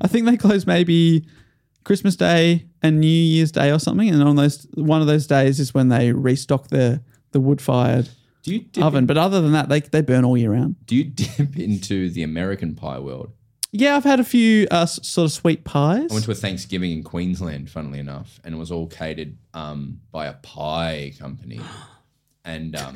Speaker 1: I think they closed maybe Christmas Day and New Year's Day or something. And on those one of those days is when they restock the the wood fired
Speaker 3: do you dip,
Speaker 1: oven. But other than that, they they burn all year round.
Speaker 3: do you dip into the American pie world?
Speaker 1: Yeah, I've had a few uh, s- sort of sweet pies.
Speaker 3: I went to a Thanksgiving in Queensland, funnily enough, and it was all catered um, by a pie company. And um,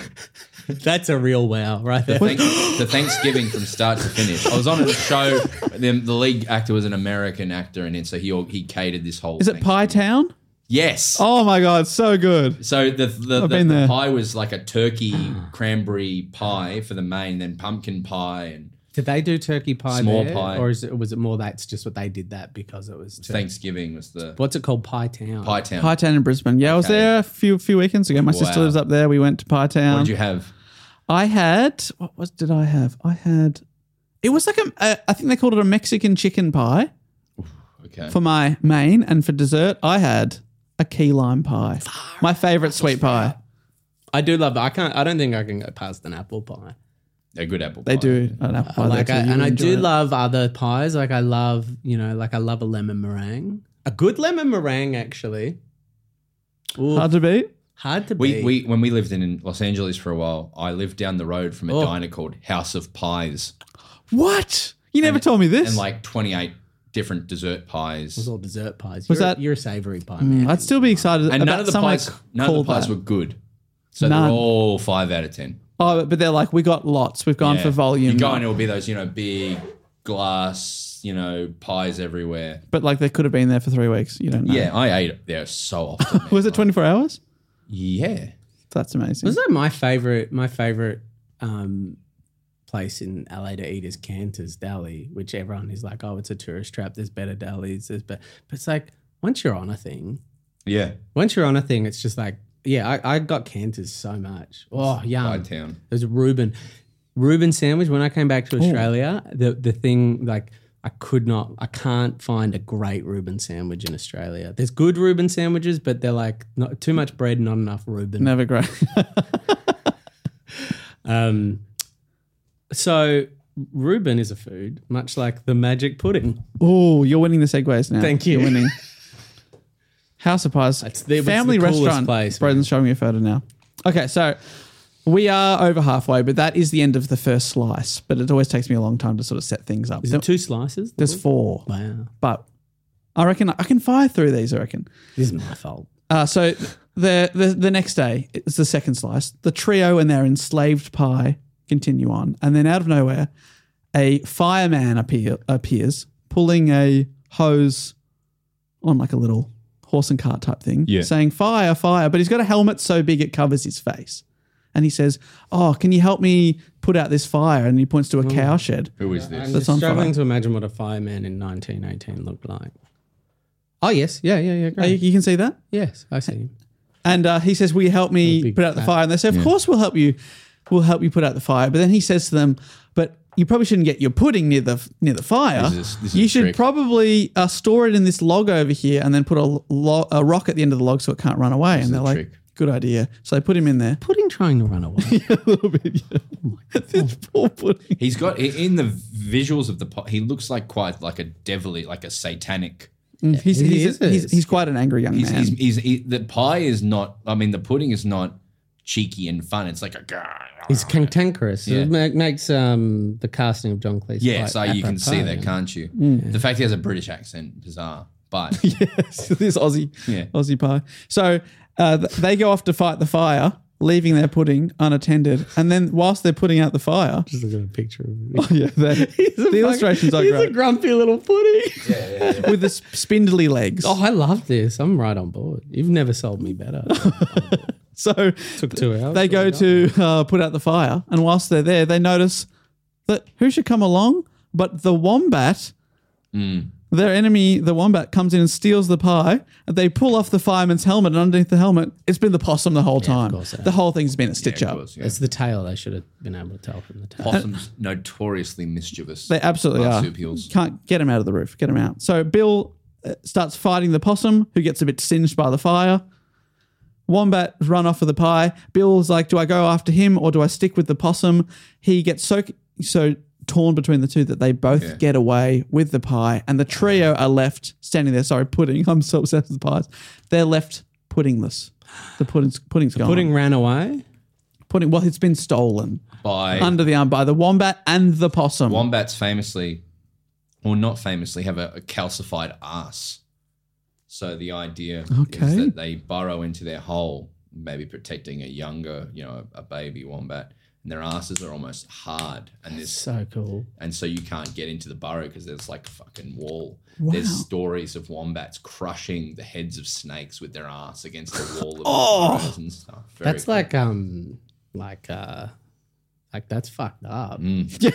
Speaker 2: That's a real wow right there.
Speaker 3: Thank- the Thanksgiving from start to finish. I was on a show. The, the lead actor was an American actor, and then so he he catered this whole.
Speaker 1: Is it Pie Town?
Speaker 3: Yes.
Speaker 1: Oh my god, so good.
Speaker 3: So the the, the,
Speaker 1: been
Speaker 3: the
Speaker 1: there.
Speaker 3: pie was like a turkey cranberry pie for the main, then pumpkin pie and
Speaker 2: Did they do turkey pie
Speaker 3: Small
Speaker 2: there?
Speaker 3: pie.
Speaker 2: or is it, was it more that's just what they did that because it was tur-
Speaker 3: Thanksgiving was the
Speaker 2: What's it called? Pie Town.
Speaker 3: pie town.
Speaker 1: Pie Town in Brisbane. Yeah, I was
Speaker 3: Okay.
Speaker 1: there a few few weekends ago. My sister
Speaker 3: Wow.
Speaker 1: lives up there. We went to Pie Town.
Speaker 3: What did you have?
Speaker 1: I had what was did I have? I had it was like a a- I think they called it a Mexican chicken pie
Speaker 3: Okay.
Speaker 1: for my main, and for dessert I had a key lime pie.
Speaker 3: Ah,
Speaker 1: My favorite sweet pie.
Speaker 2: I do love. I can't. I don't think I can go past an apple pie.
Speaker 3: A good apple
Speaker 1: They
Speaker 3: pie.
Speaker 1: do an apple pie.
Speaker 2: like,
Speaker 1: there,
Speaker 2: I,
Speaker 1: too. You
Speaker 2: and I
Speaker 1: enjoy
Speaker 2: do
Speaker 1: it.
Speaker 2: love other pies. Like, I love you know, like I love a lemon meringue. A good lemon meringue, actually. Ooh,
Speaker 1: hard
Speaker 2: hard,
Speaker 1: to beat.
Speaker 2: to
Speaker 3: We,
Speaker 2: beat.
Speaker 3: we when we lived in Los Angeles for a while, I lived down the road from a
Speaker 2: Oh.
Speaker 3: diner called House of Pies
Speaker 1: What? You never told me this.
Speaker 3: and like 28 different dessert pies.
Speaker 2: It was all dessert pies.
Speaker 1: Was
Speaker 2: you're,
Speaker 1: that-
Speaker 2: you're a savory pie man?
Speaker 1: Mm, I'd still be excited
Speaker 3: and
Speaker 1: about
Speaker 3: none of the
Speaker 1: someone
Speaker 3: pies none of
Speaker 1: called
Speaker 3: the pies
Speaker 1: that.
Speaker 3: were good. So
Speaker 1: None.
Speaker 3: they're all 5 out of 10.
Speaker 1: Oh, but they're like we got lots. We've gone
Speaker 3: Yeah.
Speaker 1: for volume.
Speaker 3: You go and it will be those, you know, big glass, you know, pies everywhere.
Speaker 1: but like they could have been there for three weeks. You don't know.
Speaker 3: Yeah, I ate it there so often. man.
Speaker 1: Was it 24 hours?
Speaker 3: yeah.
Speaker 1: That's amazing.
Speaker 2: Was that my favorite? My favorite um, place in LA to eat is Cantor's Deli, which everyone is like, "Oh, it's a tourist trap. There's better delis. There's better." But it's like once you're on a thing,
Speaker 3: Yeah.
Speaker 2: once you're on a thing, it's just like, yeah, I, I got Cantor's so much. Oh,
Speaker 3: Pie
Speaker 1: Um,
Speaker 2: yum.
Speaker 3: town.
Speaker 2: There's a Reuben, Reuben sandwich. When I came back to Australia, the the thing like. I could not, I can't find a great Reuben sandwich in Australia. There's good Reuben sandwiches, but they're like not, too much bread, not enough Reuben.
Speaker 1: Never great.
Speaker 2: Um, so Reuben is a food, much like the magic pudding.
Speaker 1: oh, you're winning the segues now.
Speaker 2: Thank you.
Speaker 1: You're winning. House of Pies.
Speaker 2: It's the- it's the
Speaker 1: family
Speaker 2: coolest
Speaker 1: restaurant.
Speaker 2: place,
Speaker 1: Broden's
Speaker 2: man.
Speaker 1: showing me a photo now. Okay, so we are over halfway, but that is the end of the first slice. But it always takes me a long time to sort of set things up.
Speaker 2: Is
Speaker 1: There-
Speaker 2: it two slices?
Speaker 1: There's four,
Speaker 2: Wow,
Speaker 1: but I reckon I can fire through these. I reckon.
Speaker 2: this is my fault.
Speaker 1: Uh, so the, the the next day is the second slice. The trio and their enslaved pie continue on, and then out of nowhere, a fireman appear, appears, pulling a hose on like a little horse and cart type thing,
Speaker 3: Yeah.
Speaker 1: saying "fire, fire!" But he's got a helmet so big it covers his face, and he says, "Oh, can you help me put out this fire?" And he points to a cow shed.
Speaker 3: Who is
Speaker 2: I'm
Speaker 3: this?
Speaker 2: just
Speaker 1: on
Speaker 2: struggling
Speaker 1: fire.
Speaker 2: to imagine what a fireman in 1918 looked like. Oh yes, yeah, yeah, yeah,
Speaker 1: Oh, you,
Speaker 2: great.
Speaker 1: you can see that.
Speaker 2: yes, I see. him.
Speaker 1: And uh, he says, "Will you help me
Speaker 2: Big
Speaker 1: put out the
Speaker 2: fat-
Speaker 1: fire?" And they say, "Of course, we'll help you. We'll help you put out the fire." But then he says to them, "But you probably shouldn't get your pudding near the near the fire.
Speaker 3: This is- this is
Speaker 1: you
Speaker 3: a
Speaker 1: should
Speaker 3: trick."
Speaker 1: probably uh, store it in this log over here, and then put a, lo- a rock at the end of the log so it can't run away." and they're like,
Speaker 3: trick.
Speaker 1: "Good idea." So they put him in there.
Speaker 2: Pudding trying to run away. Oh
Speaker 1: a little bit. Yeah. This poor pudding.
Speaker 3: He's got i- in the visuals of the pie, he looks like quite like a devilly, like a satanic.
Speaker 1: Mm, He's,
Speaker 2: he
Speaker 1: he's,
Speaker 2: is
Speaker 1: he's,
Speaker 2: a-
Speaker 1: he's quite an angry young
Speaker 3: He's,
Speaker 1: man.
Speaker 3: he's, he's, he, the pie is not, I mean, the pudding is not cheeky and fun. It's like a.
Speaker 2: He's cantankerous.
Speaker 3: Oh, Yeah.
Speaker 2: It ma- makes um, the casting of John Cleese.
Speaker 3: Yeah,
Speaker 2: quite
Speaker 3: so you can
Speaker 2: apropos,
Speaker 3: see that,
Speaker 2: yeah.
Speaker 3: can't you? The fact he has a British accent, bizarre. But
Speaker 1: yes, this Aussie
Speaker 3: Yeah.
Speaker 1: Aussie pie. So uh, th- they go off to fight the fire, leaving their pudding unattended. And then whilst they're putting out the fire,
Speaker 2: Just look at a picture of him.
Speaker 1: yeah, they- the illustrations are
Speaker 2: Oh, he's a
Speaker 1: great
Speaker 2: grumpy little pudding.
Speaker 1: with the s- spindly legs.
Speaker 2: Oh, I love this. I'm right on board. You've never sold me better.
Speaker 1: so
Speaker 2: Took two hours.
Speaker 1: they go to uh, put out the fire, and whilst they're there, they notice that who should come along but the wombat.
Speaker 2: Mm.
Speaker 1: Their enemy, the wombat, comes in and steals the pie. They pull off the fireman's helmet, and underneath the helmet, it's been the possum the whole time.
Speaker 2: course it
Speaker 1: the whole thing's been a stitch
Speaker 3: yeah, of
Speaker 1: up.
Speaker 3: course, yeah.
Speaker 2: It's the tail. They should have been able to tell from the tail.
Speaker 3: possums notoriously mischievous.
Speaker 1: They absolutely are.
Speaker 3: Marsupials.
Speaker 1: Can't get him out of the roof. Get him out. So Bill uh, starts fighting the possum, who gets a bit singed by the fire. Wombat run off with the pie. Bill's like, "Do I go after him or do I stick with the possum?" He gets so so torn between the two that they both get away with the pie, and the trio are left standing there. Sorry, pudding. I'm so obsessed with pies. They're left puddingless. The pudding's pudding's gone.
Speaker 2: Pudding ran away.
Speaker 1: pudding. Well, it's been stolen
Speaker 3: by
Speaker 1: under the arm by the wombat and the possum.
Speaker 3: wombats famously, or not famously, have a, a calcified ass. So the idea
Speaker 1: Okay.
Speaker 3: is that they burrow into their hole, maybe protecting a younger, you know, a, a baby wombat, and and their asses are almost hard, and there's
Speaker 2: So cool.
Speaker 3: and so you can't get into the burrow because there's like a fucking wall. There's stories of wombats crushing the heads of snakes with their ass against the wall of the burrows and stuff. Very
Speaker 2: Oh! That's like um like uh like that's fucked
Speaker 3: Mm.
Speaker 2: up.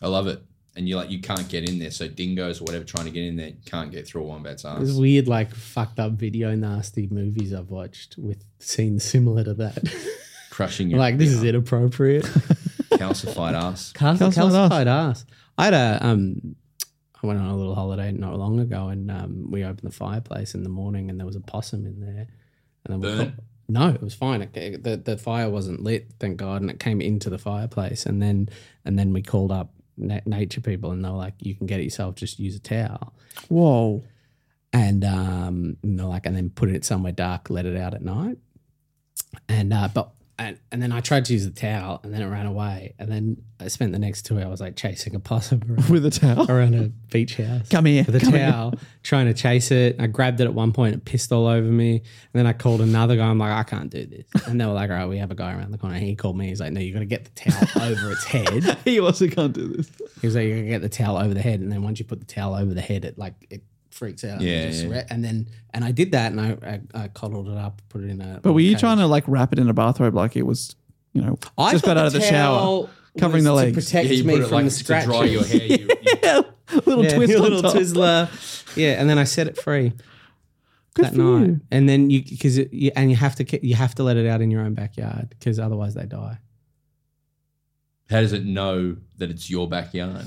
Speaker 3: I love it. And you like you can't get in there, so dingoes or whatever trying to get in there can't get through a wombat's ass.
Speaker 2: There's weird like fucked up video nasty movies I've watched with scenes similar to that.
Speaker 3: crushing your
Speaker 2: like this is inappropriate.
Speaker 3: calcified ass.
Speaker 2: Calcified,
Speaker 1: Calcified
Speaker 2: calcified ass. I had a um, I went on a little holiday not long ago, and um, we opened the fireplace in the morning, and there was a possum in there. And then we
Speaker 3: Burnt?
Speaker 2: got- no, it was fine. It, it- the the fire wasn't lit, thank God, and it came into the fireplace, and then and then we called up na- nature people, and they were like, "You can get it yourself. Just use a towel."
Speaker 1: Whoa.
Speaker 2: and um, and they're like, and then put it somewhere dark, let it out at night, and uh, but and, and then I tried to use the towel, and then it ran away, and then I spent the next two hours like chasing a possum around,
Speaker 1: With a towel.
Speaker 2: around a beach house.
Speaker 1: Come here,
Speaker 2: with a
Speaker 1: come here.
Speaker 2: towel, trying to chase it. I grabbed it at one point, it pissed all over me, and then I called another guy. I'm like, I can't do this, and they were like, all right, we have a guy around the corner. He called me. He's like, no, you got to get the towel over its head.
Speaker 1: He also can't do this.
Speaker 2: He was like, "You gotta get the towel over the head," and then once you put the towel over the head, it like it freaks out. and
Speaker 3: Yeah,
Speaker 2: just
Speaker 3: yeah.
Speaker 2: re- and then and I did that, and I I, I coddled it up, put it in a.
Speaker 1: But were you trying to like wrap it in a bathrobe like it was, you know,
Speaker 2: I
Speaker 1: just
Speaker 2: thought
Speaker 1: got out of the shower,
Speaker 2: towel
Speaker 1: covering the
Speaker 2: was to
Speaker 1: legs?
Speaker 2: protect
Speaker 3: Yeah, you
Speaker 2: me
Speaker 3: put it
Speaker 2: from
Speaker 3: like
Speaker 2: the
Speaker 3: to
Speaker 2: scratches.
Speaker 3: dry your hair. You, you-
Speaker 1: little
Speaker 2: Yeah,
Speaker 1: twist
Speaker 2: a
Speaker 1: on
Speaker 2: little
Speaker 1: top.
Speaker 2: twizzler. Yeah, and then I set it free
Speaker 1: Good
Speaker 2: that
Speaker 1: for
Speaker 2: night,
Speaker 1: you.
Speaker 2: and then you because you, and you have to ke- you have to let it out in your own backyard because otherwise they die.
Speaker 3: How does it know that it's your backyard?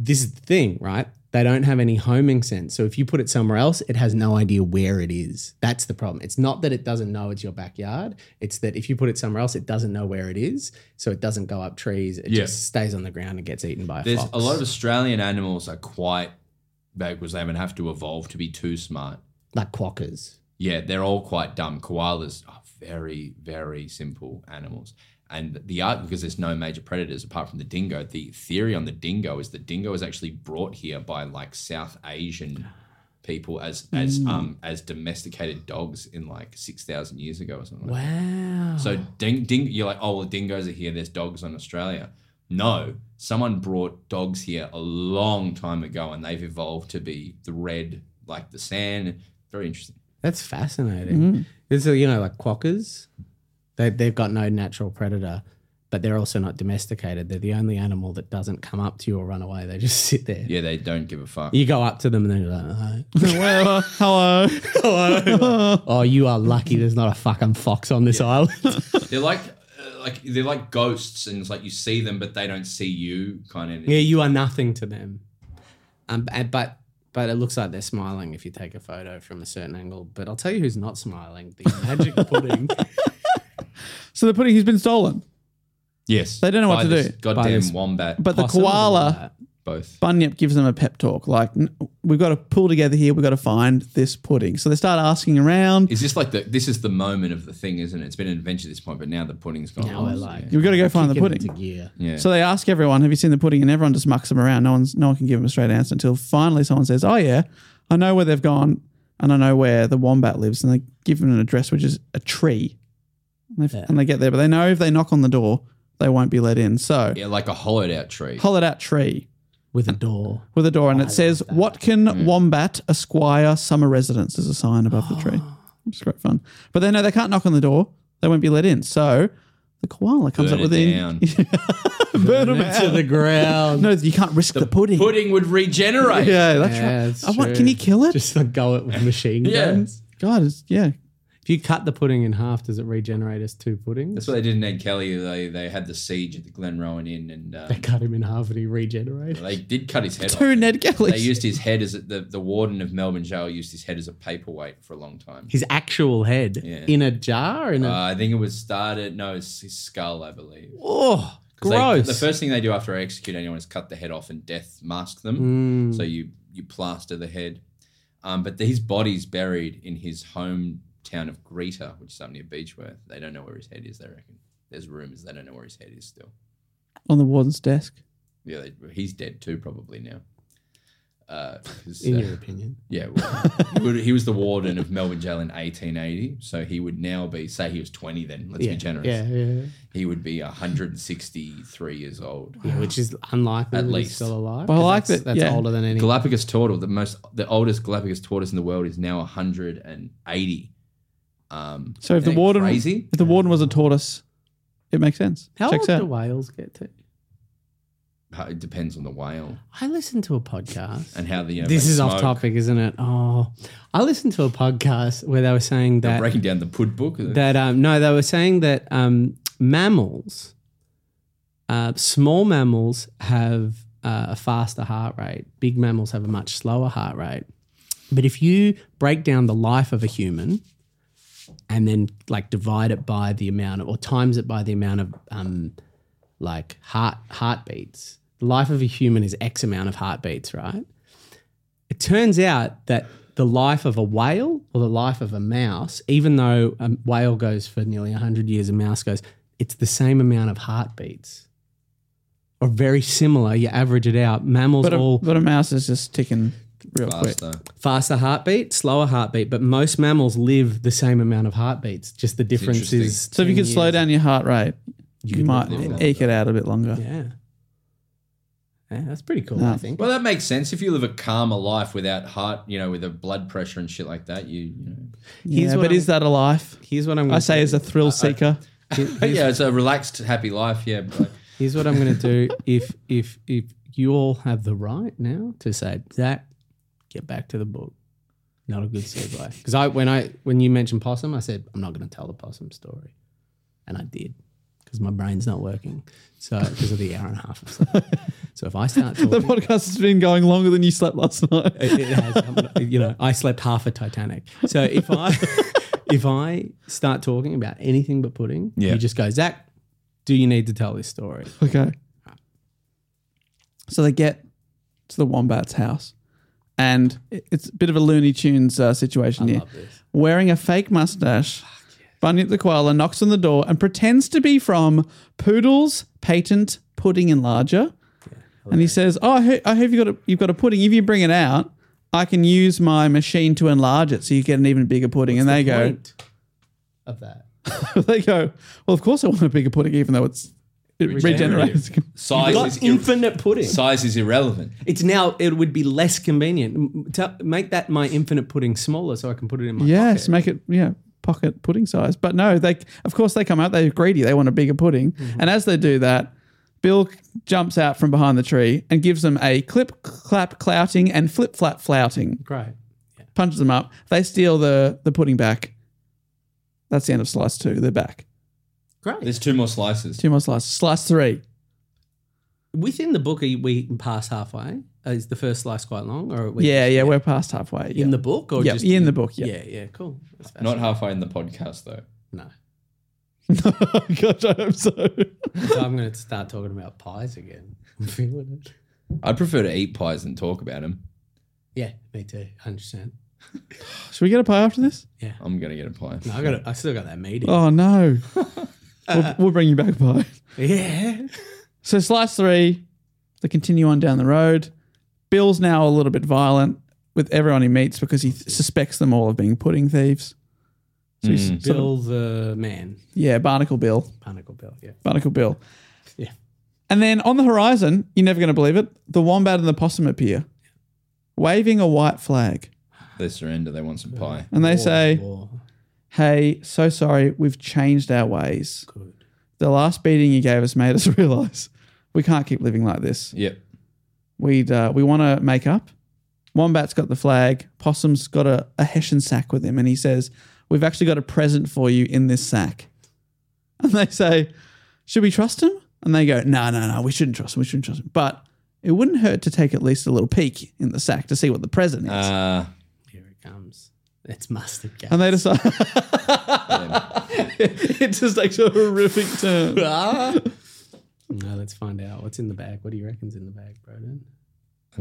Speaker 2: this is the thing, right? They don't have any homing sense. So if you put it somewhere else, it has no idea where it is. That's the problem. It's not that it doesn't know it's your backyard. It's that if you put it somewhere else, it doesn't know where it is. So it doesn't go up trees. It
Speaker 3: Yeah.
Speaker 2: just stays on the ground and gets eaten by a
Speaker 3: There's
Speaker 2: fox.
Speaker 3: a lot of Australian animals are quite backwards. They would have to evolve to be too smart.
Speaker 2: like quackers.
Speaker 3: Yeah, they're all quite dumb. Koalas are very, very simple animals. And the art, because there's no major predators apart from the dingo, the theory on the dingo is the dingo is actually brought here by like South Asian people as as um as domesticated dogs in like six thousand years ago or something. Like
Speaker 2: Wow.
Speaker 3: that. So ding ding you're like, oh well dingoes are here, there's dogs on Australia. No, someone brought dogs here a long time ago and they've evolved to be the red, like the sand. Very interesting.
Speaker 2: That's fascinating.
Speaker 3: Mm-hmm.
Speaker 2: This is, you know, like quackers. They, they've got no natural predator, but they're also not domesticated. They're the only animal that doesn't come up to you or run away. They just sit there.
Speaker 3: Yeah, they don't give a fuck.
Speaker 2: You go up to them and they're like, "Hi."
Speaker 1: well, uh, hello.
Speaker 2: Oh, you are lucky there's not a fucking fox on this island.
Speaker 3: They're like uh, like they're like ghosts, and it's like you see them, but they don't see you, kind of.
Speaker 2: yeah, you are nothing to them. Um, b- and- but but it looks like they're smiling if you take a photo from a certain angle. But I'll tell you who's not smiling: the magic pudding.
Speaker 1: So the pudding has been stolen,
Speaker 3: Yes,
Speaker 1: They don't know what
Speaker 3: By
Speaker 1: to
Speaker 3: this
Speaker 1: do.
Speaker 3: Goddamn
Speaker 2: By this-
Speaker 3: wombat,
Speaker 1: but the
Speaker 2: Possum or
Speaker 1: koala
Speaker 3: both.
Speaker 1: Bunyip gives them a pep talk like, "N- "We've got to pull together here. We've got to find this pudding." So they start asking around.
Speaker 3: Is this like the? This is the moment of the thing, isn't it? It's been an adventure at this point, but now the pudding's gone.
Speaker 2: Now we're Oh, like
Speaker 1: We've got to go find the
Speaker 2: kicking
Speaker 1: pudding.
Speaker 2: into gear.
Speaker 3: yeah.
Speaker 1: So they ask everyone, "Have you seen the pudding?" And everyone just mucks them around. No one's, no one can give them a straight answer until finally someone says, "Oh yeah, I know where they've gone, and I know where the wombat lives." And they give them an address, which is a tree, and they, and they get there. But they know if they knock on the door, they won't be let in. So
Speaker 3: yeah, like a hollowed out tree.
Speaker 1: hollowed out tree
Speaker 2: with a door.
Speaker 1: with a door, and it says Watkin Wombat Esquire Summer Residence as a sign above the tree. It's great fun. But they know they can't knock on the door; they won't be let in. So the koala comes
Speaker 3: Burn
Speaker 1: up with
Speaker 3: it
Speaker 1: the
Speaker 3: down.
Speaker 1: burn them
Speaker 2: To the
Speaker 1: out.
Speaker 2: ground.
Speaker 1: No, you can't risk the, pudding.
Speaker 3: Pudding would regenerate.
Speaker 1: Yeah, that's
Speaker 2: Yeah,
Speaker 1: right.
Speaker 2: it's
Speaker 1: I want,
Speaker 2: true.
Speaker 1: can you kill it?
Speaker 2: Just like go it with machine
Speaker 3: Yeah.
Speaker 2: guns.
Speaker 1: God, it's, yeah.
Speaker 2: If you cut the pudding in half, does it regenerate us two puddings?
Speaker 3: That's why they didn't Ed Kelly. They they had the siege at the Glen Rowan Inn, and uh,
Speaker 2: They cut him in half and he regenerated.
Speaker 3: they did cut his head.
Speaker 1: Two
Speaker 3: off.
Speaker 1: Ned Kellys.
Speaker 3: They used his head as a, the the warden of Melbourne Jail used his head as a paperweight for a long time.
Speaker 2: His actual head
Speaker 3: Yeah.
Speaker 2: in a jar in a
Speaker 3: Uh, I think it was started. No, it's his skull, I believe.
Speaker 2: oh
Speaker 3: 'Cause they-
Speaker 2: gross.
Speaker 3: the first thing they do after they execute anyone is cut the head off and death mask them.
Speaker 2: Mm.
Speaker 3: So you you plaster the head. Um, but his body's buried in his hometown of Greta, which is up near Beechworth. They don't know where his head is. They reckon there's rumors they don't know where his head is still.
Speaker 1: On the warden's desk.
Speaker 3: Yeah, they, he's dead too, probably now. Uh, 'cause,
Speaker 2: in
Speaker 3: uh,
Speaker 2: your opinion.
Speaker 3: yeah, well, he would- he was the warden of Melbourne Jail in 1880, so he would now be say he was 20 then. Let's
Speaker 2: Yeah,
Speaker 3: be generous.
Speaker 2: Yeah, yeah,
Speaker 3: He would be 163 years old.
Speaker 2: yeah. Which is unlikely.
Speaker 3: At
Speaker 2: At least
Speaker 3: least.
Speaker 2: still alive.
Speaker 1: But I
Speaker 2: 'cause
Speaker 1: like
Speaker 2: that's,
Speaker 1: that-
Speaker 2: That's
Speaker 1: yeah.
Speaker 2: older than any.
Speaker 3: Galapagos turtle, the most, the oldest Galapagos tortoise in the world, is now 180. Um,
Speaker 1: So if the
Speaker 3: ain't
Speaker 1: warden,
Speaker 3: crazy,
Speaker 1: if the warden was a tortoise, it makes sense.
Speaker 2: How
Speaker 1: Checks
Speaker 2: old
Speaker 1: out.
Speaker 2: do whales get to?
Speaker 3: Uh, it depends on the whale
Speaker 2: I listened to a podcast.
Speaker 3: and how the you know,
Speaker 2: this
Speaker 3: they
Speaker 2: is off
Speaker 3: smoke.
Speaker 2: topic, isn't it? Oh, I listened to a podcast where they were saying
Speaker 3: They're
Speaker 2: that
Speaker 3: breaking down the pud book.
Speaker 2: that um, no, they were saying that um, mammals, uh, small mammals have uh, a faster heart rate. Big mammals have a much slower heart rate. But if you break down the life of a human and then like divide it by the amount of, or times it by the amount of um, like heart heartbeats, the life of a human is X amount of heartbeats, right? It turns out that the life of a whale or the life of a mouse, even though a whale goes for nearly 100 years, a mouse goes, it's the same amount of heartbeats or very similar. You average it out. Mammals
Speaker 1: But a,
Speaker 2: all
Speaker 1: but a mouse is just ticking real quick.
Speaker 3: faster.
Speaker 2: faster heartbeat, slower heartbeat, but most mammals live the same amount of heartbeats. Just the difference
Speaker 3: interesting.
Speaker 2: is.
Speaker 1: So if you
Speaker 2: 10
Speaker 1: could slow
Speaker 2: years.
Speaker 1: down your heart rate, you,
Speaker 2: could
Speaker 1: might
Speaker 3: live longer.
Speaker 1: eke it out a bit longer.
Speaker 2: Yeah. Yeah, that's pretty cool, I think.
Speaker 3: Well, that makes sense. If you live a calmer life without heart, you know, with a blood pressure and shit like that, you, you know.
Speaker 1: Yeah,
Speaker 2: Here's what
Speaker 1: but is that a life?
Speaker 2: Here's what I'm going
Speaker 1: I say as a
Speaker 3: Uh,
Speaker 1: thrill seeker.
Speaker 3: yeah, it's a relaxed, happy life. Yeah. But
Speaker 2: Here's what I'm going to do. If if if you all have the right now to say that, get back to the book. Not a good segue. Because I when I when you mentioned possum, I said I'm not going to tell the possum story, and I did because my brain's not working. So because of the hour and a half. Of sleep. so if I start
Speaker 1: the
Speaker 2: talking,
Speaker 1: podcast has been going longer than you slept last night.
Speaker 2: it has, I'm not- you know, I slept half a Titanic. So if I if I start talking about anything but pudding,
Speaker 3: Yeah.
Speaker 2: you just go Zach. Do you need to tell this story?
Speaker 1: Okay. So they get to the wombat's house, and it- it's a bit of a Looney Tunes uh, situation here. Wearing a fake mustache, Bunyip the koala knocks on the door and pretends to be from Poodle's Patent Pudding Enlarger, and he says, "Oh, I hope, I hope you got a, you've got a pudding. If you bring it out." I can use my machine to enlarge it so you get an even bigger pudding. and they go,
Speaker 2: Point of that.
Speaker 1: they go, well, of course I want a bigger pudding, even though it's, it regenerates.
Speaker 3: size, is
Speaker 2: got
Speaker 3: ir-
Speaker 2: infinite pudding.
Speaker 3: size is irrelevant.
Speaker 2: It's now. It would be less convenient. M- tell- make that my infinite pudding smaller, so I can put it in my
Speaker 1: Yes,
Speaker 2: pocket.
Speaker 1: make it yeah pocket pudding size. But no, they of course they come out. They're greedy. They want a bigger pudding.
Speaker 2: Mm-hmm.
Speaker 1: And as they do that, Bill jumps out from behind the tree and gives them a clip clap clouting and flip flap flouting.
Speaker 2: Great.
Speaker 1: Punches them up. They steal the the pudding back. That's the end of slice two. They're back.
Speaker 2: Great.
Speaker 3: There's two more slices.
Speaker 1: Two more slices. Slice three.
Speaker 2: Within the book, are you- we pass halfway. Uh, Is the first slice quite long, or are we
Speaker 1: Yeah, yeah, we're past halfway. Yeah.
Speaker 2: in the book, or
Speaker 1: Yeah,
Speaker 2: just
Speaker 1: in the book, yeah.
Speaker 2: yeah, yeah, cool. That's
Speaker 3: Not halfway in the podcast, though.
Speaker 2: no.
Speaker 1: Oh, Gosh, I hope so.
Speaker 2: So I'm going to start talking about pies again. I'm feeling it.
Speaker 3: I'd prefer to eat pies than talk about them.
Speaker 2: Yeah, me too. Hundred percent.
Speaker 1: Should we get a pie after this?
Speaker 3: I'm going to get a pie.
Speaker 2: No, I got. I still got that meeting.
Speaker 1: Oh no. we'll, we'll bring you back a pie.
Speaker 2: Yeah.
Speaker 1: So slice three, they continue on down the road. Bill's now a little bit violent with everyone he meets because he th- suspects them all of being pudding thieves. So he's sort of-
Speaker 2: Bill the man,
Speaker 1: yeah, Barnacle Bill,
Speaker 2: Barnacle Bill. Yeah.
Speaker 1: Barnacle Bill.
Speaker 2: Yeah.
Speaker 1: And then on the horizon, you're never going to believe it, the wombat and the possum appear, waving a white flag,
Speaker 3: They surrender. They want some pie.
Speaker 1: and
Speaker 2: Oh.
Speaker 1: they say,
Speaker 2: War.
Speaker 1: "Hey, so sorry, we've changed our ways.
Speaker 2: Good.
Speaker 1: The last beating you gave us made us realize we can't keep living like this."
Speaker 3: Yep.
Speaker 1: we'd uh, we want to make up. Wombat's got the flag. Possum's got a, a Hessian sack with him, and he says, "We've actually got a present for you in this sack." And they say, "Should we trust him?" And they go, "No, no, no. We shouldn't trust him. We shouldn't trust him." But it wouldn't hurt to take at least a little peek in the sack to see what the present is.
Speaker 3: Uh,
Speaker 2: Here it comes. It's mustard gas.
Speaker 1: and they decide it just takes a horrific turn.
Speaker 2: no, let's find out what's in the bag. What do you reckon's in the bag, Broden?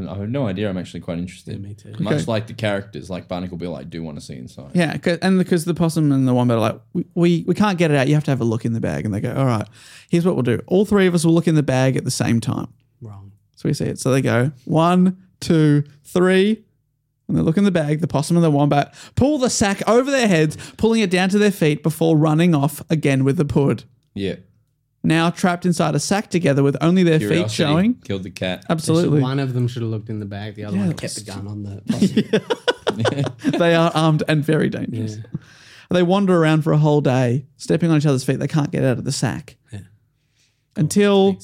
Speaker 3: I have no idea. I'm actually quite interested.
Speaker 2: me too.
Speaker 3: Much like the characters, like Barnacle Bill, I do want to see inside.
Speaker 1: Yeah, 'cause- and because the possum and the wombat are like, we, we, we can't get it out. You have to have a look in the bag. And they go, all right, here's what we'll do. All three of us will look in the bag at the same time.
Speaker 2: Wrong.
Speaker 1: So we see it. So they go, one, two, three. When they look in the bag, the possum and the wombat pull the sack over their heads, pulling it down to their feet before running off again with the pud.
Speaker 3: Yeah.
Speaker 1: Now trapped inside a sack together with only their feet
Speaker 3: Curiosity
Speaker 1: showing. Um,
Speaker 3: Killed the cat.
Speaker 1: Absolutely.
Speaker 2: One of them should have looked in the bag. The other one kept the gun on the. possum.
Speaker 1: they are armed and very dangerous. They wander around for a whole day, stepping on each other's feet. They can't get out of the sack until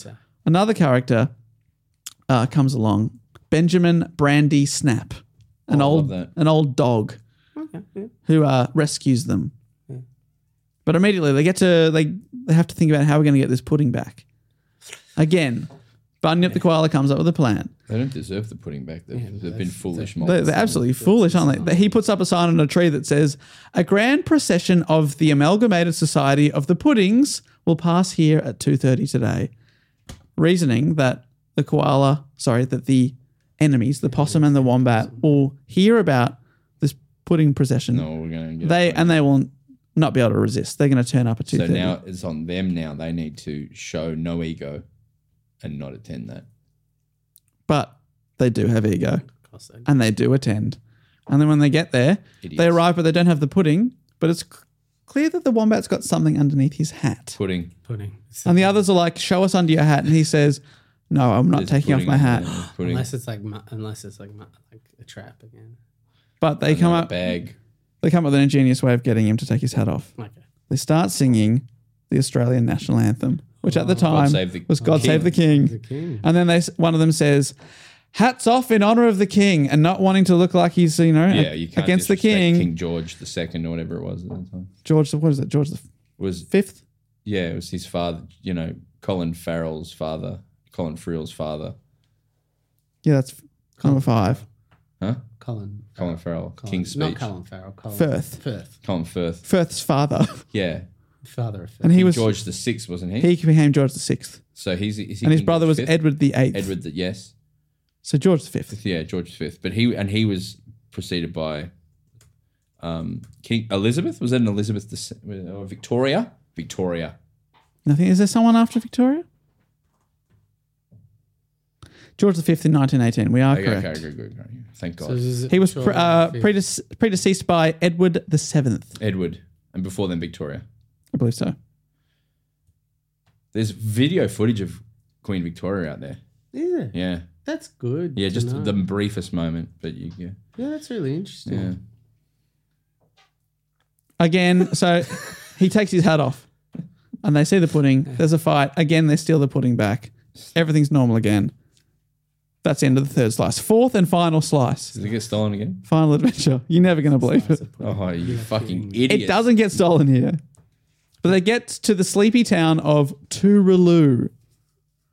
Speaker 1: another character uh, comes along, Benjamin Brandy Snap, an old
Speaker 3: that.
Speaker 1: an old dog, who uh, rescues them. But immediately they get to they they have to think about how we're going to get this pudding back. Again, Bunyip the koala comes up with a plan.
Speaker 3: They don't deserve the pudding back. They've, they've been foolish.
Speaker 1: They-
Speaker 3: monsters.
Speaker 1: They're, absolutely foolish, aren't they? He puts up a sign on a tree that says, "A grand procession of the Amalgamated Society of the Puddings will pass here at two thirty today." Reasoning that the koala, sorry, that the enemies, the possum and the wombat, will hear about this pudding procession.
Speaker 3: No, we're going to get
Speaker 1: they
Speaker 3: it.
Speaker 1: and they will not be able to resist. They're going to turn up at two
Speaker 3: So
Speaker 1: thirty.
Speaker 3: now it's on them now. They need to show no ego and not attend that.
Speaker 1: but they do have ego, and they do attend. And then when they get there, they
Speaker 3: Idiots.
Speaker 1: arrive, but they don't have the pudding. But it's c- clear that the wombat's got something underneath his hat,
Speaker 3: Pudding.
Speaker 2: Pudding.
Speaker 1: and the others are like, "Show us under your hat," and he says, "No, I'm not
Speaker 3: There's
Speaker 1: taking off
Speaker 3: pudding
Speaker 1: my
Speaker 3: in
Speaker 1: hat."
Speaker 3: there. Pudding.
Speaker 2: Unless it's like mu- unless it's like mu- like a trap again.
Speaker 1: But they come
Speaker 3: Another
Speaker 1: up,
Speaker 3: Bag.
Speaker 1: they come up with an ingenious way of getting him to take his hat off.
Speaker 2: Okay.
Speaker 1: They start singing the Australian national anthem, which at the time
Speaker 3: Oh, Save the
Speaker 1: was "God
Speaker 3: King."
Speaker 1: Save the King."
Speaker 2: King.
Speaker 1: And then they, s- one of them says, "Hats off in honor of the king," and not wanting to look like he's, you know,
Speaker 3: Yeah, you can't
Speaker 1: against the
Speaker 3: disrespect
Speaker 1: king.
Speaker 3: King George the second or whatever it was at the time.
Speaker 1: George, the- what is it? George the
Speaker 3: Was
Speaker 1: fifth?
Speaker 3: yeah, it was his father. You know, Colin Farrell's father, Colin Farrell's father,
Speaker 1: Yeah, that's number five.
Speaker 3: huh?
Speaker 2: Colin.
Speaker 3: Colin Farrell,
Speaker 2: Colin.
Speaker 3: King's
Speaker 2: Not
Speaker 3: Speech, Colin.
Speaker 2: Colin Farrell. Colin
Speaker 1: Firth.
Speaker 2: Firth.
Speaker 3: Firth.
Speaker 1: Firth's father,
Speaker 3: Yeah,
Speaker 2: Father of Firth.
Speaker 1: and he was
Speaker 3: George the sixth, wasn't he?
Speaker 1: he became George the sixth,
Speaker 3: so he's is he
Speaker 1: and his
Speaker 3: King
Speaker 1: brother was
Speaker 3: George fifth?
Speaker 1: Edward the eighth.
Speaker 3: Edward, the, yes,
Speaker 1: So George the fifth.
Speaker 3: yeah, George fifth. But he and he was preceded by um, King Elizabeth. Was that an Elizabeth the, se- or Victoria? Victoria.
Speaker 1: Nothing. Is there someone after Victoria? George the fifth in 1918. We are
Speaker 3: Okay, okay,
Speaker 1: correct.
Speaker 3: okay, good, good, good. Thank God.
Speaker 2: So this is
Speaker 1: He was
Speaker 2: George
Speaker 1: pre- uh,
Speaker 2: Firth.
Speaker 1: predece- predeceased by Edward the seventh.
Speaker 3: Edward, and before then Victoria.
Speaker 1: I believe so.
Speaker 3: There's video footage of Queen Victoria out there.
Speaker 2: Is it?
Speaker 3: Yeah.
Speaker 2: That's good.
Speaker 3: Yeah,
Speaker 2: to
Speaker 3: just
Speaker 2: know.
Speaker 3: the briefest moment, but you yeah.
Speaker 2: Yeah, that's really interesting.
Speaker 3: Yeah.
Speaker 1: Again, so he takes his hat off, and they see the pudding. There's a fight again. They steal the pudding back. Everything's normal again. That's the end of the third slice. Fourth and final slice.
Speaker 3: Does it get stolen again?
Speaker 1: Final adventure. You're never going to believe it.
Speaker 3: Oh, you fucking idiot.
Speaker 1: It doesn't get stolen here. But they get to the sleepy town of Tooraloo,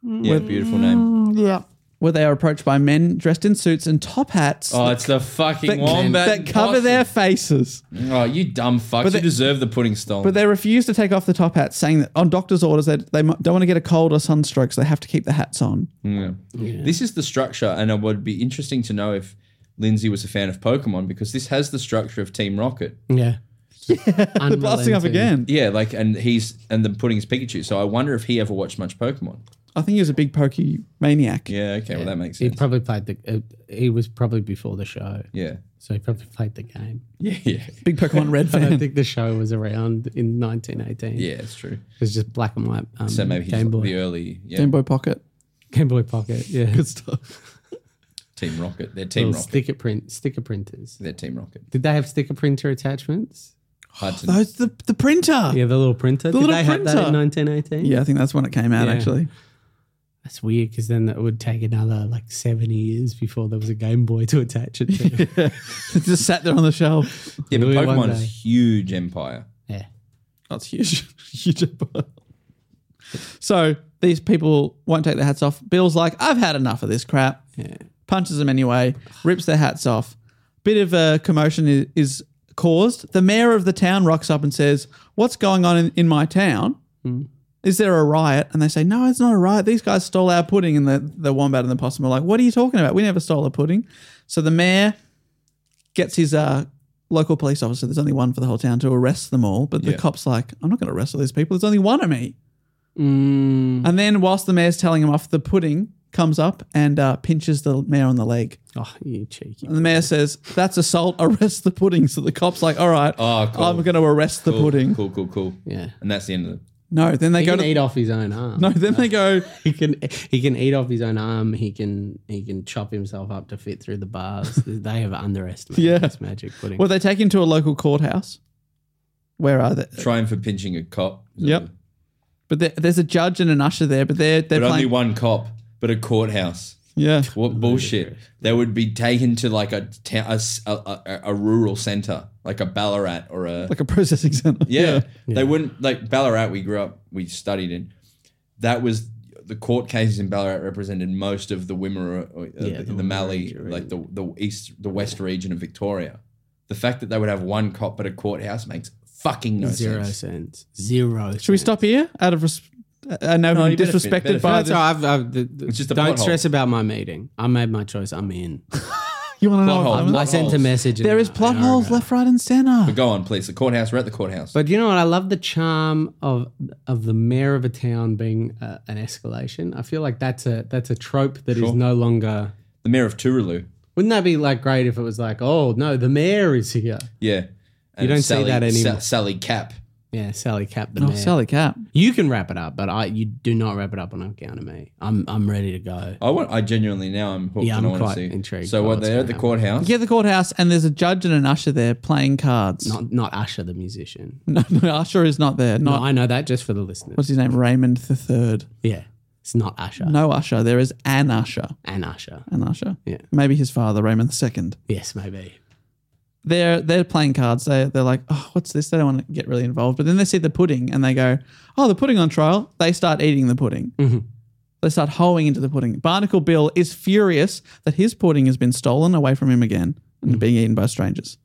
Speaker 3: Yeah, beautiful
Speaker 1: Mm,
Speaker 3: name.
Speaker 1: where they are approached by men dressed in suits and top hats
Speaker 3: Oh, it's the fucking
Speaker 1: that,
Speaker 3: wombat.
Speaker 1: that
Speaker 3: and
Speaker 1: cover
Speaker 3: possum.
Speaker 1: their faces.
Speaker 3: Oh, you dumb fucks.
Speaker 1: they-
Speaker 3: you deserve the pudding stolen.
Speaker 1: But they refuse to take off the top hats, saying that on doctor's orders, they, they mu- don't want to get a cold or sunstroke, so they have to keep the hats on.
Speaker 3: Yeah. This is the structure, and it would be interesting to know if Lindsay was a fan of Pokemon because this has the structure of Team Rocket.
Speaker 2: Yeah. yeah.
Speaker 1: Blasting up again.
Speaker 3: Yeah, like, and he's, and the pudding's Pikachu. So I wonder if he ever watched much Pokemon.
Speaker 1: I think he was a big pokey maniac.
Speaker 3: Yeah, okay, well, that makes
Speaker 2: He
Speaker 3: sense.
Speaker 2: probably played the. Uh, he was probably before the show,
Speaker 3: yeah.
Speaker 2: so he probably played the game.
Speaker 3: Yeah, yeah.
Speaker 1: Big Pokemon Red
Speaker 2: I don't
Speaker 1: fan.
Speaker 2: think the show was around in 1918.
Speaker 3: Yeah, it's true.
Speaker 2: it was just black and white. Um,
Speaker 3: So maybe he's
Speaker 2: Game Boy,
Speaker 3: the early yeah,
Speaker 1: Game Boy Pocket.
Speaker 2: Game Boy Pocket. Yeah, good stuff.
Speaker 3: Team Rocket. They're Team Rocket.
Speaker 2: sticker print, sticker printers.
Speaker 3: They're Team Rocket.
Speaker 2: Did they have sticker printer attachments?
Speaker 3: Hard to
Speaker 1: Those the, the printer.
Speaker 2: Yeah, the little printer. Did
Speaker 1: little
Speaker 2: they have that in
Speaker 1: printer.
Speaker 2: 1918?
Speaker 1: Yeah, I think that's when it came out,
Speaker 2: Yeah.
Speaker 1: actually.
Speaker 2: That's weird because then it would take another like 70 years before there was a Game Boy to attach it to.
Speaker 1: It just sat there on the shelf.
Speaker 3: Yeah, but
Speaker 2: Maybe one
Speaker 3: Pokemon is
Speaker 2: day.
Speaker 3: huge empire.
Speaker 2: yeah.
Speaker 1: That's huge. huge empire. So these people won't take their hats off. Bill's like, I've had enough of this crap. Punches them anyway, rips their hats off. Bit of a commotion is, is caused. The mayor of the town rocks up and says, What's going on in, in my town? Is there a riot? And they say, No, it's not a riot. These guys stole our pudding. And the, the wombat and the possum are like, What are you talking about? We never stole a pudding. So the mayor gets his uh, local police officer, there's only one for the whole town, to arrest them all. But the
Speaker 3: Yeah.
Speaker 1: cop's like, I'm not going to
Speaker 3: Mm.
Speaker 1: arrest all these people. There's only one of me. And then, whilst the mayor's telling him off the pudding, comes up and uh, pinches the mayor on the leg.
Speaker 2: Oh, you cheeky.
Speaker 1: And the mayor says, That's assault, arrest the pudding. So the cop's like, All right,
Speaker 3: Oh, cool.
Speaker 1: I'm going to arrest the
Speaker 3: Cool,
Speaker 1: pudding.
Speaker 3: Cool, cool, cool.
Speaker 2: Yeah.
Speaker 3: And that's the end of it.
Speaker 1: No, then they
Speaker 2: He
Speaker 1: go
Speaker 2: can
Speaker 1: to.
Speaker 2: eat off his own arm.
Speaker 1: No, then they go.
Speaker 2: He can he can eat off his own arm. He can he can chop himself up to fit through the bars. they have underestimated
Speaker 1: Yeah.
Speaker 2: this magic pudding.
Speaker 1: Well, they take him to a local courthouse. Where are they?
Speaker 3: Trying for pinching a cop. Is that
Speaker 1: Yep.
Speaker 3: the-
Speaker 1: But there, there's a judge and an usher there, but they're they're
Speaker 3: But
Speaker 1: playing.
Speaker 3: only one cop, but a courthouse.
Speaker 1: Yeah,
Speaker 3: What bullshit? They would be taken to like a town, a, s- a- a- a rural center, like a Ballarat or a
Speaker 1: like a processing center.
Speaker 3: yeah. They wouldn't like Ballarat. We grew up, we studied in. That was the court cases in Ballarat represented most of the Wimmera, uh, the, the, Mallee, like the the east, the west region of Victoria. The fact that they would have one cop but a courthouse makes fucking no
Speaker 2: Zero
Speaker 3: sense.
Speaker 2: cents. Zero.
Speaker 1: Should we stop here? Out of res- I know
Speaker 3: No,
Speaker 1: I'm
Speaker 3: you better fin-
Speaker 1: disrespected
Speaker 3: better
Speaker 1: by
Speaker 3: fin-
Speaker 1: this.
Speaker 2: So I've, I've, the,
Speaker 3: It's just a
Speaker 2: don't
Speaker 3: plot hole.
Speaker 2: stress about my meeting. I made my choice. I'm in.
Speaker 1: You want to
Speaker 3: Plot
Speaker 1: know?
Speaker 3: hole,
Speaker 1: I'm-
Speaker 2: I
Speaker 3: plot
Speaker 2: sent a
Speaker 3: holes.
Speaker 2: message.
Speaker 1: there is plot holes left, right, and center.
Speaker 3: But go on, please. The courthouse. We're at the courthouse.
Speaker 2: But you know what? I love the charm of of the mayor of a town being uh, an escalation. I feel like that's a that's a trope that is no longer.
Speaker 3: the mayor of Tooraloo.
Speaker 2: Wouldn't that be like great if it was like, oh no, the mayor is here.
Speaker 3: Yeah. And
Speaker 2: don't see
Speaker 3: Sally,
Speaker 2: that anymore.
Speaker 3: Sa- Sally Cap.
Speaker 2: Yeah, Sally Cap the
Speaker 1: No,
Speaker 2: mayor.
Speaker 1: Oh, Sally Cap.
Speaker 2: You can wrap it up, but I you do not wrap it up on account of me. I'm I'm ready to go.
Speaker 3: I want. I genuinely now I'm hooked.
Speaker 2: Yeah,
Speaker 3: and
Speaker 2: I'm
Speaker 3: I want
Speaker 2: quite
Speaker 3: to see.
Speaker 2: intrigued
Speaker 3: So
Speaker 2: by
Speaker 3: what?
Speaker 2: what's gonna
Speaker 3: They're at the
Speaker 2: happen.
Speaker 3: courthouse.
Speaker 1: You get the courthouse, and there's a judge and an usher there playing cards.
Speaker 2: Not not Usher the musician.
Speaker 1: No, no usher is not there.
Speaker 2: No,
Speaker 1: Not
Speaker 2: I know that just for the listeners.
Speaker 1: what's his name? Raymond the Third.
Speaker 2: yeah, it's not Usher
Speaker 1: No usher. There is an usher.
Speaker 2: and Usher.
Speaker 1: An usher.
Speaker 2: Yeah.
Speaker 1: Maybe his father, Raymond the Second.
Speaker 2: Yes, maybe.
Speaker 1: they're they're playing cards. They they're like, oh, what's this? They don't want to get really involved. But then they see the pudding and they go, oh, the pudding on trial. They start eating the pudding. They start hoeing into the pudding. Barnacle Bill is furious that his pudding has been stolen away from him again and being eaten by strangers.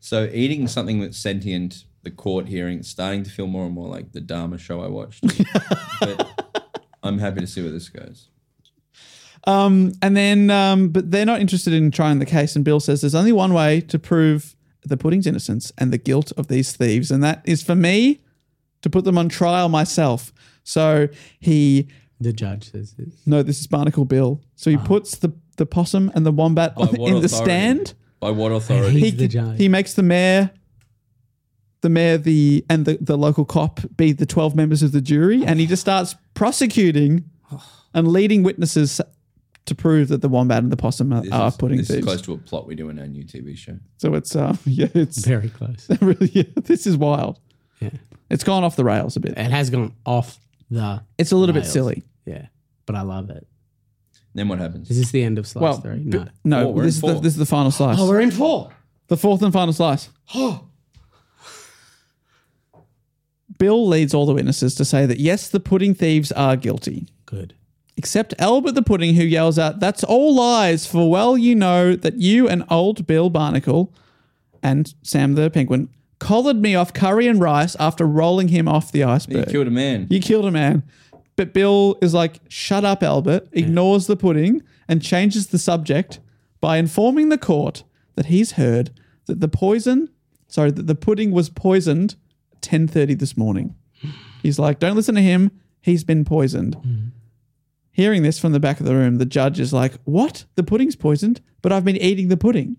Speaker 3: So eating something that's sentient. The court hearing. It's starting to feel more and more like the Dharma show I watched. but I'm happy to see where this goes.
Speaker 1: Um, and then, um, but they're not interested in trying the case. And Bill says there's only one way to prove the pudding's innocence and the guilt of these thieves, and that is for me to put them on trial myself. So he
Speaker 2: The judge says this.
Speaker 1: No, this is Barnacle Bill. So he puts the, the possum and the wombat
Speaker 3: Ah. By
Speaker 1: on the,
Speaker 3: what
Speaker 1: in the
Speaker 3: authority?
Speaker 1: stand.
Speaker 3: By what authority?
Speaker 1: He,
Speaker 2: the judge.
Speaker 1: he makes the mayor, the mayor, the and the, the local cop be the twelve members of the jury, and he just starts prosecuting and leading witnesses to prove that the wombat and the possum are,
Speaker 3: This
Speaker 1: are
Speaker 3: is-
Speaker 1: pudding
Speaker 3: this is
Speaker 1: thieves.
Speaker 3: close to a plot we do in our new TV show.
Speaker 1: So it's uh, yeah, it's
Speaker 2: Very close.
Speaker 1: really yeah, this is wild.
Speaker 2: Yeah.
Speaker 1: It's gone off the rails a bit.
Speaker 2: It has gone off the.
Speaker 1: It's a little bit
Speaker 2: rails.
Speaker 1: silly.
Speaker 2: Yeah, but I love it.
Speaker 3: Then what happens?
Speaker 2: Is this the end of slice
Speaker 1: Well,
Speaker 2: three?
Speaker 1: b-
Speaker 2: No.
Speaker 1: no,
Speaker 3: Oh, we're in
Speaker 1: this is the,
Speaker 3: four.
Speaker 1: this is the final slice,
Speaker 2: Oh, we're in four.
Speaker 1: the fourth and final slice. Bill leads all the witnesses to say that yes, the pudding thieves are guilty,
Speaker 2: Good.
Speaker 1: except Albert the Pudding, who yells out, That's all lies, for well you know that you and old Bill Barnacle and Sam the Penguin collared me off curry and rice after rolling him off the
Speaker 3: He
Speaker 1: iceberg.
Speaker 3: killed a man.
Speaker 1: You killed a man. But Bill is like, shut up, Albert, ignores the pudding and changes the subject by informing the court that he's heard that the poison, sorry, that the pudding was poisoned 10.30 this morning. He's like, don't listen to him. He's been poisoned. Hearing this from the back of the room, the judge is like, what? The pudding's poisoned? But I've been eating the pudding.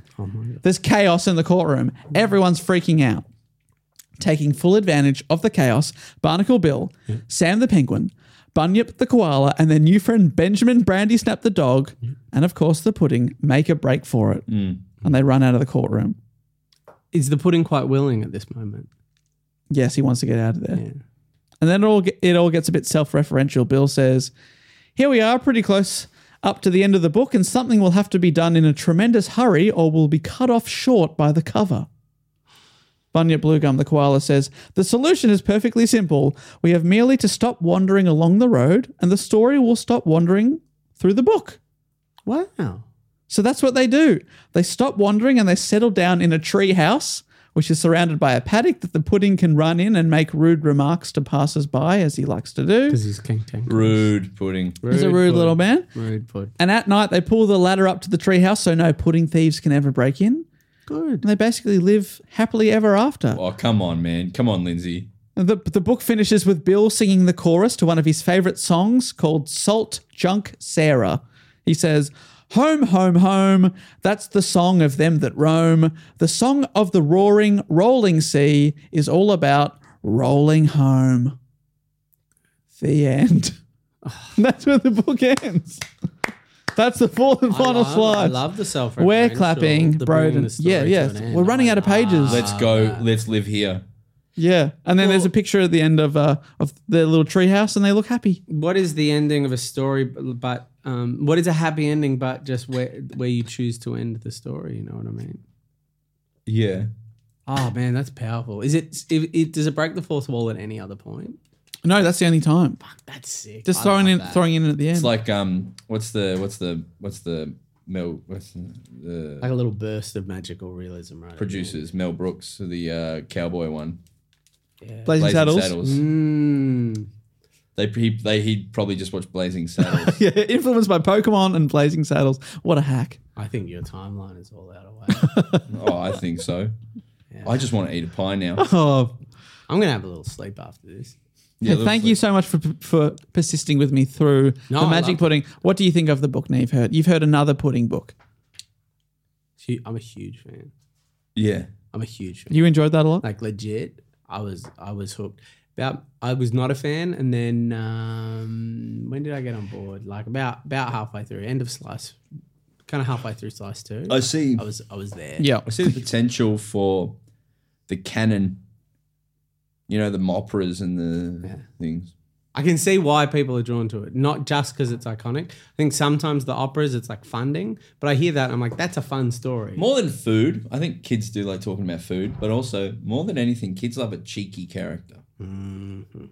Speaker 1: There's chaos in the courtroom. Everyone's freaking out taking full advantage of the chaos, Barnacle Bill, Sam the Penguin, Bunyip the Koala, and their new friend Benjamin Brandy Snap the Dog, and of course the pudding make a break for it. And they run out of the courtroom.
Speaker 2: Is the pudding quite willing at this moment?
Speaker 1: Yes, he wants to get out of there. And then it all, ge- it all gets a bit self referential. Bill says, Here we are, pretty close up to the end of the book, and something will have to be done in a tremendous hurry, or we'll be cut off short by the cover. Bunyip Bluegum the koala says, The solution is perfectly simple. We have merely to stop wandering along the road, and the story will stop wandering through the book.
Speaker 2: Wow.
Speaker 1: So that's what they do. They stop wandering and they settle down in a tree house, which is surrounded by a paddock that the pudding can run in and make rude remarks to passers by, as he likes to do.
Speaker 2: Because he's king tank.
Speaker 3: Rude pudding.
Speaker 1: He's a rude little man.
Speaker 2: Rude pud.
Speaker 1: And at night, they pull the ladder up to the tree house so no pudding thieves can ever break in.
Speaker 2: Good.
Speaker 1: And they basically live happily ever after.
Speaker 3: Oh come on, man. Come on, Lindsay.
Speaker 1: The, the book finishes with Bill singing the chorus to one of his favorite songs called Salt Junk Sarah. He says, Home, home, home, that's the song of them that roam. The song of the roaring, rolling sea is all about rolling home. The end.
Speaker 2: Oh.
Speaker 1: That's where the book ends. That's the fourth and final slide.
Speaker 2: I love the self.
Speaker 1: We're clapping, Broden. Yeah, yeah. We're running out of pages.
Speaker 3: Let's go.
Speaker 1: Ah.
Speaker 3: Let's live here.
Speaker 1: Yeah, and then there's a picture at the end of uh, of their little treehouse, and they look happy.
Speaker 2: What is the ending of a story? But um, what is a happy ending? But just where where you choose to end the story. You know what I mean?
Speaker 3: Yeah.
Speaker 2: Oh man, that's powerful. Is it? It, it does it break the fourth wall at any other point?
Speaker 1: No, that's the only time.
Speaker 2: That's sick.
Speaker 1: Just
Speaker 2: I
Speaker 1: throwing
Speaker 2: like
Speaker 1: in
Speaker 2: that.
Speaker 1: throwing in at the end.
Speaker 3: It's like um, what's the what's the what's the Mel what's the, the
Speaker 2: like a little burst of magical realism, right?
Speaker 3: producers Mel Brooks the uh, cowboy one.
Speaker 1: Blazing,
Speaker 3: Blazing
Speaker 1: Saddles.
Speaker 3: Saddles.
Speaker 2: Mm.
Speaker 3: They he, they he probably just watched Blazing Saddles.
Speaker 1: Yeah, influenced by Pokemon and Blazing Saddles. What a hack!
Speaker 2: I think your timeline is all out of whack.
Speaker 3: oh, I think so. I just want to eat a pie now.
Speaker 1: Oh,
Speaker 2: I'm gonna have a little sleep after this.
Speaker 3: Yeah,
Speaker 1: hey, thank you so much for for persisting with me through
Speaker 2: No,
Speaker 1: the
Speaker 2: I
Speaker 1: Magic
Speaker 2: love-
Speaker 1: Pudding. What do you think of the book, Neve? Heard you've heard another pudding book.
Speaker 2: Hu- I'm a huge fan.
Speaker 3: Yeah.
Speaker 2: I'm a huge fan.
Speaker 1: You enjoyed that a lot.
Speaker 2: like legit. I was I was hooked. About I was not a fan, and then um, when did I get on board? Like about about halfway through, end of slice, kind of halfway through slice two.
Speaker 3: I see.
Speaker 2: I was I was there.
Speaker 1: Yeah,
Speaker 3: I see the potential for the canon. You know the operas and the things.
Speaker 2: I can see why people are drawn to it, not just because it's iconic. I think sometimes the operas, it's like funding, but I hear that and I'm like, that's a fun story.
Speaker 3: More than food, I think kids do like talking about food, but also more than anything, kids love a cheeky character.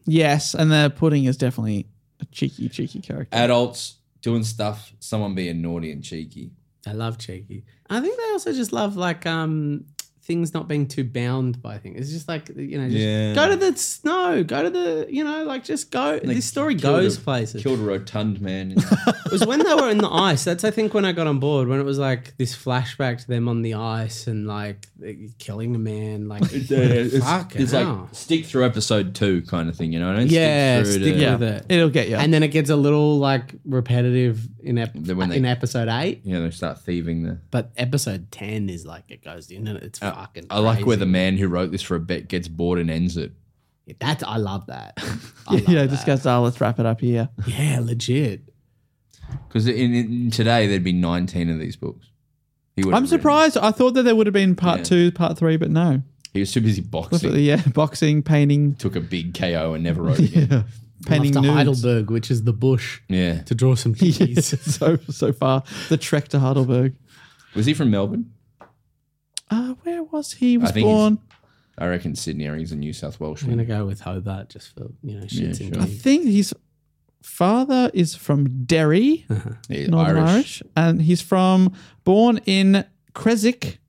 Speaker 1: yes, and the pudding is definitely a cheeky, cheeky character.
Speaker 3: Adults doing stuff, someone being naughty and cheeky.
Speaker 2: I love cheeky. I think they also just love like um things not being too bound by things. It's just like you know, just
Speaker 3: Yeah.
Speaker 2: go to the snow, go to the you know, like just go.
Speaker 3: Like,
Speaker 2: this story
Speaker 3: killed
Speaker 2: goes
Speaker 3: a-
Speaker 2: places.
Speaker 3: Killed a rotund man.
Speaker 2: It was when they were in the ice. That's I think when I got on board when it was like this flashback to them on the ice and like killing a man. Like
Speaker 3: it's
Speaker 2: Fuck
Speaker 3: it's
Speaker 2: hell.
Speaker 3: like stick through episode two kind of thing, you know? Don't
Speaker 2: yeah,
Speaker 3: stick
Speaker 2: stick,
Speaker 3: through to-
Speaker 1: Yeah.
Speaker 2: with it.
Speaker 1: It'll get you.
Speaker 2: and then it gets a little like repetitive in ep-
Speaker 3: Then when they-
Speaker 2: in episode eight,
Speaker 3: You know, they start thieving the.
Speaker 2: but episode ten is like it goes in and it's fucking.
Speaker 3: Uh, I like where the
Speaker 2: crazy.
Speaker 3: man who wrote this for a bet gets bored and ends it.
Speaker 2: That's I love that. I
Speaker 1: yeah,
Speaker 2: love
Speaker 1: yeah,
Speaker 2: that.
Speaker 1: just goes. Oh, let's wrap it up here.
Speaker 2: yeah, legit.
Speaker 3: Because in, in today, there'd be 19 of these books. He would've
Speaker 1: I'm
Speaker 3: written-
Speaker 1: surprised. I thought that there would have been part
Speaker 3: Yeah.
Speaker 1: two, part three, but no.
Speaker 3: He was too busy
Speaker 1: Was it-
Speaker 3: boxing.
Speaker 1: yeah, boxing, painting,
Speaker 3: Took a big KO and never wrote again.
Speaker 1: yeah, painting
Speaker 2: After
Speaker 1: nudes.
Speaker 2: Heidelberg, which is the bush,
Speaker 3: Yeah.
Speaker 2: to draw some
Speaker 1: Yes,
Speaker 2: keys.
Speaker 1: so so far the trek to Heidelberg.
Speaker 3: Was he from Melbourne?
Speaker 1: Uh, where was he? He Was
Speaker 3: think he's-
Speaker 1: born?
Speaker 3: I reckon Sydney or he's a New South
Speaker 2: I'm
Speaker 1: Mm.
Speaker 3: Welshman.
Speaker 2: gonna go with Hobart just for you know shits and
Speaker 3: sure.
Speaker 1: I
Speaker 2: gigs.
Speaker 1: think his father is from Derry,
Speaker 3: He's
Speaker 1: Northern Irish. and he's from born in Creswick,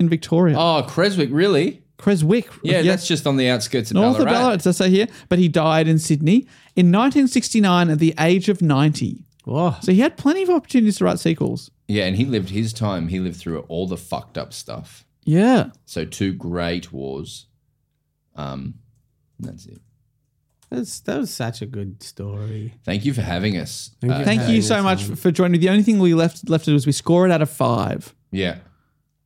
Speaker 1: in Victoria.
Speaker 3: Oh, Creswick, really?
Speaker 1: Creswick.
Speaker 3: Yeah,
Speaker 1: yes.
Speaker 3: that's just on the outskirts of
Speaker 1: North
Speaker 3: Ballarat.
Speaker 1: of Ballarat, does it say here, but he died in Sydney in 1969 at the age of 90.
Speaker 2: Whoa.
Speaker 1: So he had plenty of opportunities to write sequels.
Speaker 3: Yeah, and he lived his time. He lived through all the fucked up stuff.
Speaker 1: Yeah,
Speaker 3: So two great wars. Um, that's it.
Speaker 2: That's that was such a good story.
Speaker 3: Thank you for having us.
Speaker 2: Thank you.
Speaker 3: Uh,
Speaker 1: thank
Speaker 2: Okay.
Speaker 1: you so much for, for joining me. The only thing we left left it was we score it out of five.
Speaker 3: Yeah.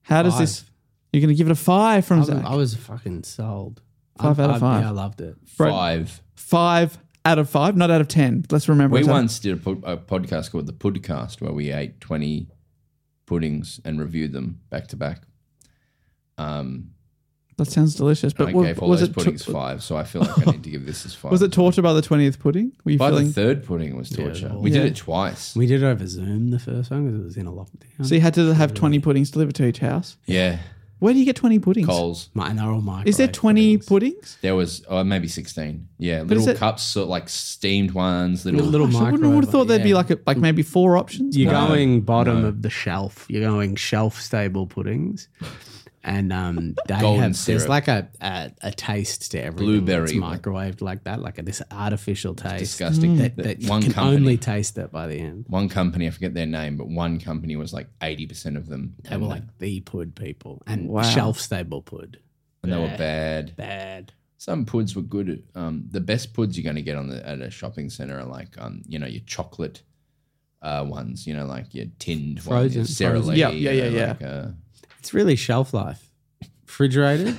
Speaker 1: How does this? You're going to give it a five from
Speaker 2: I was,
Speaker 1: Zach.
Speaker 2: I was fucking sold.
Speaker 1: Five
Speaker 2: I,
Speaker 1: out of
Speaker 2: I-
Speaker 1: five.
Speaker 2: Yeah, I loved it.
Speaker 1: Bro-
Speaker 3: Five.
Speaker 1: five out of five, not out of ten. Let's remember.
Speaker 3: We
Speaker 1: it's out-
Speaker 3: once did a, pod- a podcast called The Podcast where we ate 20 puddings and reviewed them back to back. Um,
Speaker 1: That sounds delicious. But
Speaker 3: I
Speaker 1: wa-
Speaker 3: gave all
Speaker 1: was
Speaker 3: those
Speaker 1: it ta-
Speaker 3: puddings five, so I feel like I need to give this as five.
Speaker 1: was it torture by the twentieth pudding? Were you
Speaker 3: By the
Speaker 1: feeling?
Speaker 3: third pudding, it was torture.
Speaker 2: well-
Speaker 3: we did
Speaker 1: Yeah.
Speaker 3: it twice.
Speaker 2: We did it over Zoom the first one because it was in a lockdown.
Speaker 1: so you had to have twenty puddings delivered to each house.
Speaker 3: yeah.
Speaker 1: Where do you get twenty puddings?
Speaker 3: Coles.
Speaker 2: my and they're all microwave
Speaker 1: Is there twenty
Speaker 2: puddings.
Speaker 1: puddings?
Speaker 3: There was oh, maybe 16. Yeah.
Speaker 1: is
Speaker 3: Little
Speaker 1: it-
Speaker 3: cups, so like steamed ones, little.
Speaker 2: Little
Speaker 1: Gosh, I wouldn't
Speaker 2: microwave
Speaker 1: would have thought
Speaker 2: one,
Speaker 1: there'd be
Speaker 2: yeah.
Speaker 1: like a, like maybe four options.
Speaker 2: You're
Speaker 3: No,
Speaker 2: going bottom of the shelf. You're going shelf stable puddings, and um, they
Speaker 3: Golden
Speaker 2: have there's
Speaker 3: syrup.
Speaker 2: like a, a a taste to everything.
Speaker 3: Blueberry
Speaker 2: that's microwaved like that, like a, this artificial taste.
Speaker 3: disgusting.
Speaker 2: That,
Speaker 3: That
Speaker 2: that you
Speaker 3: one
Speaker 2: can
Speaker 3: company-
Speaker 2: only taste it by the end.
Speaker 3: one company, I forget their name, but one company was like 80% of them.
Speaker 2: They were like the pud people and
Speaker 1: Wow.
Speaker 2: shelf stable pud.
Speaker 3: and they were bad.
Speaker 2: Bad.
Speaker 3: some puds were good. At, um, the best puds you're going to get on the at a shopping center are like um, you know, your chocolate uh, ones. You know, like your tinned ones,
Speaker 2: Frozen-
Speaker 3: your Sara
Speaker 2: frozen.
Speaker 3: Lee,
Speaker 1: Yeah, yeah,
Speaker 3: you
Speaker 1: yeah,
Speaker 3: know,
Speaker 1: yeah.
Speaker 3: like, uh,
Speaker 2: It's really shelf life. Refrigerated,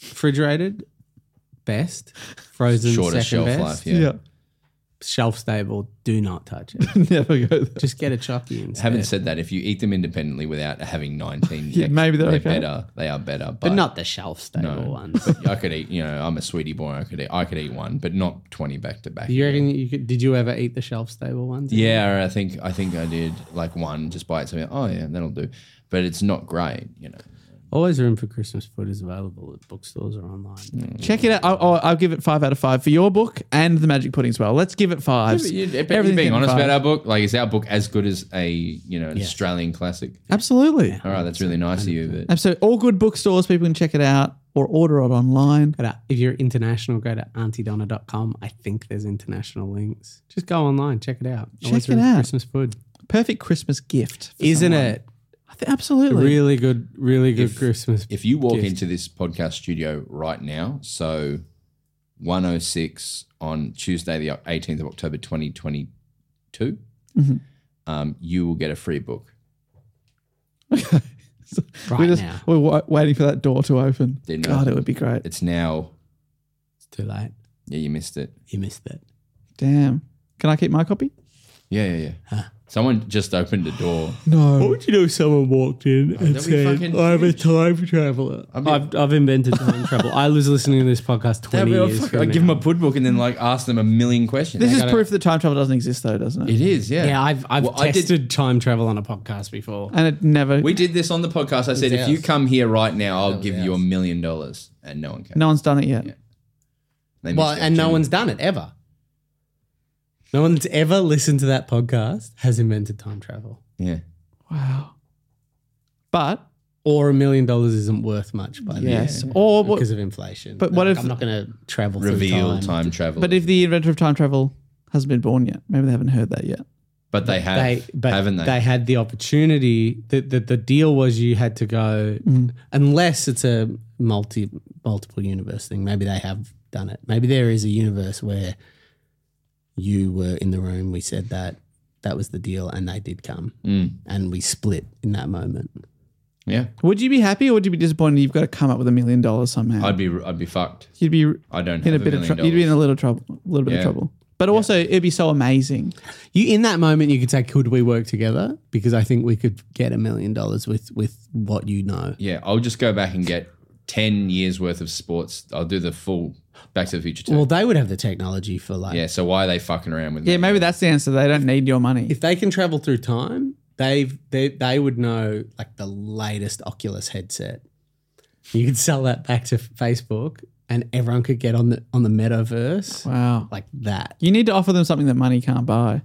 Speaker 2: refrigerated, best. Frozen,
Speaker 3: shorter
Speaker 2: second
Speaker 3: shelf
Speaker 2: best.
Speaker 3: life. Yeah.
Speaker 1: Yeah.
Speaker 2: Shelf stable. Do not touch it.
Speaker 1: Never go there.
Speaker 2: Just get a chucky instead.
Speaker 3: Having said that, if you eat them independently without having 19,
Speaker 1: Yeah, maybe they're okay.
Speaker 3: better. They are better, but,
Speaker 2: but not the shelf stable ones.
Speaker 3: I could eat, you know, I'm a sweetie boy. I could eat, I could eat one, but not 20 back to back.
Speaker 2: Do you reckon you could, did you ever eat the shelf stable ones?
Speaker 3: Yeah, I think I think I did like one just by itself. Oh yeah, that'll do. But it's not great, you know.
Speaker 2: Always room for Christmas food is available at bookstores or online.
Speaker 3: Mm.
Speaker 1: Check it out. I'll, I'll- I'll give it five out of five for your book and the magic pudding as well. Let's give it five.
Speaker 3: But you, but you're being honest about our book. Like, is our book as good as a you know an Australian classic?
Speaker 1: Absolutely.
Speaker 3: All right, that's really nice of you. But
Speaker 1: Absolutely. All good bookstores, people can check it out or order it online.
Speaker 2: Go to, if you're international, go to auntiedonna.com. I think there's international links. Just go online, check it out.
Speaker 1: Check it out.
Speaker 2: Christmas food.
Speaker 1: Perfect Christmas gift. for
Speaker 2: Isn't
Speaker 1: someone.
Speaker 2: it
Speaker 1: I thi- absolutely.
Speaker 2: really good, really good Christmas?
Speaker 3: if you walk
Speaker 2: Gift.
Speaker 3: into this podcast studio right now, so 106 on Tuesday, the 18th of October, 2022, um, you will get a free book.
Speaker 2: right
Speaker 1: we're just
Speaker 2: now.
Speaker 1: we're wa- waiting for that door to open.
Speaker 3: Didn't
Speaker 1: God,
Speaker 3: know.
Speaker 1: it would be great.
Speaker 3: It's now.
Speaker 2: It's too late.
Speaker 3: Yeah, you missed it.
Speaker 2: You missed it.
Speaker 1: Damn. Can I keep my copy?
Speaker 3: Yeah, yeah, yeah. Someone just opened a door.
Speaker 1: No.
Speaker 2: Would you know someone walked in and
Speaker 3: that'd be said, fucking "I'm
Speaker 2: a time traveler. I've, I've invented time travel. I was listening to this podcast 20 years
Speaker 3: I
Speaker 2: from
Speaker 3: give them
Speaker 2: now.
Speaker 3: a pud book and then like ask them a million questions.
Speaker 1: This is
Speaker 2: gotta-
Speaker 1: proof that time travel doesn't exist, though, doesn't it?
Speaker 3: it is, yeah.
Speaker 2: Yeah, I've, I've
Speaker 3: Well, I did-
Speaker 2: tested time travel on a podcast before.
Speaker 1: And it never.
Speaker 3: We did this on the podcast. I said, if you
Speaker 2: ours.
Speaker 3: come here right now, I'll give you a million dollars, and no one came.
Speaker 1: no one's done it yet.
Speaker 3: They missed
Speaker 2: Well,
Speaker 3: their
Speaker 2: and no
Speaker 3: opportunity.
Speaker 2: one's done it ever. No one's ever listened to that podcast has invented time travel.
Speaker 3: Yeah.
Speaker 1: Wow. But
Speaker 2: Or a million dollars isn't worth much by yeah,
Speaker 1: yes, or what,
Speaker 2: because of inflation.
Speaker 1: But what
Speaker 2: Like,
Speaker 1: if-
Speaker 2: I'm not going to travel
Speaker 3: Reveal
Speaker 2: through
Speaker 3: time,
Speaker 2: time?
Speaker 3: travel.
Speaker 1: but if the inventor of time travel hasn't been born yet, maybe they haven't heard that yet.
Speaker 3: but they have,
Speaker 2: They, but
Speaker 3: haven't they?
Speaker 2: They had the opportunity. The, the the deal was you had to go
Speaker 1: Mm.
Speaker 2: unless it's a multi multiple universe thing. Maybe they have done it. Maybe there is a universe where you were in the room. We said that that was the deal, and they did come,
Speaker 3: Mm.
Speaker 2: and we split in that moment.
Speaker 3: yeah,
Speaker 1: Would you be happy or would you be disappointed? You've got to come up with a million dollars somehow.
Speaker 3: I'd be, I'd be fucked.
Speaker 1: you'd be in
Speaker 3: I don't.
Speaker 1: a,
Speaker 3: have
Speaker 1: bit of
Speaker 3: million
Speaker 1: trouble. You'd be in a
Speaker 3: dollars.
Speaker 1: little trouble. A little bit of
Speaker 3: Yeah.
Speaker 1: trouble. But also, it'd be so amazing.
Speaker 2: You in that moment, you could say, "Could we work together?" Because I think we could get a million dollars with with what you know.
Speaker 3: yeah, I'll just go back and get ten years worth of sports. I'll do the full Back to the Future. Too.
Speaker 2: Well, they would have the technology for like
Speaker 3: yeah. So why are they fucking around with?
Speaker 1: Yeah,
Speaker 3: me?
Speaker 1: maybe that's the answer. They don't need your money.
Speaker 2: if they can travel through time, they've they they would know like the latest Oculus headset. You could sell that back to Facebook, and everyone could get on the on the metaverse
Speaker 1: wow.
Speaker 2: like that.
Speaker 1: You need to offer them something that money can't buy.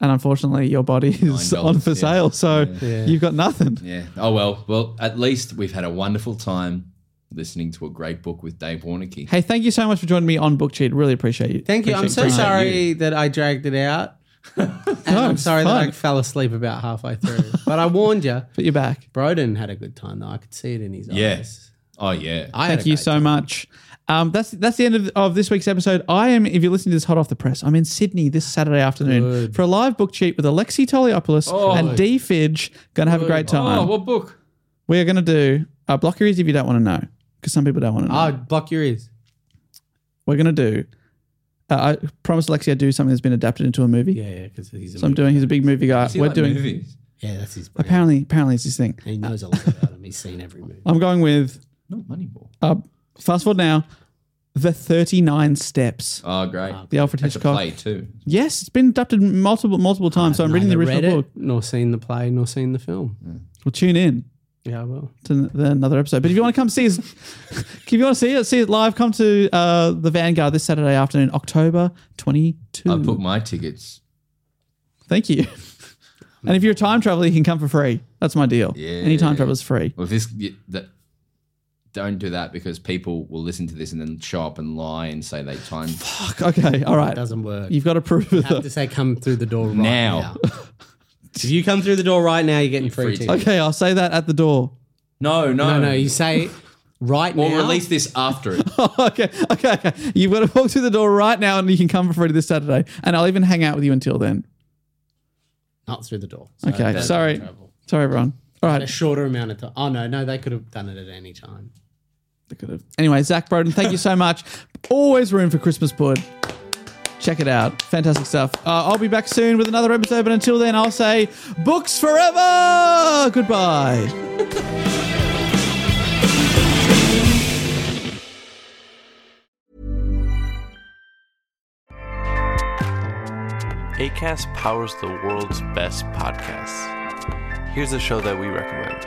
Speaker 1: And unfortunately, your body is
Speaker 3: $9,
Speaker 1: on for
Speaker 3: yeah.
Speaker 1: sale. So you've got nothing.
Speaker 3: Yeah. Oh well. Well, at least we've had a wonderful time listening to a great book with Dave Warnicky.
Speaker 1: Hey, thank you so much for joining me on Book Cheat. Really appreciate you.
Speaker 2: Thank you. I'm
Speaker 1: Appreciate
Speaker 2: so
Speaker 1: your time.
Speaker 2: sorry that I dragged it out. and I'm
Speaker 1: it's
Speaker 2: sorry that I
Speaker 1: fine.
Speaker 2: fell asleep about halfway through. but I warned you.
Speaker 1: But you're back.
Speaker 2: Broden had a good time though. I could see it in his eyes.
Speaker 3: Yes. Oh yeah.
Speaker 2: I had
Speaker 1: Thank
Speaker 2: a
Speaker 1: you
Speaker 2: great
Speaker 1: so much. Um, that's that's the end of, of this week's episode. I am, if you're listening to this hot off the press, I'm in Sydney this Saturday afternoon for a live book cheat with Alexi Toliopoulos and D Fidge. Gonna have a great time.
Speaker 3: oh, what book?
Speaker 1: We are gonna do uh, block your ears if you don't want to know, because some people don't want to know.
Speaker 2: Oh, block your ears.
Speaker 1: We're gonna do. Uh, I promised Alexi I'd do something that's been adapted into a movie.
Speaker 2: Yeah, yeah, because he's a
Speaker 1: So I'm doing. He's a big movie guy.
Speaker 3: Do you
Speaker 1: We're
Speaker 3: like
Speaker 1: doing.
Speaker 3: movies.
Speaker 2: yeah, that's his. brand.
Speaker 1: Apparently, apparently it's this thing.
Speaker 2: He knows a lot about him. He's seen every movie.
Speaker 1: I'm going with.
Speaker 3: Not Moneyball.
Speaker 1: Uh, fast forward now. The 39 Steps.
Speaker 3: Oh, great.
Speaker 1: The Alfred
Speaker 3: That's a
Speaker 1: Uh, Hitchcock.
Speaker 3: play too.
Speaker 1: Yes, it's been adapted multiple multiple times. So I'm reading the
Speaker 2: Neither
Speaker 1: original
Speaker 2: read it,
Speaker 1: book.
Speaker 2: nor seen the play, nor seen the film.
Speaker 1: Well, tune in
Speaker 2: Yeah, well,
Speaker 1: to n- the, another episode. But if you want to come see us, if you want to see it, see it live. Come to uh, the Vanguard this Saturday afternoon, October 22.
Speaker 3: I booked my tickets.
Speaker 1: Thank you. and if you're a time traveler, you can come for free. That's my deal. Any time traveler's free.
Speaker 3: Well, if this y- that don't do that because people will listen to this and then show up and lie and say they timed
Speaker 1: Fuck, Okay, all right.
Speaker 2: doesn't work. You
Speaker 1: You've got to prove it.
Speaker 2: have
Speaker 1: though.
Speaker 2: to say come through the door right
Speaker 3: now.
Speaker 2: now. if you come through the door right now, you're getting free
Speaker 3: free
Speaker 2: tickets.
Speaker 1: Okay, I'll say that at the door.
Speaker 3: No, no,
Speaker 2: No, no, you say right
Speaker 3: Or
Speaker 2: now.
Speaker 3: release this after it.
Speaker 1: okay, okay, okay. You've got to walk through the door right now, and you can come for free this Saturday. And I'll even hang out with you until then.
Speaker 2: Not through the door. So
Speaker 1: Okay,
Speaker 2: that's
Speaker 1: sorry,
Speaker 2: Uh, terrible.
Speaker 1: sorry, everyone. All
Speaker 2: A
Speaker 1: right,
Speaker 2: shorter amount of time. Oh no, no, they could have done it at any time.
Speaker 1: They could have. Anyway, Zach Broden, thank you so much. Always room for Christmas pod. Check it out. Fantastic stuff. Uh, I'll be back soon with another episode, but until then, I'll say books forever. Goodbye.
Speaker 4: ACAST powers the world's best podcasts. Here's a show that we recommend.